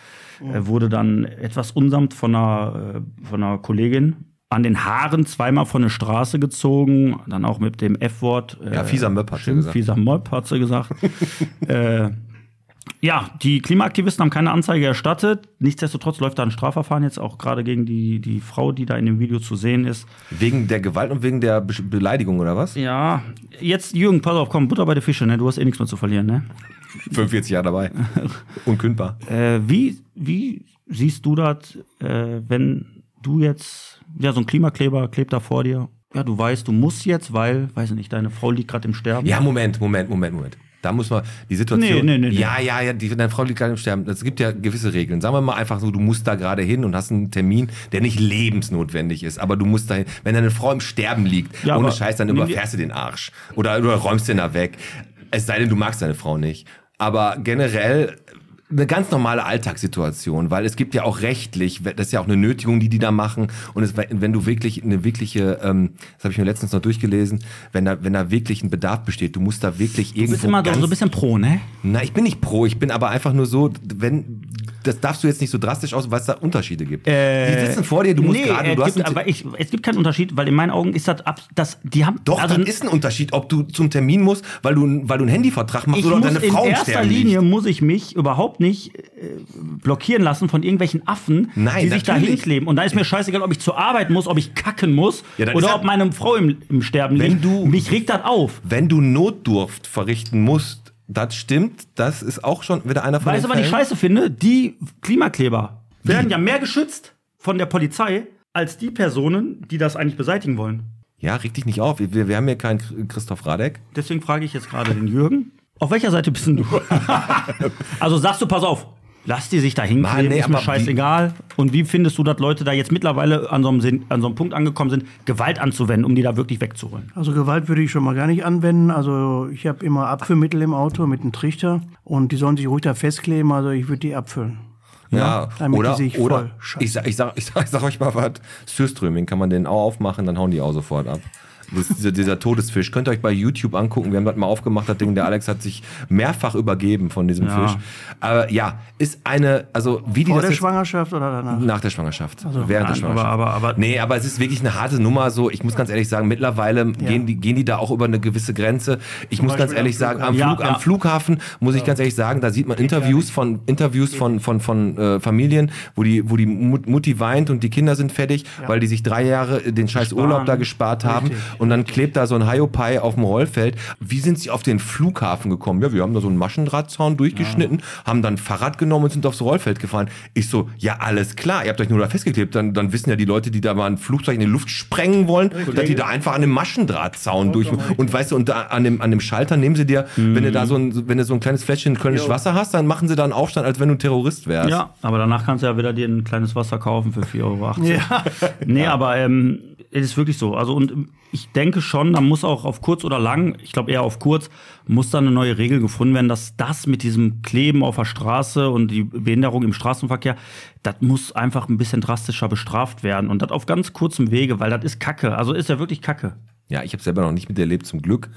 Speaker 3: äh, wurde dann etwas unsamt von einer, äh, von einer Kollegin an den Haaren zweimal von der Straße gezogen, dann auch mit dem F-Wort. äh,
Speaker 4: Ja, fieser Möb hat sie
Speaker 3: stimmt,
Speaker 4: gesagt.
Speaker 3: Fieser Möb hat sie
Speaker 4: [laughs]
Speaker 3: gesagt. äh, ja, die Klimaaktivisten haben keine Anzeige erstattet. Nichtsdestotrotz läuft da ein Strafverfahren jetzt auch gerade gegen die, die Frau, die da in dem Video zu sehen ist.
Speaker 4: Wegen der Gewalt und wegen der Be Beleidigung oder was?
Speaker 3: Ja, jetzt Jürgen, pass auf, komm, Butter bei der Fische, ne? Du hast eh nichts mehr zu verlieren, ne?
Speaker 4: 45 Jahre
Speaker 3: [laughs]
Speaker 4: dabei. Unkündbar.
Speaker 3: Äh, wie, wie siehst du das, äh, wenn du jetzt, ja, so ein Klimakleber klebt da vor dir? Ja, du weißt, du musst jetzt, weil, weiß ich nicht, deine Frau liegt gerade im Sterben.
Speaker 4: Ja, Moment, Moment, Moment, Moment. Da muss man die Situation.
Speaker 3: Nee, nee, nee, nee.
Speaker 4: Ja, ja, ja, die, deine Frau liegt gerade im Sterben. Es gibt ja gewisse Regeln. Sagen wir mal einfach so, du musst da gerade hin und hast einen Termin, der nicht lebensnotwendig ist, aber du musst dahin. Wenn deine Frau im Sterben liegt,
Speaker 3: Ja,
Speaker 4: ohne
Speaker 3: aber-
Speaker 4: Scheiß, dann
Speaker 3: Nee,
Speaker 4: überfährst du den Arsch. Oder, oder räumst den da weg. Es sei denn, du magst deine Frau nicht. Aber generell äh, eine ganz normale Alltagssituation, weil es gibt ja auch rechtlich, das ist ja auch eine Nötigung, die die da machen. Und es, wenn du wirklich eine wirkliche, ähm, das habe ich mir letztens noch durchgelesen, wenn da, wenn da wirklich ein Bedarf besteht, du musst da wirklich irgendwo
Speaker 3: Du bist immer so,
Speaker 4: ganz,
Speaker 3: so ein bisschen pro, ne?
Speaker 4: Na, ich bin nicht pro, ich bin aber einfach nur so, wenn das darfst du jetzt nicht so drastisch aus, weil es da Unterschiede gibt. die sitzen vor dir, du musst gerade,
Speaker 3: Äh, es
Speaker 4: du hast
Speaker 3: gibt,
Speaker 4: einen-
Speaker 3: aber ich, es gibt keinen Unterschied, weil in meinen Augen ist das, ab, das die haben,
Speaker 4: doch,
Speaker 3: also,
Speaker 4: das ist ein Unterschied, ob du zum Termin musst, weil du, weil du einen Handyvertrag machst
Speaker 3: ich
Speaker 4: oder
Speaker 3: muss
Speaker 4: deine
Speaker 3: in
Speaker 4: Frau im
Speaker 3: erster
Speaker 4: Sterben
Speaker 3: Linie
Speaker 4: liegt.
Speaker 3: muss ich mich überhaupt nicht äh, blockieren lassen von irgendwelchen Affen,
Speaker 4: Nein,
Speaker 3: die sich da
Speaker 4: natürlich.
Speaker 3: hinkleben. Und da ist mir scheißegal, ob ich zur Arbeit muss, ob ich kacken muss
Speaker 4: Ja, dann ist
Speaker 3: oder
Speaker 4: ja-
Speaker 3: ob meine Frau im, im Sterben
Speaker 4: Wenn
Speaker 3: liegt.
Speaker 4: du-
Speaker 3: mich regt das auf.
Speaker 4: wenn du Notdurft verrichten musst, das stimmt, das ist auch schon wieder einer von
Speaker 3: Weißt du,
Speaker 4: den
Speaker 3: was ich
Speaker 4: Fällen.
Speaker 3: scheiße finde? Die Klimakleber werden ja mehr geschützt von der Polizei als die Personen, die das eigentlich beseitigen wollen.
Speaker 4: Ja, reg dich nicht auf. Wir, wir haben hier keinen Christoph Radek.
Speaker 3: Deswegen frage ich jetzt gerade den Jürgen. Auf welcher Seite
Speaker 4: [laughs]
Speaker 3: bist denn du? also sagst du, pass auf, lass die sich da
Speaker 4: Mann,
Speaker 3: hinkleben,
Speaker 4: nee,
Speaker 3: ist mir
Speaker 4: aber
Speaker 3: scheißegal. Und wie findest du, dass Leute da jetzt mittlerweile an so, einem, Sinn- an so einem Punkt angekommen sind, Gewalt anzuwenden, um die da wirklich wegzuholen?
Speaker 5: Also Gewalt würde ich schon mal gar nicht anwenden. Also ich habe immer Abführmittel im Auto mit einem Trichter und die sollen sich ruhig da festkleben. Also ich würde die abfüllen.
Speaker 4: Ja,
Speaker 5: damit
Speaker 4: oder,
Speaker 5: die sich voll
Speaker 4: oder
Speaker 5: scheißen.
Speaker 4: ich, sag, ich, sag, ich, sag, ich sag euch mal was. Sürströming kann man den auch aufmachen, dann hauen die auch sofort ab. Das ist dieser, dieser Todesfisch. Könnt ihr euch bei YouTube angucken. Wir haben das mal aufgemacht, das Ding. Der Alex hat sich mehrfach übergeben von diesem
Speaker 3: Ja.
Speaker 4: Fisch. Aber ja, ist eine, also wie die
Speaker 5: Vor
Speaker 4: das
Speaker 5: der
Speaker 4: jetzt-
Speaker 5: Schwangerschaft oder danach?
Speaker 4: Nach der Schwangerschaft. während der
Speaker 3: nein,
Speaker 4: Schwangerschaft.
Speaker 3: Ah, aber- aber- aber-
Speaker 4: nee, aber es ist wirklich eine harte Nummer. So, ich muss ganz ehrlich sagen, mittlerweile gehen, die, gehen die da auch über eine gewisse Grenze. Ich muss ganz
Speaker 5: Beispiel
Speaker 4: ehrlich
Speaker 5: am
Speaker 4: sagen, am,
Speaker 3: Flughafen.
Speaker 4: Flug,
Speaker 3: Ja, ja.
Speaker 4: am Flughafen muss ich ganz ehrlich sagen, da sieht man Interviews von Interviews von, von, von äh, Familien, wo die, wo die Mut- Mutti weint und die Kinder sind fertig, weil die sich drei Jahre den scheiß Urlaub da gespart haben. Und dann klebt da so ein Haiopai auf dem Rollfeld. Wie sind sie auf den Flughafen gekommen? Ja, wir haben da so einen Maschendrahtzaun durchgeschnitten, haben dann Fahrrad genommen und sind aufs Rollfeld gefahren. Ich so, ja, alles klar, ihr habt euch nur da festgeklebt. Dann, dann wissen ja die Leute, die da mal ein Flugzeug in die Luft sprengen wollen, dass die da einfach an dem Maschendrahtzaun durch. Und weißt du, und da an dem, an dem Schalter nehmen sie dir, wenn du da so ein, wenn du so ein kleines Fläschchen Kölnisch Wasser hast, dann machen sie da einen Aufstand, als wenn du ein Terrorist wärst.
Speaker 3: [laughs] Ja, aber danach kannst du ja wieder dir ein kleines Wasser kaufen für 4,80 Euro. Ja. Nee, aber ähm, Es ist wirklich so. Also und ich denke schon, da muss auch auf kurz oder lang, ich glaube eher auf kurz, muss da eine neue Regel gefunden werden, dass das mit diesem Kleben auf der Straße und die Behinderung im Straßenverkehr, das muss einfach ein bisschen drastischer bestraft werden und das auf ganz kurzem Wege, weil das ist Kacke. Also ist ja wirklich Kacke.
Speaker 4: Ja, ich habe selber noch nicht miterlebt, zum Glück.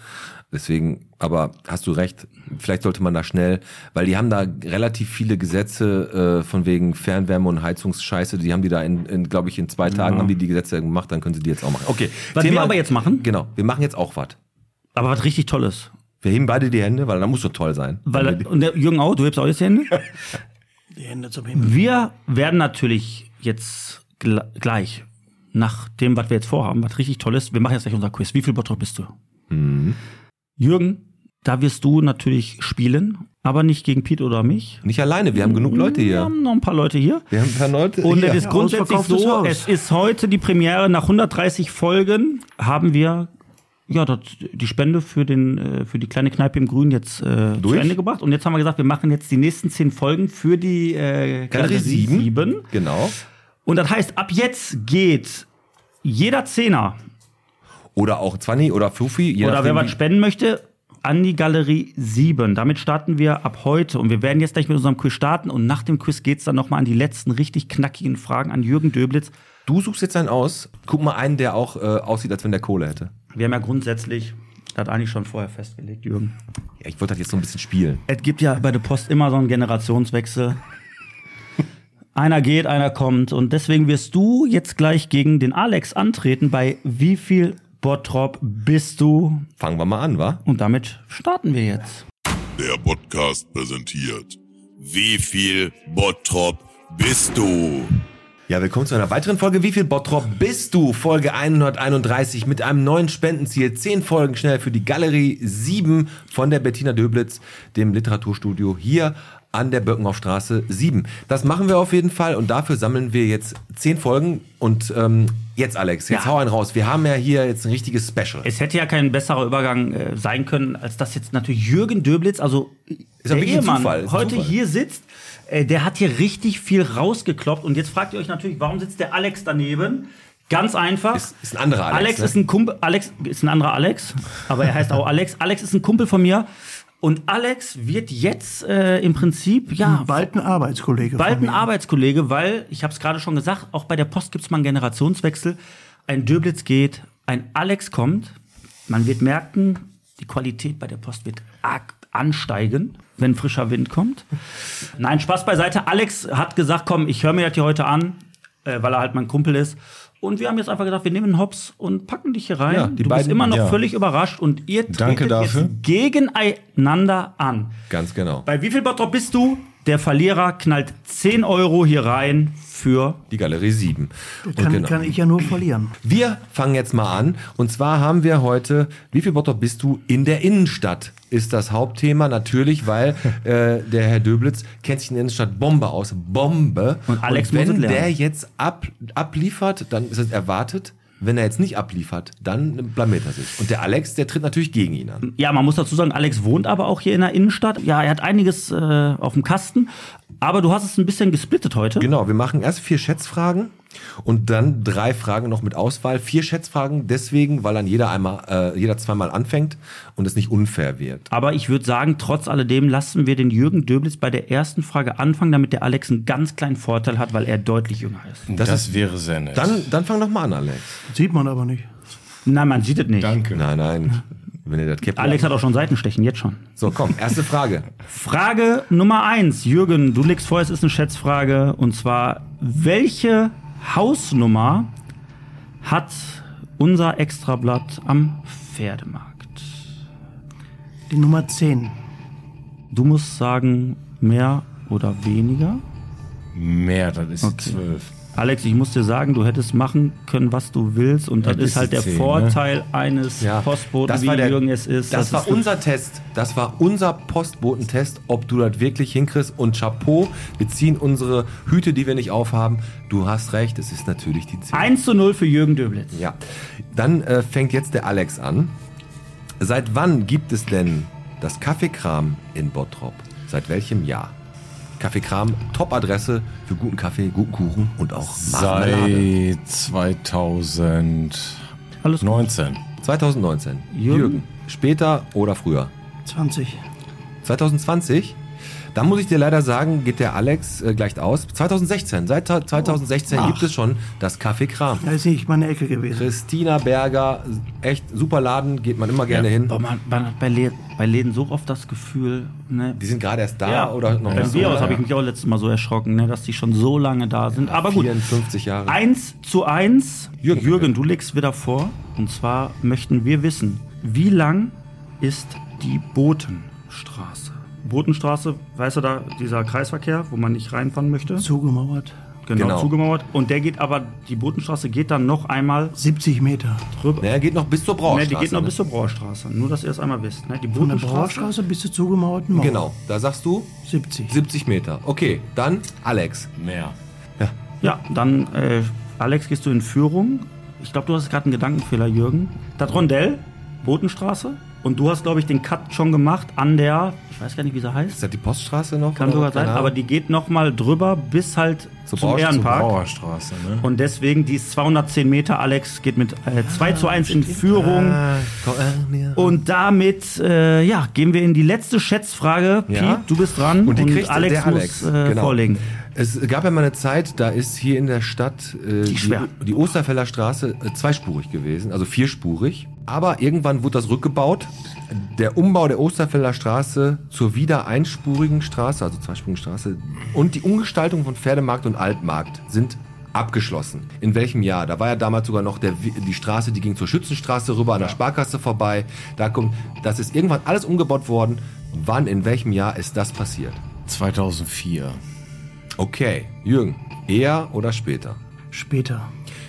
Speaker 4: Deswegen, aber hast du recht, vielleicht sollte man da schnell, weil die haben da relativ viele Gesetze äh, von wegen Fernwärme und Heizungsscheiße, die haben die da in, in glaube ich, in zwei Tagen haben die die Gesetze gemacht, dann können sie die jetzt auch machen. Okay,
Speaker 3: Was wir aber jetzt machen?
Speaker 4: Genau, wir machen jetzt auch was.
Speaker 3: Aber was richtig Tolles.
Speaker 4: Wir heben beide die Hände, weil da muss doch toll sein.
Speaker 3: Weil, und der Jürgen auch, du hebst auch jetzt die Hände.
Speaker 5: Die Hände zum Himmel.
Speaker 3: Wir werden natürlich jetzt gl gleich nach dem, was wir jetzt vorhaben, was richtig toll ist, wir machen jetzt gleich unser Quiz. Wie viel Bottrop bist du?
Speaker 4: Mhm.
Speaker 3: Jürgen, da wirst du natürlich spielen, aber nicht gegen Pete oder mich.
Speaker 4: Nicht alleine, wir haben genug Leute
Speaker 3: Wir
Speaker 4: hier.
Speaker 3: haben noch ein paar Leute hier.
Speaker 4: Wir haben ein paar Leute
Speaker 3: Und
Speaker 4: hier.
Speaker 3: es ist grundsätzlich
Speaker 5: ausverkauftes
Speaker 3: so,
Speaker 5: Haus.
Speaker 3: es ist heute die Premiere. Nach 130 Folgen haben wir ja, das, die Spende für, den, äh, für die kleine Kneipe im Grün jetzt äh, zu
Speaker 4: Durch?
Speaker 3: Ende gebracht. Und jetzt haben wir gesagt, wir machen jetzt die nächsten zehn Folgen für die äh,
Speaker 4: Galerie sieben.
Speaker 3: sieben.
Speaker 4: Genau.
Speaker 3: Und das heißt, ab jetzt geht jeder Zehner
Speaker 4: Oder auch Zwanni oder Fuffi. je
Speaker 3: oder wer
Speaker 4: nachdem,
Speaker 3: was
Speaker 4: wie-
Speaker 3: spenden möchte, an die Galerie 7. Damit starten wir ab heute. Und wir werden jetzt gleich mit unserem Quiz starten. Und nach dem Quiz geht's dann nochmal an die letzten richtig knackigen Fragen an Jürgen Döblitz.
Speaker 4: Du suchst jetzt einen aus. Guck mal einen, der auch äh, aussieht, als wenn der Kohle hätte.
Speaker 3: Wir haben ja grundsätzlich, das hat eigentlich schon vorher festgelegt, Jürgen.
Speaker 4: Ja, ich wollte das jetzt so ein bisschen spielen.
Speaker 3: Es gibt ja bei der Post immer so einen
Speaker 4: [laughs]
Speaker 3: Generationswechsel. einer geht, einer kommt. Und deswegen wirst du jetzt gleich gegen den Alex antreten. Bei wie viel Bottrop bist du?
Speaker 4: Fangen wir mal an, wa?
Speaker 3: Und damit starten wir jetzt.
Speaker 8: Der Podcast präsentiert. Wie viel Bottrop bist du?
Speaker 4: Ja, willkommen zu einer weiteren Folge. Wie viel Bottrop bist du? Folge 131 mit einem neuen Spendenziel. Zehn Folgen schnell für die Galerie 7 von der Bettina Döblitz, dem Literaturstudio hier an der Birkenhoffstraße 7. Das machen wir auf jeden Fall und dafür sammeln wir jetzt zehn Folgen. Und ähm, jetzt, Alex, jetzt
Speaker 3: Ja.
Speaker 4: hau einen raus. Wir haben ja hier jetzt ein richtiges Special.
Speaker 3: Es hätte ja kein besserer Übergang äh, sein können, als dass jetzt natürlich Jürgen Döblitz, also
Speaker 4: doch
Speaker 3: der
Speaker 4: wirklich ein
Speaker 3: Ehemann,
Speaker 4: Zufall, ist ein
Speaker 3: heute
Speaker 4: Zufall.
Speaker 3: hier sitzt. Äh, der hat hier richtig viel rausgekloppt. Und jetzt fragt ihr euch natürlich, warum sitzt der Alex daneben? Ganz einfach.
Speaker 4: Ist- ist ein anderer Alex,
Speaker 3: Alex.
Speaker 4: ne?
Speaker 3: ist ein Kumpel. Alex ist ein anderer Alex, aber er heißt auch Alex. Alex ist ein Kumpel von mir. Und Alex wird jetzt äh, im Prinzip,
Speaker 4: Ah,
Speaker 3: ja,
Speaker 5: Bald ein Arbeitskollege.
Speaker 3: Bald
Speaker 5: von
Speaker 3: ein
Speaker 5: mir.
Speaker 3: Arbeitskollege, weil, ich habe es gerade schon gesagt, auch bei der Post gibt es mal einen Generationswechsel. Ein Döblitz geht, ein Alex kommt. Man wird merken, die Qualität bei der Post wird arg ansteigen, wenn frischer Wind kommt. Nein, Spaß beiseite. Alex hat gesagt, komm, ich höre mir das hier heute an, äh, weil er halt mein Kumpel ist. Und wir haben jetzt einfach gedacht, wir nehmen einen Hops und packen dich hier rein.
Speaker 4: Ja, die
Speaker 3: du bist
Speaker 4: beiden-
Speaker 3: immer noch
Speaker 9: ja.
Speaker 3: völlig überrascht und ihr tretet
Speaker 9: Danke dafür.
Speaker 3: jetzt gegeneinander an.
Speaker 4: Ganz genau.
Speaker 3: Bei wie viel Bottrop bist du? Der Verlierer knallt 10 Euro hier rein für.
Speaker 4: Die Galerie 7. Und
Speaker 5: Kann,
Speaker 4: genau.
Speaker 5: kann ich ja nur verlieren.
Speaker 4: Wir fangen jetzt mal an. Und zwar haben wir heute, wie viel Bottrop bist du in der Innenstadt? Ist das Hauptthema natürlich, weil
Speaker 3: [laughs]
Speaker 4: äh, der Herr Döblitz kennt sich in der Innenstadt Bombe aus. Bombe.
Speaker 3: Und Alex
Speaker 4: wenn
Speaker 3: muss es lernen.
Speaker 4: der jetzt ab, abliefert, dann ist es erwartet. Wenn er jetzt nicht abliefert, dann blamiert er sich. Und der Alex, der tritt natürlich gegen ihn an.
Speaker 3: Ja, man muss dazu sagen, Alex wohnt aber auch hier in der Innenstadt. Ja, er hat einiges äh, auf dem Kasten. Aber du hast es ein bisschen gesplittet heute.
Speaker 4: Genau, wir machen erst vier Schätzfragen und dann drei Fragen noch mit Auswahl. Vier Schätzfragen deswegen, weil dann jeder einmal, äh, jeder zweimal anfängt und es nicht unfair wird.
Speaker 3: Aber ich würde sagen, trotz alledem lassen wir den Jürgen Döblitz bei der ersten Frage anfangen, damit der Alex einen ganz kleinen Vorteil hat, weil er deutlich jünger ist.
Speaker 4: Das
Speaker 9: Das,
Speaker 4: ist-
Speaker 9: wäre sehr nett.
Speaker 4: Dann, dann fang doch mal an, Alex.
Speaker 5: Sieht man aber nicht.
Speaker 3: Nein, man sieht es nicht.
Speaker 9: Danke.
Speaker 4: Nein, nein. Wenn ihr das kippt.
Speaker 3: Alex hat auch schon Seitenstechen, jetzt schon.
Speaker 4: So, komm, erste Frage.
Speaker 3: Frage Nummer eins, Jürgen, du legst vor, es ist eine Schätzfrage. Und zwar, welche Hausnummer hat unser Extrablatt am Pferdemarkt?
Speaker 5: Die Nummer 10.
Speaker 3: Du musst sagen, mehr oder weniger.
Speaker 9: Mehr, das ist zwölf.
Speaker 3: Alex, ich muss dir sagen, du hättest machen können, was du willst. Und das,
Speaker 9: Das
Speaker 3: ist
Speaker 9: ist
Speaker 3: halt
Speaker 9: die
Speaker 3: der
Speaker 9: 10, ne?
Speaker 3: Vorteil eines Postboten,
Speaker 4: das
Speaker 3: wie
Speaker 4: war der-
Speaker 3: Jürgen es ist.
Speaker 4: Das, war
Speaker 3: ist
Speaker 4: unser Test. Das war unser Postbotentest, ob du das wirklich hinkriegst. Und Chapeau, wir ziehen unsere Hüte, die wir nicht aufhaben. Du hast recht, es ist natürlich die 10.
Speaker 3: 1 zu 0 für Jürgen Döblitz.
Speaker 4: Ja. Dann äh, fängt jetzt der Alex an. Seit wann gibt es denn das Kaffeekram in Bottrop? Seit welchem Jahr? Café Kram, Top-Adresse für guten Kaffee, guten Kuchen und auch Marmelade.
Speaker 9: Seit 2019.
Speaker 3: Alles gut.
Speaker 4: 2019. Jürgen. Später oder früher?
Speaker 5: 20.
Speaker 4: 2020. Da muss ich dir leider sagen, geht der Alex äh, gleicht aus. 2016. Seit ta- 2016 gibt es schon das Café Kram.
Speaker 5: Da ist nicht meine Ecke gewesen.
Speaker 4: Christina Berger, echt super Laden, geht man immer gerne hin.
Speaker 3: Boah, man, man hat bei, Le bei Läden so oft das Gefühl, ne?
Speaker 4: Die sind gerade erst da oder noch
Speaker 3: Beim
Speaker 4: nicht
Speaker 3: Bierhaus
Speaker 4: oder?
Speaker 3: habe ich mich auch letztes Mal so erschrocken, ne, dass die schon so lange da sind. Aber gut.
Speaker 4: 54 Jahre.
Speaker 3: Eins zu eins.
Speaker 4: Jürgen.
Speaker 3: Jürgen, du legst wieder vor. Und zwar möchten wir wissen, wie lang ist die Botenstraße? Botenstraße, weißt du da, dieser Kreisverkehr, wo man nicht reinfahren möchte?
Speaker 5: Zugemauert.
Speaker 3: genau,
Speaker 4: Genau.
Speaker 3: zugemauert. Und der geht aber, die Botenstraße geht dann noch einmal
Speaker 5: 70 Meter.
Speaker 3: rüber.
Speaker 4: Naja, geht noch bis zur
Speaker 3: Ne,
Speaker 4: Brauerstraße.
Speaker 3: die geht noch
Speaker 4: ne?
Speaker 3: bis zur Brauerstraße. Nur, dass ihr es einmal wisst. Ne? Die
Speaker 5: Von der
Speaker 3: Botenstraße.
Speaker 5: Brauerstraße bis zur zugemauerten Mauer.
Speaker 4: Genau, da sagst du
Speaker 5: 70.
Speaker 4: 70 Meter. Okay, dann Alex.
Speaker 9: Mehr.
Speaker 3: Ja, dann, äh, Alex, gehst du in Führung. Ich glaube, du hast gerade einen Gedankenfehler, Jürgen. Das Rondell, Botenstraße. Und du hast, glaube ich, den Cut schon gemacht an der, ich weiß gar nicht, wie sie heißt.
Speaker 4: Ist das die Poststraße noch?
Speaker 3: Kann
Speaker 4: oder
Speaker 3: sogar
Speaker 4: was? Keine
Speaker 3: sein,
Speaker 4: Ahnung.
Speaker 3: aber die geht nochmal drüber bis halt
Speaker 4: Zur
Speaker 3: zum
Speaker 4: Brau- zur
Speaker 3: Ehrenpark.
Speaker 9: Brauerstraße, ne?
Speaker 3: Und deswegen die 210 Meter, Alex geht mit äh, 2 zu 1 in Führung.
Speaker 4: Ah, äh,
Speaker 3: Und damit äh, ja, gehen wir in die letzte Schätzfrage.
Speaker 4: Ja.
Speaker 3: Piet, du bist dran
Speaker 4: Und die kriegt
Speaker 3: Alex
Speaker 4: der Alex.
Speaker 3: muss äh,
Speaker 4: Genau.
Speaker 3: vorlegen.
Speaker 4: Es gab ja mal eine Zeit, da ist hier in der Stadt äh, die,
Speaker 3: schwer.
Speaker 4: die Osterfeller Straße äh, zweispurig gewesen, also vierspurig. Aber irgendwann wurde das rückgebaut. Der Umbau der Osterfeller Straße zur wieder einspurigen Straße, also zweispurigen Straße, und die Umgestaltung von Pferdemarkt und Altmarkt sind abgeschlossen. In welchem Jahr? Da war ja damals sogar noch der, Wi- die Straße, die ging zur Schützenstraße rüber, an der Sparkasse vorbei. Da kommt, das ist irgendwann alles umgebaut worden. Wann, in welchem Jahr ist das passiert?
Speaker 9: 2004.
Speaker 4: Okay, Jürgen, eher oder später?
Speaker 5: Später.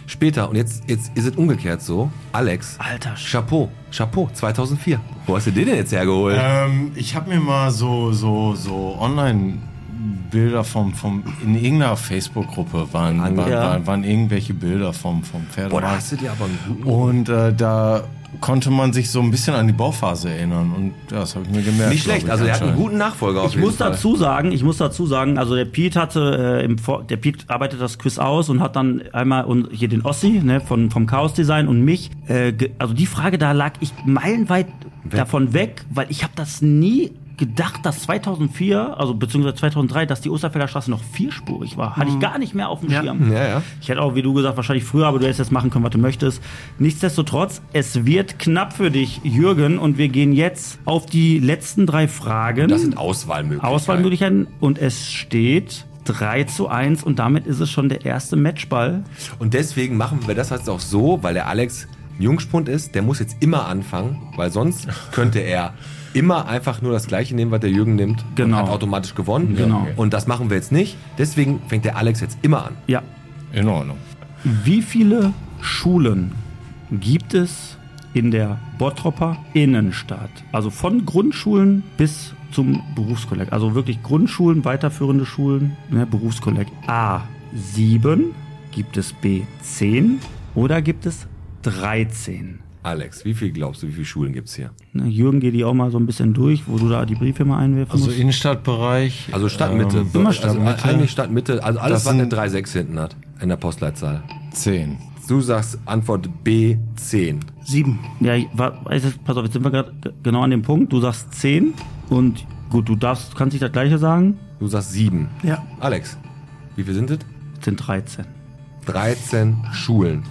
Speaker 4: Später, und jetzt, jetzt ist es umgekehrt so. Alex,
Speaker 3: Alter, Sch
Speaker 4: Chapeau, Chapeau, 2004. Wo hast du den denn jetzt hergeholt?
Speaker 3: Äh,
Speaker 9: Ähm, ich habe mir mal so, so, so Online-Bilder vom, vom, in irgendeiner Facebook-Gruppe waren, waren,
Speaker 4: Ange-
Speaker 9: waren, waren irgendwelche Bilder vom, vom
Speaker 4: Boah, da
Speaker 9: Pferdemarkt.
Speaker 4: hast du dir aber einen guten...
Speaker 9: Und äh, da konnte man sich so ein bisschen an die Bauphase erinnern. Und ja, das habe ich mir
Speaker 3: Oh,
Speaker 9: gemerkt.
Speaker 4: Nicht schlecht,
Speaker 9: glaub
Speaker 4: also
Speaker 9: ich,
Speaker 4: er hat einen
Speaker 9: anscheinend.
Speaker 4: guten Nachfolger auf
Speaker 3: Ich
Speaker 4: jeden
Speaker 3: muss
Speaker 4: Fall.
Speaker 3: dazu sagen, ich muss dazu sagen, also der Pete hatte äh, im Vor der Pete arbeitet das Quiz aus und hat dann einmal und hier den Ossi ne, von vom Chaos Design und mich äh, ge- also die Frage da lag ich meilenweit davon weg, weil ich habe das nie gedacht, dass 2004, also beziehungsweise 2003, dass die Osterfelder Straße noch vierspurig war. Hatte ich gar nicht mehr auf dem Schirm.
Speaker 4: Ja, ja.
Speaker 3: Ich hätte auch, wie du gesagt, wahrscheinlich früher, aber du hättest jetzt machen können, was du möchtest. Nichtsdestotrotz, es wird knapp für dich, Jürgen, und wir gehen jetzt auf die letzten drei Fragen.
Speaker 4: Das sind Auswahlmöglichkeiten.
Speaker 3: Auswahlmöglichkeiten und es steht 3 zu 1 und damit ist es schon der erste Matchball.
Speaker 4: Und deswegen machen wir das jetzt auch so, weil der Alex ein Jungspund ist, der muss jetzt immer anfangen, weil sonst
Speaker 3: [laughs]
Speaker 4: könnte er immer einfach nur das gleiche nehmen, was der Jürgen nimmt
Speaker 3: Genau.
Speaker 4: und hat automatisch gewonnen.
Speaker 3: Genau.
Speaker 4: Und das machen wir jetzt nicht. Deswegen fängt der Alex jetzt immer an.
Speaker 3: Ja.
Speaker 9: In Ordnung.
Speaker 3: Wie viele Schulen gibt es in der Bottropper Innenstadt? Also von Grundschulen bis zum Berufskolleg. Also wirklich Grundschulen, weiterführende Schulen, ne, Berufskolleg. A 7, gibt es B 10 oder gibt es 13?
Speaker 4: Alex, wie viel glaubst du, wie viele Schulen gibt's hier?
Speaker 3: Ne, Jürgen, geh die auch mal so ein bisschen durch, wo du da die Briefe mal einwerfen
Speaker 9: Also
Speaker 3: musst.
Speaker 9: Innenstadtbereich.
Speaker 4: Also Stadtmitte.
Speaker 9: Ähm,
Speaker 4: immer
Speaker 9: Stadtmitte.
Speaker 4: Also eigentlich Stadtmitte. Also alles,
Speaker 9: Das
Speaker 4: was eine
Speaker 9: sind-
Speaker 4: 3,6 hinten hat in der Postleitzahl.
Speaker 9: 10.
Speaker 4: Du sagst Antwort B10.
Speaker 5: 7.
Speaker 3: Ja, ich war, weiß jetzt, pass auf, jetzt sind wir gerade genau an dem Punkt. Du sagst 10 und gut, du darfst, kannst nicht das gleiche sagen.
Speaker 4: Du sagst 7.
Speaker 5: Ja.
Speaker 4: Alex, wie viel sind es?
Speaker 3: Es sind 13.
Speaker 4: 13 Schulen.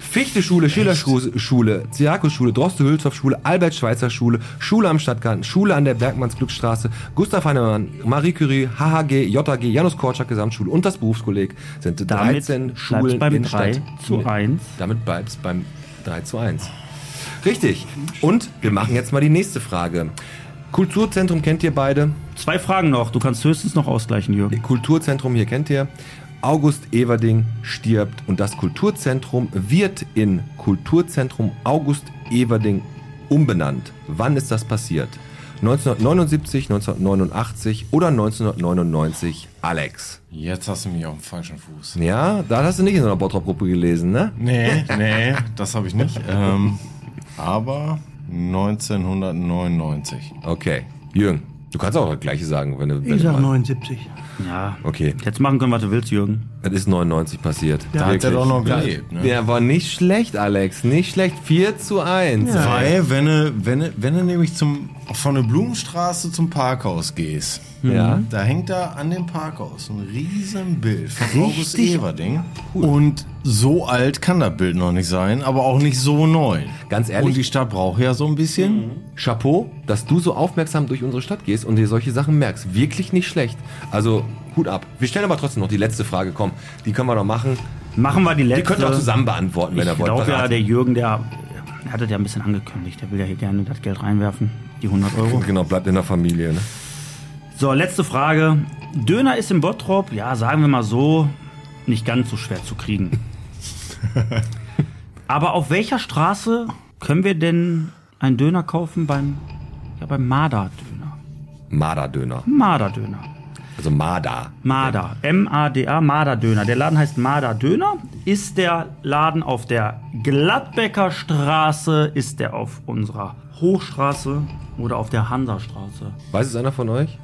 Speaker 4: Fichte-Schule, Schiller-Schule, Ziakus-Schule, Droste-Hülshoff-Schule, Albert-Schweitzer-Schule, Schule am Stadtgarten, Schule an der Bergmannsglückstraße, Gustav Heinemann, Marie Curie, HHG, JG, Janus Korczak Gesamtschule und das Berufskolleg sind
Speaker 3: Damit
Speaker 4: 13
Speaker 3: bleibt's
Speaker 4: Schulen
Speaker 3: beim
Speaker 4: in
Speaker 3: 3
Speaker 4: Stadt.
Speaker 3: zu 1.
Speaker 4: Damit bleibt es beim 3 zu 1. Richtig. Und wir machen jetzt mal die nächste Frage. Kulturzentrum kennt ihr beide.
Speaker 3: Zwei Fragen noch, du kannst höchstens noch ausgleichen, Jürgen.
Speaker 4: Kulturzentrum hier kennt ihr. August Everding stirbt und das Kulturzentrum wird in Kulturzentrum August Everding umbenannt. Wann ist das passiert? 1979, 1989 oder 1999? Alex.
Speaker 9: Jetzt hast du mich auf dem falschen Fuß.
Speaker 4: Ja, da hast du nicht in so einer Bottrop-Gruppe gelesen, ne?
Speaker 9: Nee, nee, das habe ich nicht. Ähm, aber 1999.
Speaker 4: Okay. Jürgen, Du kannst auch das Gleiche sagen, wenn du. Wenn
Speaker 5: Ich
Speaker 4: du
Speaker 5: sag
Speaker 4: mal-
Speaker 5: 79.
Speaker 3: Ja.
Speaker 4: Okay,
Speaker 3: Jetzt machen können, was du willst, Jürgen.
Speaker 4: das ist 99 passiert.
Speaker 9: Da hat er
Speaker 4: Wirklich.
Speaker 9: doch noch gelebt. Ne?
Speaker 4: Der war nicht schlecht, Alex. Nicht schlecht. 4 zu 1.
Speaker 9: Weil, wenn du, wenn, du, wenn du nämlich zum, von der Blumenstraße zum Parkhaus gehst,
Speaker 4: Ja.
Speaker 9: da hängt da an dem Parkhaus ein riesen Bild von August Everding. Und so alt kann das Bild noch nicht sein, aber auch nicht so neu.
Speaker 4: Ganz
Speaker 9: Und die
Speaker 4: ehrlich, Mhm.
Speaker 9: Stadt braucht ja so ein bisschen.
Speaker 4: Chapeau, dass du so aufmerksam durch unsere Stadt gehst und dir solche Sachen merkst. Wirklich nicht schlecht. Also, Hut ab. Wir stellen aber trotzdem noch die letzte Frage. Komm, die können wir noch machen.
Speaker 3: Machen wir die letzte.
Speaker 4: Die könnt ihr auch zusammen beantworten, wenn
Speaker 3: ich
Speaker 4: ihr wollt.
Speaker 3: glaube ja,
Speaker 4: Beraten.
Speaker 3: der Jürgen, der, der hatte ja ein bisschen angekündigt. Der will ja hier gerne das Geld reinwerfen. Die 100 Euro.
Speaker 4: Genau, bleibt in der Familie. Ne?
Speaker 3: So, letzte Frage. Döner ist in Bottrop, ja, sagen wir mal so, nicht ganz so schwer zu
Speaker 4: [laughs]
Speaker 3: kriegen. Aber auf welcher Straße können wir denn einen Döner kaufen beim, ja, beim Marder-Döner?
Speaker 4: Marder-Döner.
Speaker 3: Marder-Döner.
Speaker 4: Also Marder.
Speaker 3: Marder. M-A-D-A, Marder-Döner. Der Laden heißt Marder-Döner. Ist der Laden auf der Gladbecker Straße? Ist der auf unserer Hochstraße oder auf der Hansastraße?
Speaker 4: Weiß es einer von euch?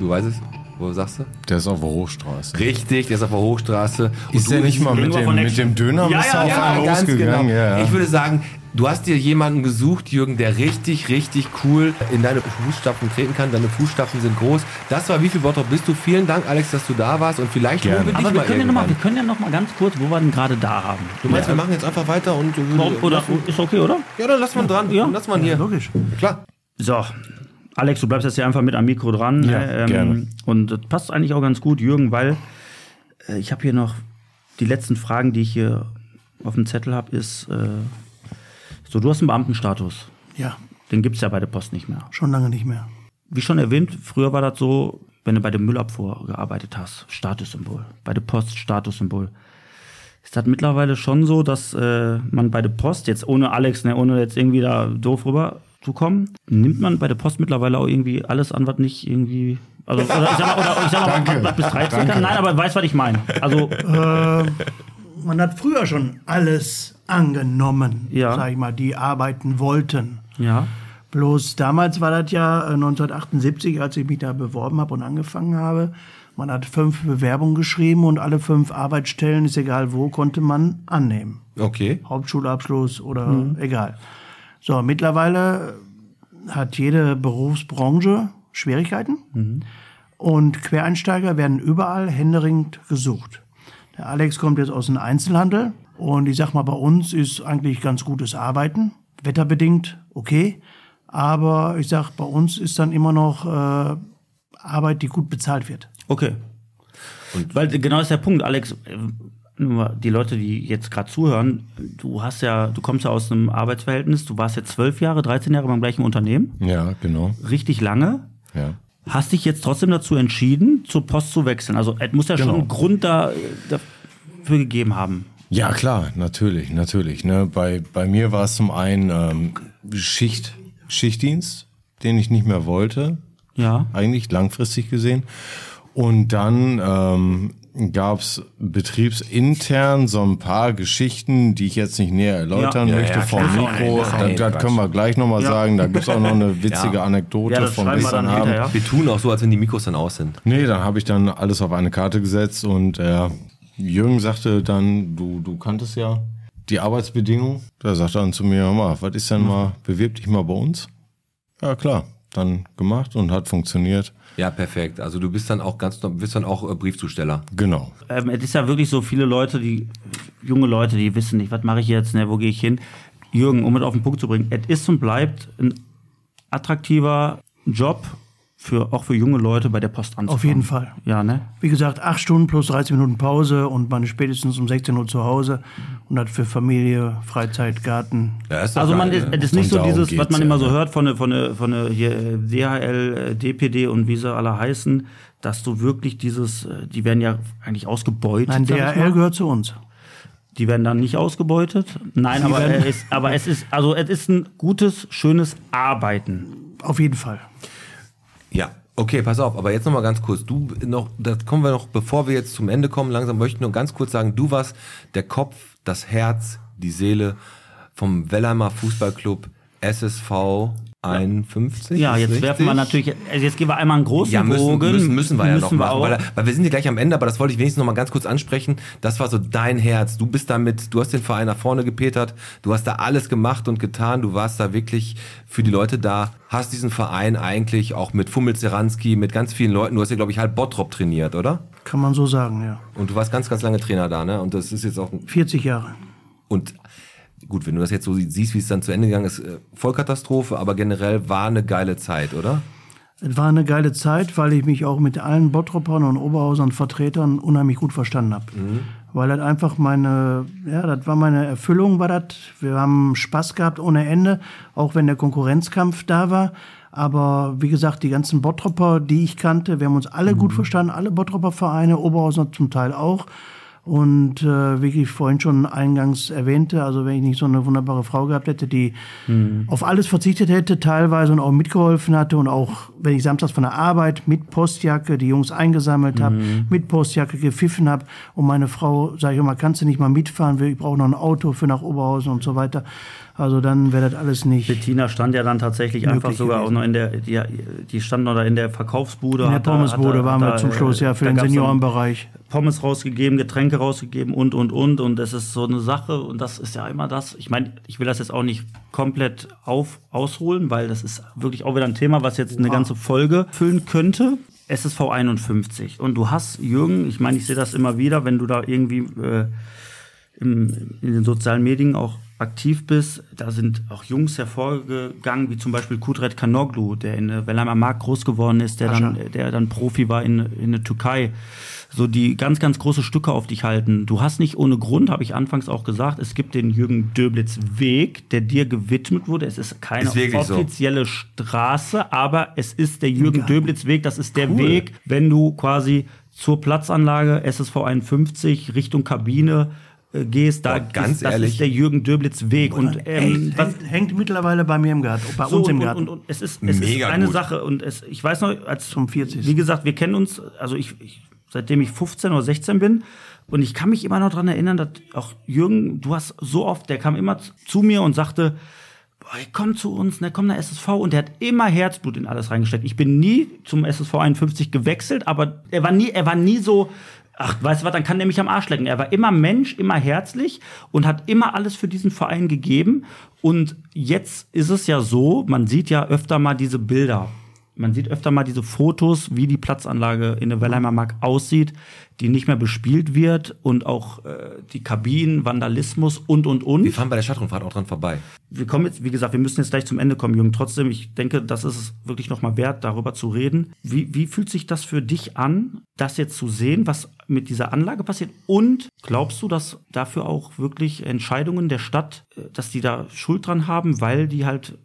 Speaker 4: Du weißt es? Wo sagst du?
Speaker 9: Der ist auf der Hochstraße.
Speaker 4: Richtig, der ist auf der Hochstraße. Und
Speaker 9: Ist der nicht mal mit
Speaker 3: irgendwo
Speaker 9: dem,
Speaker 3: von der-
Speaker 9: mit dem Döner
Speaker 3: Ja,
Speaker 9: bist du
Speaker 3: ja,
Speaker 9: auf
Speaker 3: ja,
Speaker 9: einen
Speaker 4: ganz
Speaker 9: losgegangen?
Speaker 4: genau.
Speaker 9: Ja, ja.
Speaker 4: Ich würde sagen, du hast dir jemanden gesucht, Jürgen, der richtig, richtig cool in deine Fußstapfen treten kann. Deine Fußstapfen sind groß. Das war Wie viel Bottrop bist du? Vielen Dank, Alex, dass du da warst. Und vielleicht
Speaker 9: Gerne.
Speaker 4: holen wir dich
Speaker 3: Aber wir
Speaker 4: mal
Speaker 3: können, ja noch mal,
Speaker 4: irgendwann.
Speaker 3: wir können ja noch mal ganz kurz, wo wir denn gerade da haben.
Speaker 4: Du meinst, wir machen jetzt einfach weiter und...
Speaker 3: Warum- Oder, ist okay, oder?
Speaker 4: ja, dann lass mal dran.
Speaker 3: Ja.
Speaker 4: Lass mal hier.
Speaker 5: Logisch.
Speaker 4: Klar.
Speaker 3: So, Alex, du bleibst jetzt hier einfach mit am Mikro dran. äh, ähm,
Speaker 9: Ja, gerne.
Speaker 3: Und das passt eigentlich auch ganz gut, Jürgen, weil äh, ich habe hier noch die letzten Fragen, die ich hier auf dem Zettel habe, ist äh, so, du hast einen Beamtenstatus.
Speaker 5: Ja,
Speaker 3: Den gibt es ja bei der Post nicht mehr.
Speaker 5: schon lange nicht mehr.
Speaker 3: Wie schon erwähnt, früher war das so, wenn du bei der Müllabfuhr gearbeitet hast, Statussymbol. Bei der Post Statussymbol. Ist das mittlerweile schon so, dass äh, man bei der Post, jetzt ohne Alex, ne, ohne jetzt irgendwie da doof rüber zu kommen, nimmt man bei der Post mittlerweile auch irgendwie alles an, was nicht irgendwie. Also, oder ich sag mal, oder ich sag mal was, was bis 13 kann. Nein, aber weißt, was ich meine. Also,
Speaker 5: Man hat früher schon alles angenommen,
Speaker 3: Ja.
Speaker 5: sag ich mal, die arbeiten wollten.
Speaker 3: ja.
Speaker 5: Bloß damals war das ja äh, 1978, als ich mich da beworben habe und angefangen habe. Man hat fünf Bewerbungen geschrieben und alle fünf Arbeitsstellen, ist egal wo, konnte man annehmen.
Speaker 4: Okay.
Speaker 5: Hauptschulabschluss oder egal. So, mittlerweile hat jede Berufsbranche Schwierigkeiten und Quereinsteiger werden überall händeringend gesucht. Der Alex kommt jetzt aus dem Einzelhandel und ich sag mal, bei uns ist eigentlich ganz gutes Arbeiten, wetterbedingt okay, aber ich sag, bei uns ist dann immer noch äh, Arbeit, die gut bezahlt wird.
Speaker 3: Okay. Weil genau ist der Punkt, Alex. äh, nur mal Die Leute, die jetzt gerade zuhören, du hast ja, du kommst ja aus einem Arbeitsverhältnis, du warst jetzt zwölf Jahre, 13 Jahre beim gleichen Unternehmen,
Speaker 9: ja, genau.
Speaker 3: richtig lange.
Speaker 9: Ja.
Speaker 3: Hast dich jetzt trotzdem dazu entschieden, zur Post zu wechseln? Also es muss ja schon
Speaker 9: Genau.
Speaker 3: einen Grund da, äh, dafür gegeben haben.
Speaker 9: Ja, klar, natürlich, natürlich. Ne? Bei, bei mir war es zum einen ähm, Schicht, Schichtdienst, den ich nicht mehr wollte,
Speaker 3: Ja.
Speaker 9: eigentlich langfristig gesehen. Und dann ähm, gab es betriebsintern so ein paar Geschichten, die ich jetzt nicht näher erläutern
Speaker 3: Ja. Ja,
Speaker 9: möchte
Speaker 4: ja,
Speaker 9: vom
Speaker 4: klar. Nein,
Speaker 9: Mikro. das,
Speaker 4: Quatsch.
Speaker 9: das können wir gleich nochmal mal
Speaker 3: Ja.
Speaker 9: sagen. Da gibt's auch noch eine witzige
Speaker 4: Ja.
Speaker 9: Anekdote
Speaker 3: Ja, das
Speaker 9: von
Speaker 3: schreiben wir
Speaker 9: gestern
Speaker 3: dann
Speaker 9: Abend.
Speaker 3: hinterher.
Speaker 4: Wir tun auch so, als wenn die Mikros dann aus sind.
Speaker 9: Nee, dann habe ich dann alles auf eine Karte gesetzt und äh, Jürgen sagte dann, du, du kanntest ja die Arbeitsbedingungen. Da sagte er dann zu mir, hör mal, was ist denn mal, bewirb dich mal bei uns? Ja, klar. Dann gemacht und hat funktioniert.
Speaker 4: Ja, perfekt. Also du bist dann auch ganz, du bist dann auch äh, Briefzusteller.
Speaker 9: Genau.
Speaker 3: ähm, es ist ja wirklich so viele Leute, die junge Leute, die wissen nicht, was mache ich jetzt, ne, wo gehe ich hin. Jürgen, um es auf den Punkt zu bringen, es ist und bleibt ein attraktiver Job für auch für junge Leute bei der Post anzufangen.
Speaker 5: Auf jeden Fall.
Speaker 3: Ja, ne?
Speaker 5: Wie gesagt, acht Stunden plus 30 Minuten Pause und man ist spätestens um 16 Uhr zu Hause und hat für Familie, Freizeit, Garten.
Speaker 4: Ja, ist doch
Speaker 3: Also man
Speaker 4: geil,
Speaker 3: ist,
Speaker 4: ne?
Speaker 3: es ist nicht
Speaker 9: Und
Speaker 3: so
Speaker 9: darum
Speaker 3: dieses, was
Speaker 9: geht's
Speaker 3: man
Speaker 9: ja,
Speaker 3: immer so
Speaker 9: ne?
Speaker 3: hört von der- von der- von der hier äh, DHL, äh, DPD und wie sie alle heißen, dass du wirklich dieses, äh, die werden ja eigentlich ausgebeutet.
Speaker 5: Nein,
Speaker 3: sag ich mal.
Speaker 5: DHL gehört zu uns.
Speaker 3: Die werden dann nicht ausgebeutet. Nein, aber,
Speaker 5: werden-
Speaker 3: äh, es, aber es ist also es ist ein gutes, schönes Arbeiten.
Speaker 5: Auf jeden Fall.
Speaker 4: Ja, okay, pass auf, aber jetzt nochmal ganz kurz. Du noch, das kommen wir noch, bevor wir jetzt zum Ende kommen, langsam möchte ich nur ganz kurz sagen, du warst der Kopf, das Herz, die Seele vom Wellheimer Fußballclub SSV 51.
Speaker 3: Ja,
Speaker 4: ist
Speaker 3: jetzt
Speaker 4: richtig.
Speaker 3: werfen wir natürlich, also jetzt gehen wir einmal einen großen
Speaker 4: Ja, müssen,
Speaker 3: Bogen.
Speaker 4: müssen, müssen wir ja noch machen,
Speaker 3: auch.
Speaker 4: weil, weil wir sind ja gleich am Ende, aber das wollte ich wenigstens noch mal ganz kurz ansprechen. Das war so dein Herz. Du bist damit, du hast den Verein nach vorne gepetert, du hast da alles gemacht und getan, du warst da wirklich für die Leute da, hast diesen Verein eigentlich auch mit Fummel Zeranski, mit ganz vielen Leuten, du hast ja glaube ich halb Bottrop trainiert, oder?
Speaker 5: Kann man so sagen, ja.
Speaker 4: Und du warst ganz, ganz lange Trainer da, ne? Und das ist jetzt auch,
Speaker 5: 40 Jahre.
Speaker 4: und gut, wenn du das jetzt so siehst, wie es dann zu Ende gegangen ist, äh, Vollkatastrophe, aber generell war eine geile Zeit, oder?
Speaker 5: Es war eine geile Zeit, weil ich mich auch mit allen Bottropern und Oberhausern Vertretern unheimlich gut verstanden habe. Weil das einfach meine, ja, das war meine Erfüllung, war das. Wir haben Spaß gehabt ohne Ende, auch wenn der Konkurrenzkampf da war. Aber wie gesagt, die ganzen Bottropper, die ich kannte, wir haben uns alle gut verstanden, alle Bottropper Vereine, Oberhauser zum Teil auch. Und äh, wie ich vorhin schon eingangs erwähnte, also wenn ich nicht so eine wunderbare Frau gehabt hätte, die
Speaker 3: Mhm.
Speaker 5: auf alles verzichtet hätte teilweise und auch mitgeholfen hatte und auch, wenn ich samstags von der Arbeit mit Postjacke die Jungs eingesammelt habe,
Speaker 3: Mhm.
Speaker 5: mit Postjacke gepfiffen habe und meine Frau, sage ich immer, kannst du nicht mal mitfahren, ich brauche noch ein Auto für nach Oberhausen und so weiter. Also dann wäre das alles nicht.
Speaker 3: Bettina stand ja dann tatsächlich einfach
Speaker 5: Möglich
Speaker 3: sogar
Speaker 5: gewesen.
Speaker 3: auch noch in der, die, die stand noch da in der Verkaufsbude.
Speaker 5: In der
Speaker 3: hat da- hat
Speaker 5: Pommesbude
Speaker 3: da-
Speaker 5: waren
Speaker 3: hat
Speaker 5: wir
Speaker 3: da,
Speaker 5: zum
Speaker 3: äh,
Speaker 5: Schluss, ja, für
Speaker 3: da
Speaker 5: den
Speaker 3: gab's dann
Speaker 5: Seniorenbereich.
Speaker 3: Pommes rausgegeben, Getränke rausgegeben und, und, und. Und das ist so eine Sache und das ist ja immer das. Ich meine, ich will das jetzt auch nicht komplett auf, ausholen, weil das ist wirklich auch wieder ein Thema, was jetzt eine ganze Folge füllen könnte. SSV 51. Und du hast, Jürgen, ich meine, ich sehe das immer wieder, wenn du da irgendwie äh, im, in den sozialen Medien auch aktiv bist, da sind auch Jungs hervorgegangen, wie zum Beispiel Kudret Kanoglu, der in Velheimer Markt groß geworden ist, der dann, äh, der dann Profi war in, in der Türkei. So die ganz, ganz große Stücke auf dich halten. Du hast nicht ohne Grund, habe ich anfangs auch gesagt, es gibt den Jürgen Döblitz Weg, der dir gewidmet wurde. Es ist keine
Speaker 4: Ist wirklich so.
Speaker 3: offizielle Straße, aber es ist der Jürgen Döblitz Weg. Das ist der Weg, wenn du quasi zur Platzanlage SSV 51 Richtung Kabine äh, gehst, da
Speaker 4: Boah, ganz
Speaker 3: ist, das
Speaker 4: ehrlich.
Speaker 3: ist der Jürgen Döblitz Weg und ähm,
Speaker 5: Hängt-
Speaker 3: was,
Speaker 5: hängt, hängt mittlerweile bei mir im Garten, bei uns im
Speaker 3: und,
Speaker 5: Garten.
Speaker 3: Und, und, und es ist, es
Speaker 4: Mega
Speaker 3: ist eine
Speaker 4: gut.
Speaker 3: Sache und es, ich weiß noch, als
Speaker 5: Zum 40..
Speaker 3: Wie gesagt, wir kennen uns, also ich, ich seitdem ich 15 oder 16 bin und ich kann mich immer noch dran erinnern, dass auch Jürgen, du hast so oft, der kam immer zu- zu mir und sagte, boah, ey, komm zu uns, ne, komm nach SSV und der hat immer Herzblut in alles reingesteckt. Ich bin nie zum SSV 51 gewechselt, aber er war nie, er war nie so Ach, weißt du was, dann kann der mich am Arsch lecken. Er war immer Mensch, immer herzlich und hat immer alles für diesen Verein gegeben. Und jetzt ist es ja so, man sieht ja öfter mal diese Bilder. Man sieht öfter mal diese Fotos, wie die Platzanlage in der Wellheimer Mark aussieht, die nicht mehr bespielt wird und auch äh, die Kabinen, Vandalismus und, und, und
Speaker 4: Wir fahren bei der Stadtrundfahrt auch dran vorbei.
Speaker 3: wir kommen jetzt, wie gesagt, wir müssen jetzt gleich zum Ende kommen, Jürgen. Trotzdem, ich denke, das ist es wirklich nochmal wert, darüber zu reden. Wie, wie fühlt sich das für dich an, das jetzt zu sehen, was mit dieser Anlage passiert? Und glaubst du, dass dafür auch wirklich Entscheidungen der Stadt, äh, dass die da Schuld dran haben, weil die halt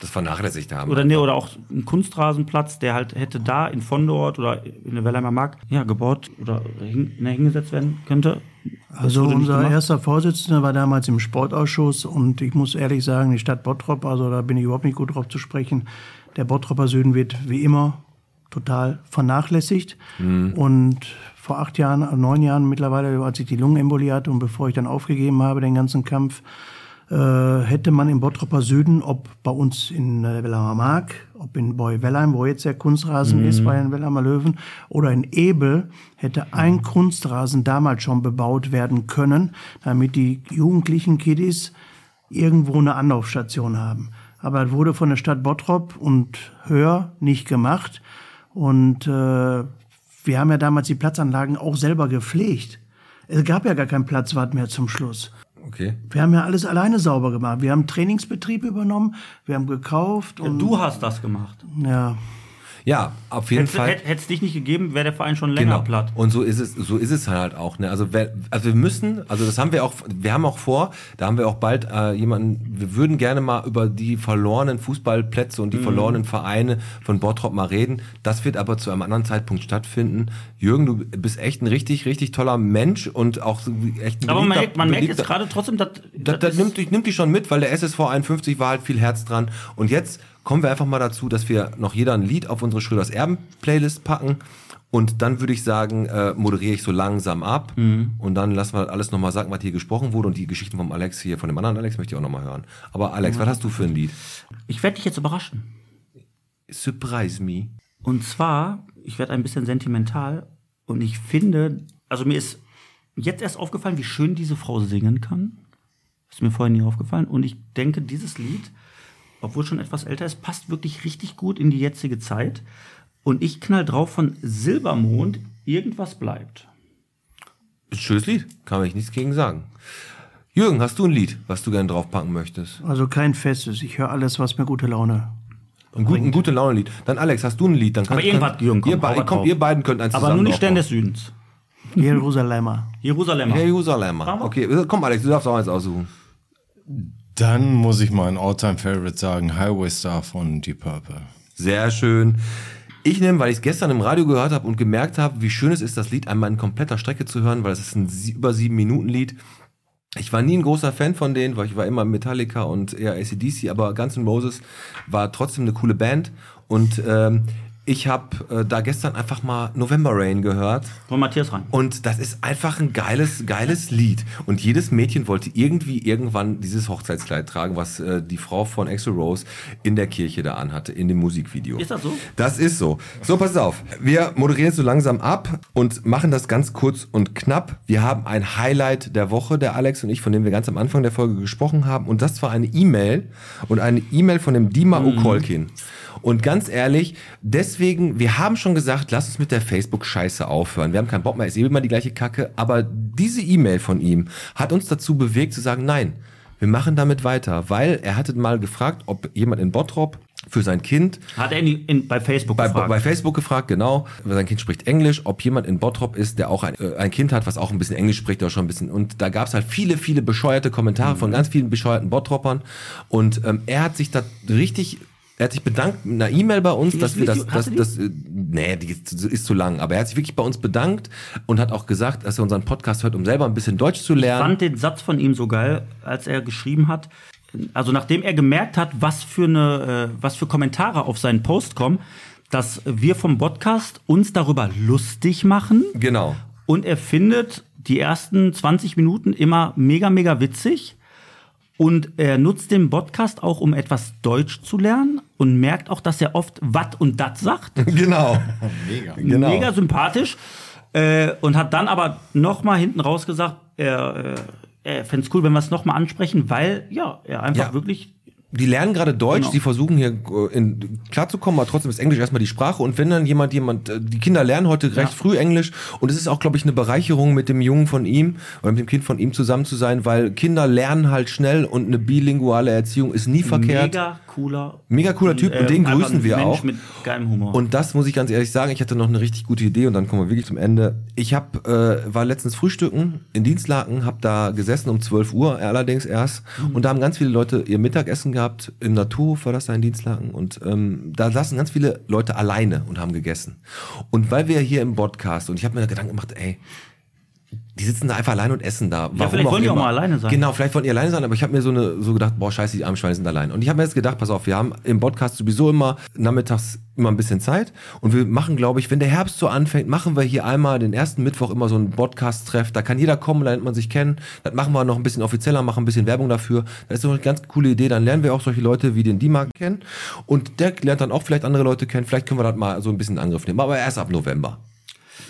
Speaker 4: Das vernachlässigt haben.
Speaker 3: oder nee, oder auch ein Kunstrasenplatz, der halt hätte da in Vondeort oder in der Wellheimer Mark ja, gebaut oder hin, ne, hingesetzt werden könnte? Das
Speaker 5: Also
Speaker 3: wurde nicht
Speaker 5: unser
Speaker 3: gemacht.
Speaker 5: erster Vorsitzender war damals im Sportausschuss und ich muss ehrlich sagen, die Stadt Bottrop, also da bin ich überhaupt nicht gut drauf zu sprechen, der Bottroper Süden wird wie immer total vernachlässigt.
Speaker 3: Mhm.
Speaker 5: Und vor acht Jahren, äh, neun Jahren mittlerweile, als ich die Lungenembolie hatte und bevor ich dann aufgegeben habe, den ganzen Kampf, äh, hätte man im Bottroper Süden, ob bei uns in äh, Wellheimer Mark, ob in Boy Wellheim, wo jetzt der Kunstrasen ist, bei den Wellheimer Löwen, oder in Ebel, hätte ein Kunstrasen damals schon bebaut werden können, damit die jugendlichen Kiddies irgendwo eine Anlaufstation haben. Aber es wurde von der Stadt Bottrop und Höher nicht gemacht. Und äh, wir haben ja damals die Platzanlagen auch selber gepflegt. Es gab ja gar keinen Platzwart mehr zum Schluss.
Speaker 4: Okay.
Speaker 5: Wir haben ja alles alleine sauber gemacht. Wir haben Trainingsbetrieb übernommen, wir haben gekauft und
Speaker 3: Du hast das gemacht.
Speaker 5: ja,
Speaker 4: Ja, auf jeden
Speaker 3: Hätte
Speaker 4: Fall. Genau.
Speaker 3: es dich nicht gegeben, wäre der Verein schon länger platt.
Speaker 4: Und so ist es, so ist es halt auch. Ne? Also, wer, also wir müssen, also das haben wir auch, wir haben auch vor, da haben wir auch bald äh, jemanden, wir würden gerne mal über die verlorenen Fußballplätze und die
Speaker 3: Mhm.
Speaker 4: verlorenen Vereine von Bottrop mal reden. Das wird aber zu einem anderen Zeitpunkt stattfinden. Jürgen, du bist echt ein richtig, richtig toller Mensch und auch so echt ein
Speaker 3: Aber man
Speaker 4: beliebter-
Speaker 3: merkt, man merkt
Speaker 4: beliebter-
Speaker 3: jetzt gerade trotzdem, dass
Speaker 4: das, das nimmt, dich- nimmt die schon mit, weil der SSV 51 war halt viel Herz dran. Und jetzt kommen wir einfach mal dazu, dass wir noch jeder ein Lied auf unsere Schröders Erben-Playlist packen Und dann würde ich sagen, äh, moderiere ich so langsam ab
Speaker 3: Mhm.
Speaker 4: und dann lassen wir alles nochmal sagen, was hier gesprochen wurde und die Geschichten vom Alex hier, von dem anderen Alex möchte ich auch nochmal hören. Aber Alex, was hast du für ein Lied?
Speaker 3: Ich werde dich jetzt überraschen.
Speaker 4: Surprise me.
Speaker 3: Und zwar, ich werde ein bisschen sentimental und ich finde, also mir ist jetzt erst aufgefallen, wie schön diese Frau singen kann. Ist mir vorher nie aufgefallen. Und ich denke, dieses Lied, obwohl schon etwas älter ist, passt wirklich richtig gut in die jetzige Zeit. Und ich knall drauf von Silbermond, irgendwas bleibt.
Speaker 4: Ist ein schönes Lied, kann ich nichts gegen sagen. Jürgen, hast du ein Lied, was du gerne draufpacken möchtest?
Speaker 5: Also kein festes. Ich höre alles, was mir gute Laune.
Speaker 4: Ein, gut, ein gute Laune-Lied. Dann Alex, hast du ein Lied? Dann
Speaker 3: Aber
Speaker 4: kannst-
Speaker 3: irgendwas, Jürgen, komm,
Speaker 4: ihr,
Speaker 3: hau
Speaker 4: be
Speaker 3: was
Speaker 4: kommt,
Speaker 3: drauf.
Speaker 4: ihr beiden könnt eins
Speaker 3: Aber
Speaker 4: zusammen
Speaker 3: nur die Sterne
Speaker 4: draufpacken.
Speaker 3: des Südens.
Speaker 5: Jerusalemer.
Speaker 3: Jerusalem.
Speaker 4: Jerusalemer. Okay, äh, komm Alex, du darfst auch eins aussuchen.
Speaker 9: Dann muss ich mal ein All-Time-Favorite sagen, Highway Star von Deep Purple.
Speaker 4: Sehr schön. Ich nehme, weil ich es gestern im Radio gehört habe und gemerkt habe, wie schön es ist, das Lied einmal in kompletter Strecke zu hören, weil es ist ein sie- über sieben Minuten Lied. Ich war nie ein großer Fan von denen, weil ich war immer Metallica und eher ACDC, aber Guns N' Roses war trotzdem eine coole Band. Und ähm, ich habe äh, da gestern einfach mal November Rain gehört
Speaker 3: Von Matthias rein.
Speaker 4: und das ist einfach ein geiles, geiles Lied. Und jedes Mädchen wollte irgendwie irgendwann dieses Hochzeitskleid tragen, was äh, die Frau von Axel Rose in der Kirche da anhatte, in dem Musikvideo.
Speaker 3: Ist das so?
Speaker 4: Das ist so. So, pass auf. Wir moderieren so langsam ab und machen das ganz kurz und knapp. Wir haben ein Highlight der Woche, der Alex und ich, von dem wir ganz am Anfang der Folge gesprochen haben. Und das war eine E-Mail und eine E-Mail von dem Dima Okolkin. Und ganz ehrlich, deswegen, wir haben schon gesagt, lass uns mit der Facebook-Scheiße aufhören. Wir haben keinen Bock mehr, ist eh immer die gleiche Kacke. Aber diese E-Mail von ihm hat uns dazu bewegt zu sagen, nein, wir machen damit weiter. Weil er hatte mal gefragt, ob jemand in Bottrop für sein Kind
Speaker 3: Hat er in, die- in, bei Facebook
Speaker 4: bei,
Speaker 3: gefragt.
Speaker 4: bei Facebook gefragt, genau. Sein Kind spricht Englisch, ob jemand in Bottrop ist, der auch ein, äh, ein Kind hat, was auch ein bisschen Englisch spricht oder schon ein bisschen. Und da gab es halt viele, viele bescheuerte Kommentare
Speaker 3: Mhm.
Speaker 4: von ganz vielen bescheuerten Bottroppern. Und ähm, er hat sich da richtig. Er hat sich bedankt mit einer E-Mail bei uns,
Speaker 3: Die
Speaker 4: dass
Speaker 3: ist
Speaker 4: wir das,
Speaker 3: nicht-
Speaker 4: das,
Speaker 3: hast du die?
Speaker 4: das, äh, nee, die ist, zu- ist zu lang, aber er hat sich wirklich bei uns bedankt und hat auch gesagt, dass er unseren Podcast hört, um selber ein bisschen Deutsch zu
Speaker 3: Ich
Speaker 4: lernen.
Speaker 3: fand den Satz von ihm so geil, als er geschrieben hat. Also nachdem er gemerkt hat, was für eine, äh, was für Kommentare auf seinen Post kommen, dass wir vom Podcast uns darüber lustig machen
Speaker 4: Genau. [laughs]
Speaker 3: und er findet die ersten 20 Minuten immer mega mega witzig und er nutzt den Podcast auch, um etwas Deutsch zu lernen und merkt auch, dass er oft wat und dat sagt.
Speaker 4: Genau. Mega. Genau.
Speaker 3: mega sympathisch äh, und hat dann aber nochmal hinten raus gesagt, er, äh, er fände es cool, wenn wir es nochmal ansprechen, weil ja, er einfach
Speaker 4: Ja.
Speaker 3: wirklich
Speaker 4: die lernen gerade Deutsch,
Speaker 3: Genau.
Speaker 4: die versuchen hier äh, in, klarzukommen, aber trotzdem ist Englisch erstmal die Sprache. Und wenn dann jemand, jemand, äh, die Kinder lernen heute recht früh Englisch und es ist auch, glaube ich, eine Bereicherung mit dem Jungen von ihm oder mit dem Kind von ihm zusammen zu sein, weil Kinder lernen halt schnell und eine bilinguale Erziehung ist nie verkehrt.
Speaker 3: mega cooler.
Speaker 4: Mega cooler Typ und den
Speaker 3: einfach
Speaker 4: grüßen
Speaker 3: ein
Speaker 4: wir
Speaker 3: Mensch
Speaker 4: auch.
Speaker 3: mit geilem Humor.
Speaker 4: Und das muss ich ganz ehrlich sagen, ich hatte noch eine richtig gute Idee und dann kommen wir wirklich zum Ende. Ich hab, äh, war letztens frühstücken in Dienstlaken, hab da gesessen um 12 Uhr allerdings erst und da haben ganz viele Leute ihr Mittagessen gehabt. Im Naturhof war das da in Dienstlaken und ähm, da saßen ganz viele Leute alleine und haben gegessen. Und weil wir hier im Podcast und ich habe mir da Gedanken gemacht, ey, die sitzen da einfach allein und essen da. Warum
Speaker 3: vielleicht wollen die auch
Speaker 4: immer.
Speaker 3: mal alleine sein.
Speaker 4: Genau, vielleicht wollen die alleine sein, aber ich habe mir so, eine, so gedacht, boah, scheiße, die armen Schweine sind allein. Und ich habe mir jetzt gedacht, pass auf, wir haben im Podcast sowieso immer nachmittags immer ein bisschen Zeit. Und wir machen, glaube ich, wenn der Herbst so anfängt, machen wir hier einmal den ersten Mittwoch immer so einen Podcast-Treff. Da kann jeder kommen, da lernt man sich kennen. Das machen wir noch ein bisschen offizieller, machen ein bisschen Werbung dafür. Das ist doch eine ganz coole Idee. Dann lernen wir auch solche Leute wie den Dima kennen. Und der lernt dann auch vielleicht andere Leute kennen. Vielleicht können wir das mal so ein bisschen in Angriff nehmen. Aber erst ab November.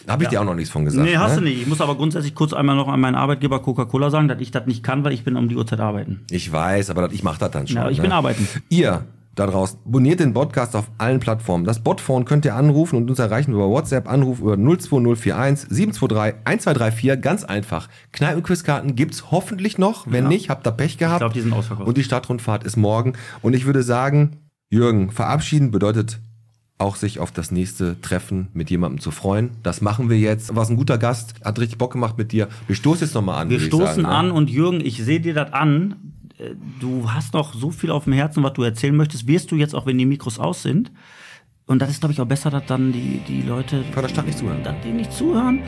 Speaker 4: Da habe ich dir auch noch nichts von gesagt.
Speaker 3: nee, hast
Speaker 4: ne?
Speaker 3: du nicht. Ich muss aber grundsätzlich kurz einmal noch an meinen Arbeitgeber Coca-Cola sagen, dass ich das nicht kann, weil ich bin um die Uhrzeit arbeiten.
Speaker 4: Ich weiß, aber das- ich mache das dann schon. ne?
Speaker 3: Ja, ich bin arbeiten.
Speaker 4: Ihr da draußen, abonniert den Podcast auf allen Plattformen. Das Botphone könnt ihr anrufen und uns erreichen über WhatsApp, Anruf über 02041 723 1234. Ganz einfach. Kneipenquizkarten gibt's hoffentlich noch. Wenn nicht, habt ihr Pech gehabt.
Speaker 3: glaub, die sind ausverkauft.
Speaker 4: Und die Stadtrundfahrt ist morgen. Und ich würde sagen, Jürgen, verabschieden bedeutet auch sich auf das nächste Treffen mit jemandem zu freuen. Das machen wir jetzt. Warst ein guter Gast, hat richtig Bock gemacht mit dir. Wir stoßen jetzt nochmal an.
Speaker 3: Wir
Speaker 4: würde ich sagen,
Speaker 3: stoßen
Speaker 4: ne?
Speaker 3: an und Jürgen, ich sehe dir das an. Äh, Du hast noch so viel auf dem Herzen, was du erzählen möchtest. Wirst du jetzt auch, wenn die Mikros aus sind. Und das ist, glaube ich, auch besser, dass dann die, die Leute
Speaker 4: Kann der Stadt nicht zuhören.
Speaker 5: Hm.
Speaker 3: dass die nicht zuhören.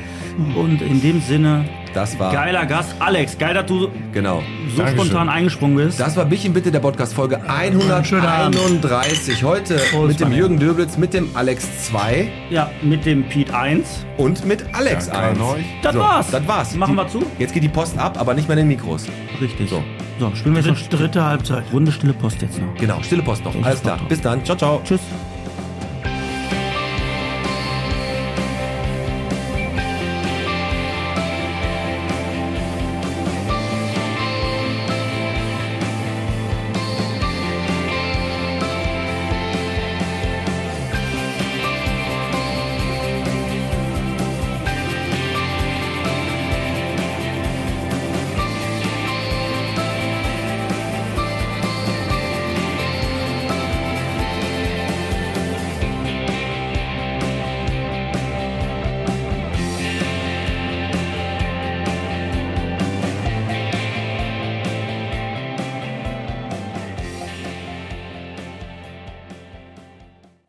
Speaker 3: Und in dem Sinne,
Speaker 4: Das war.
Speaker 3: Geiler Gast, Alex. Geil, dass du so
Speaker 4: Genau.
Speaker 9: Dankeschön.
Speaker 3: spontan eingesprungen bist.
Speaker 4: Das war Bichin Bitte, der Podcast Folge 131. Heute mit dem Jürgen Döblitz, mit dem Alex 2
Speaker 3: ja, mit dem Pete 1.
Speaker 4: und mit Alex
Speaker 9: Danke an
Speaker 4: 1.
Speaker 9: euch.
Speaker 3: Das war's.
Speaker 4: Das war's.
Speaker 3: Machen
Speaker 4: Die-
Speaker 3: wir zu?
Speaker 4: Jetzt geht die Post ab, aber nicht mehr in den Mikros.
Speaker 3: Richtig.
Speaker 4: So.
Speaker 3: So, spielen wir jetzt noch
Speaker 5: Dritte Halbzeit.
Speaker 3: Runde stille Post jetzt noch.
Speaker 4: Genau, stille Post noch. Alles klar. Bis dann. Ciao, ciao.
Speaker 3: Tschüss.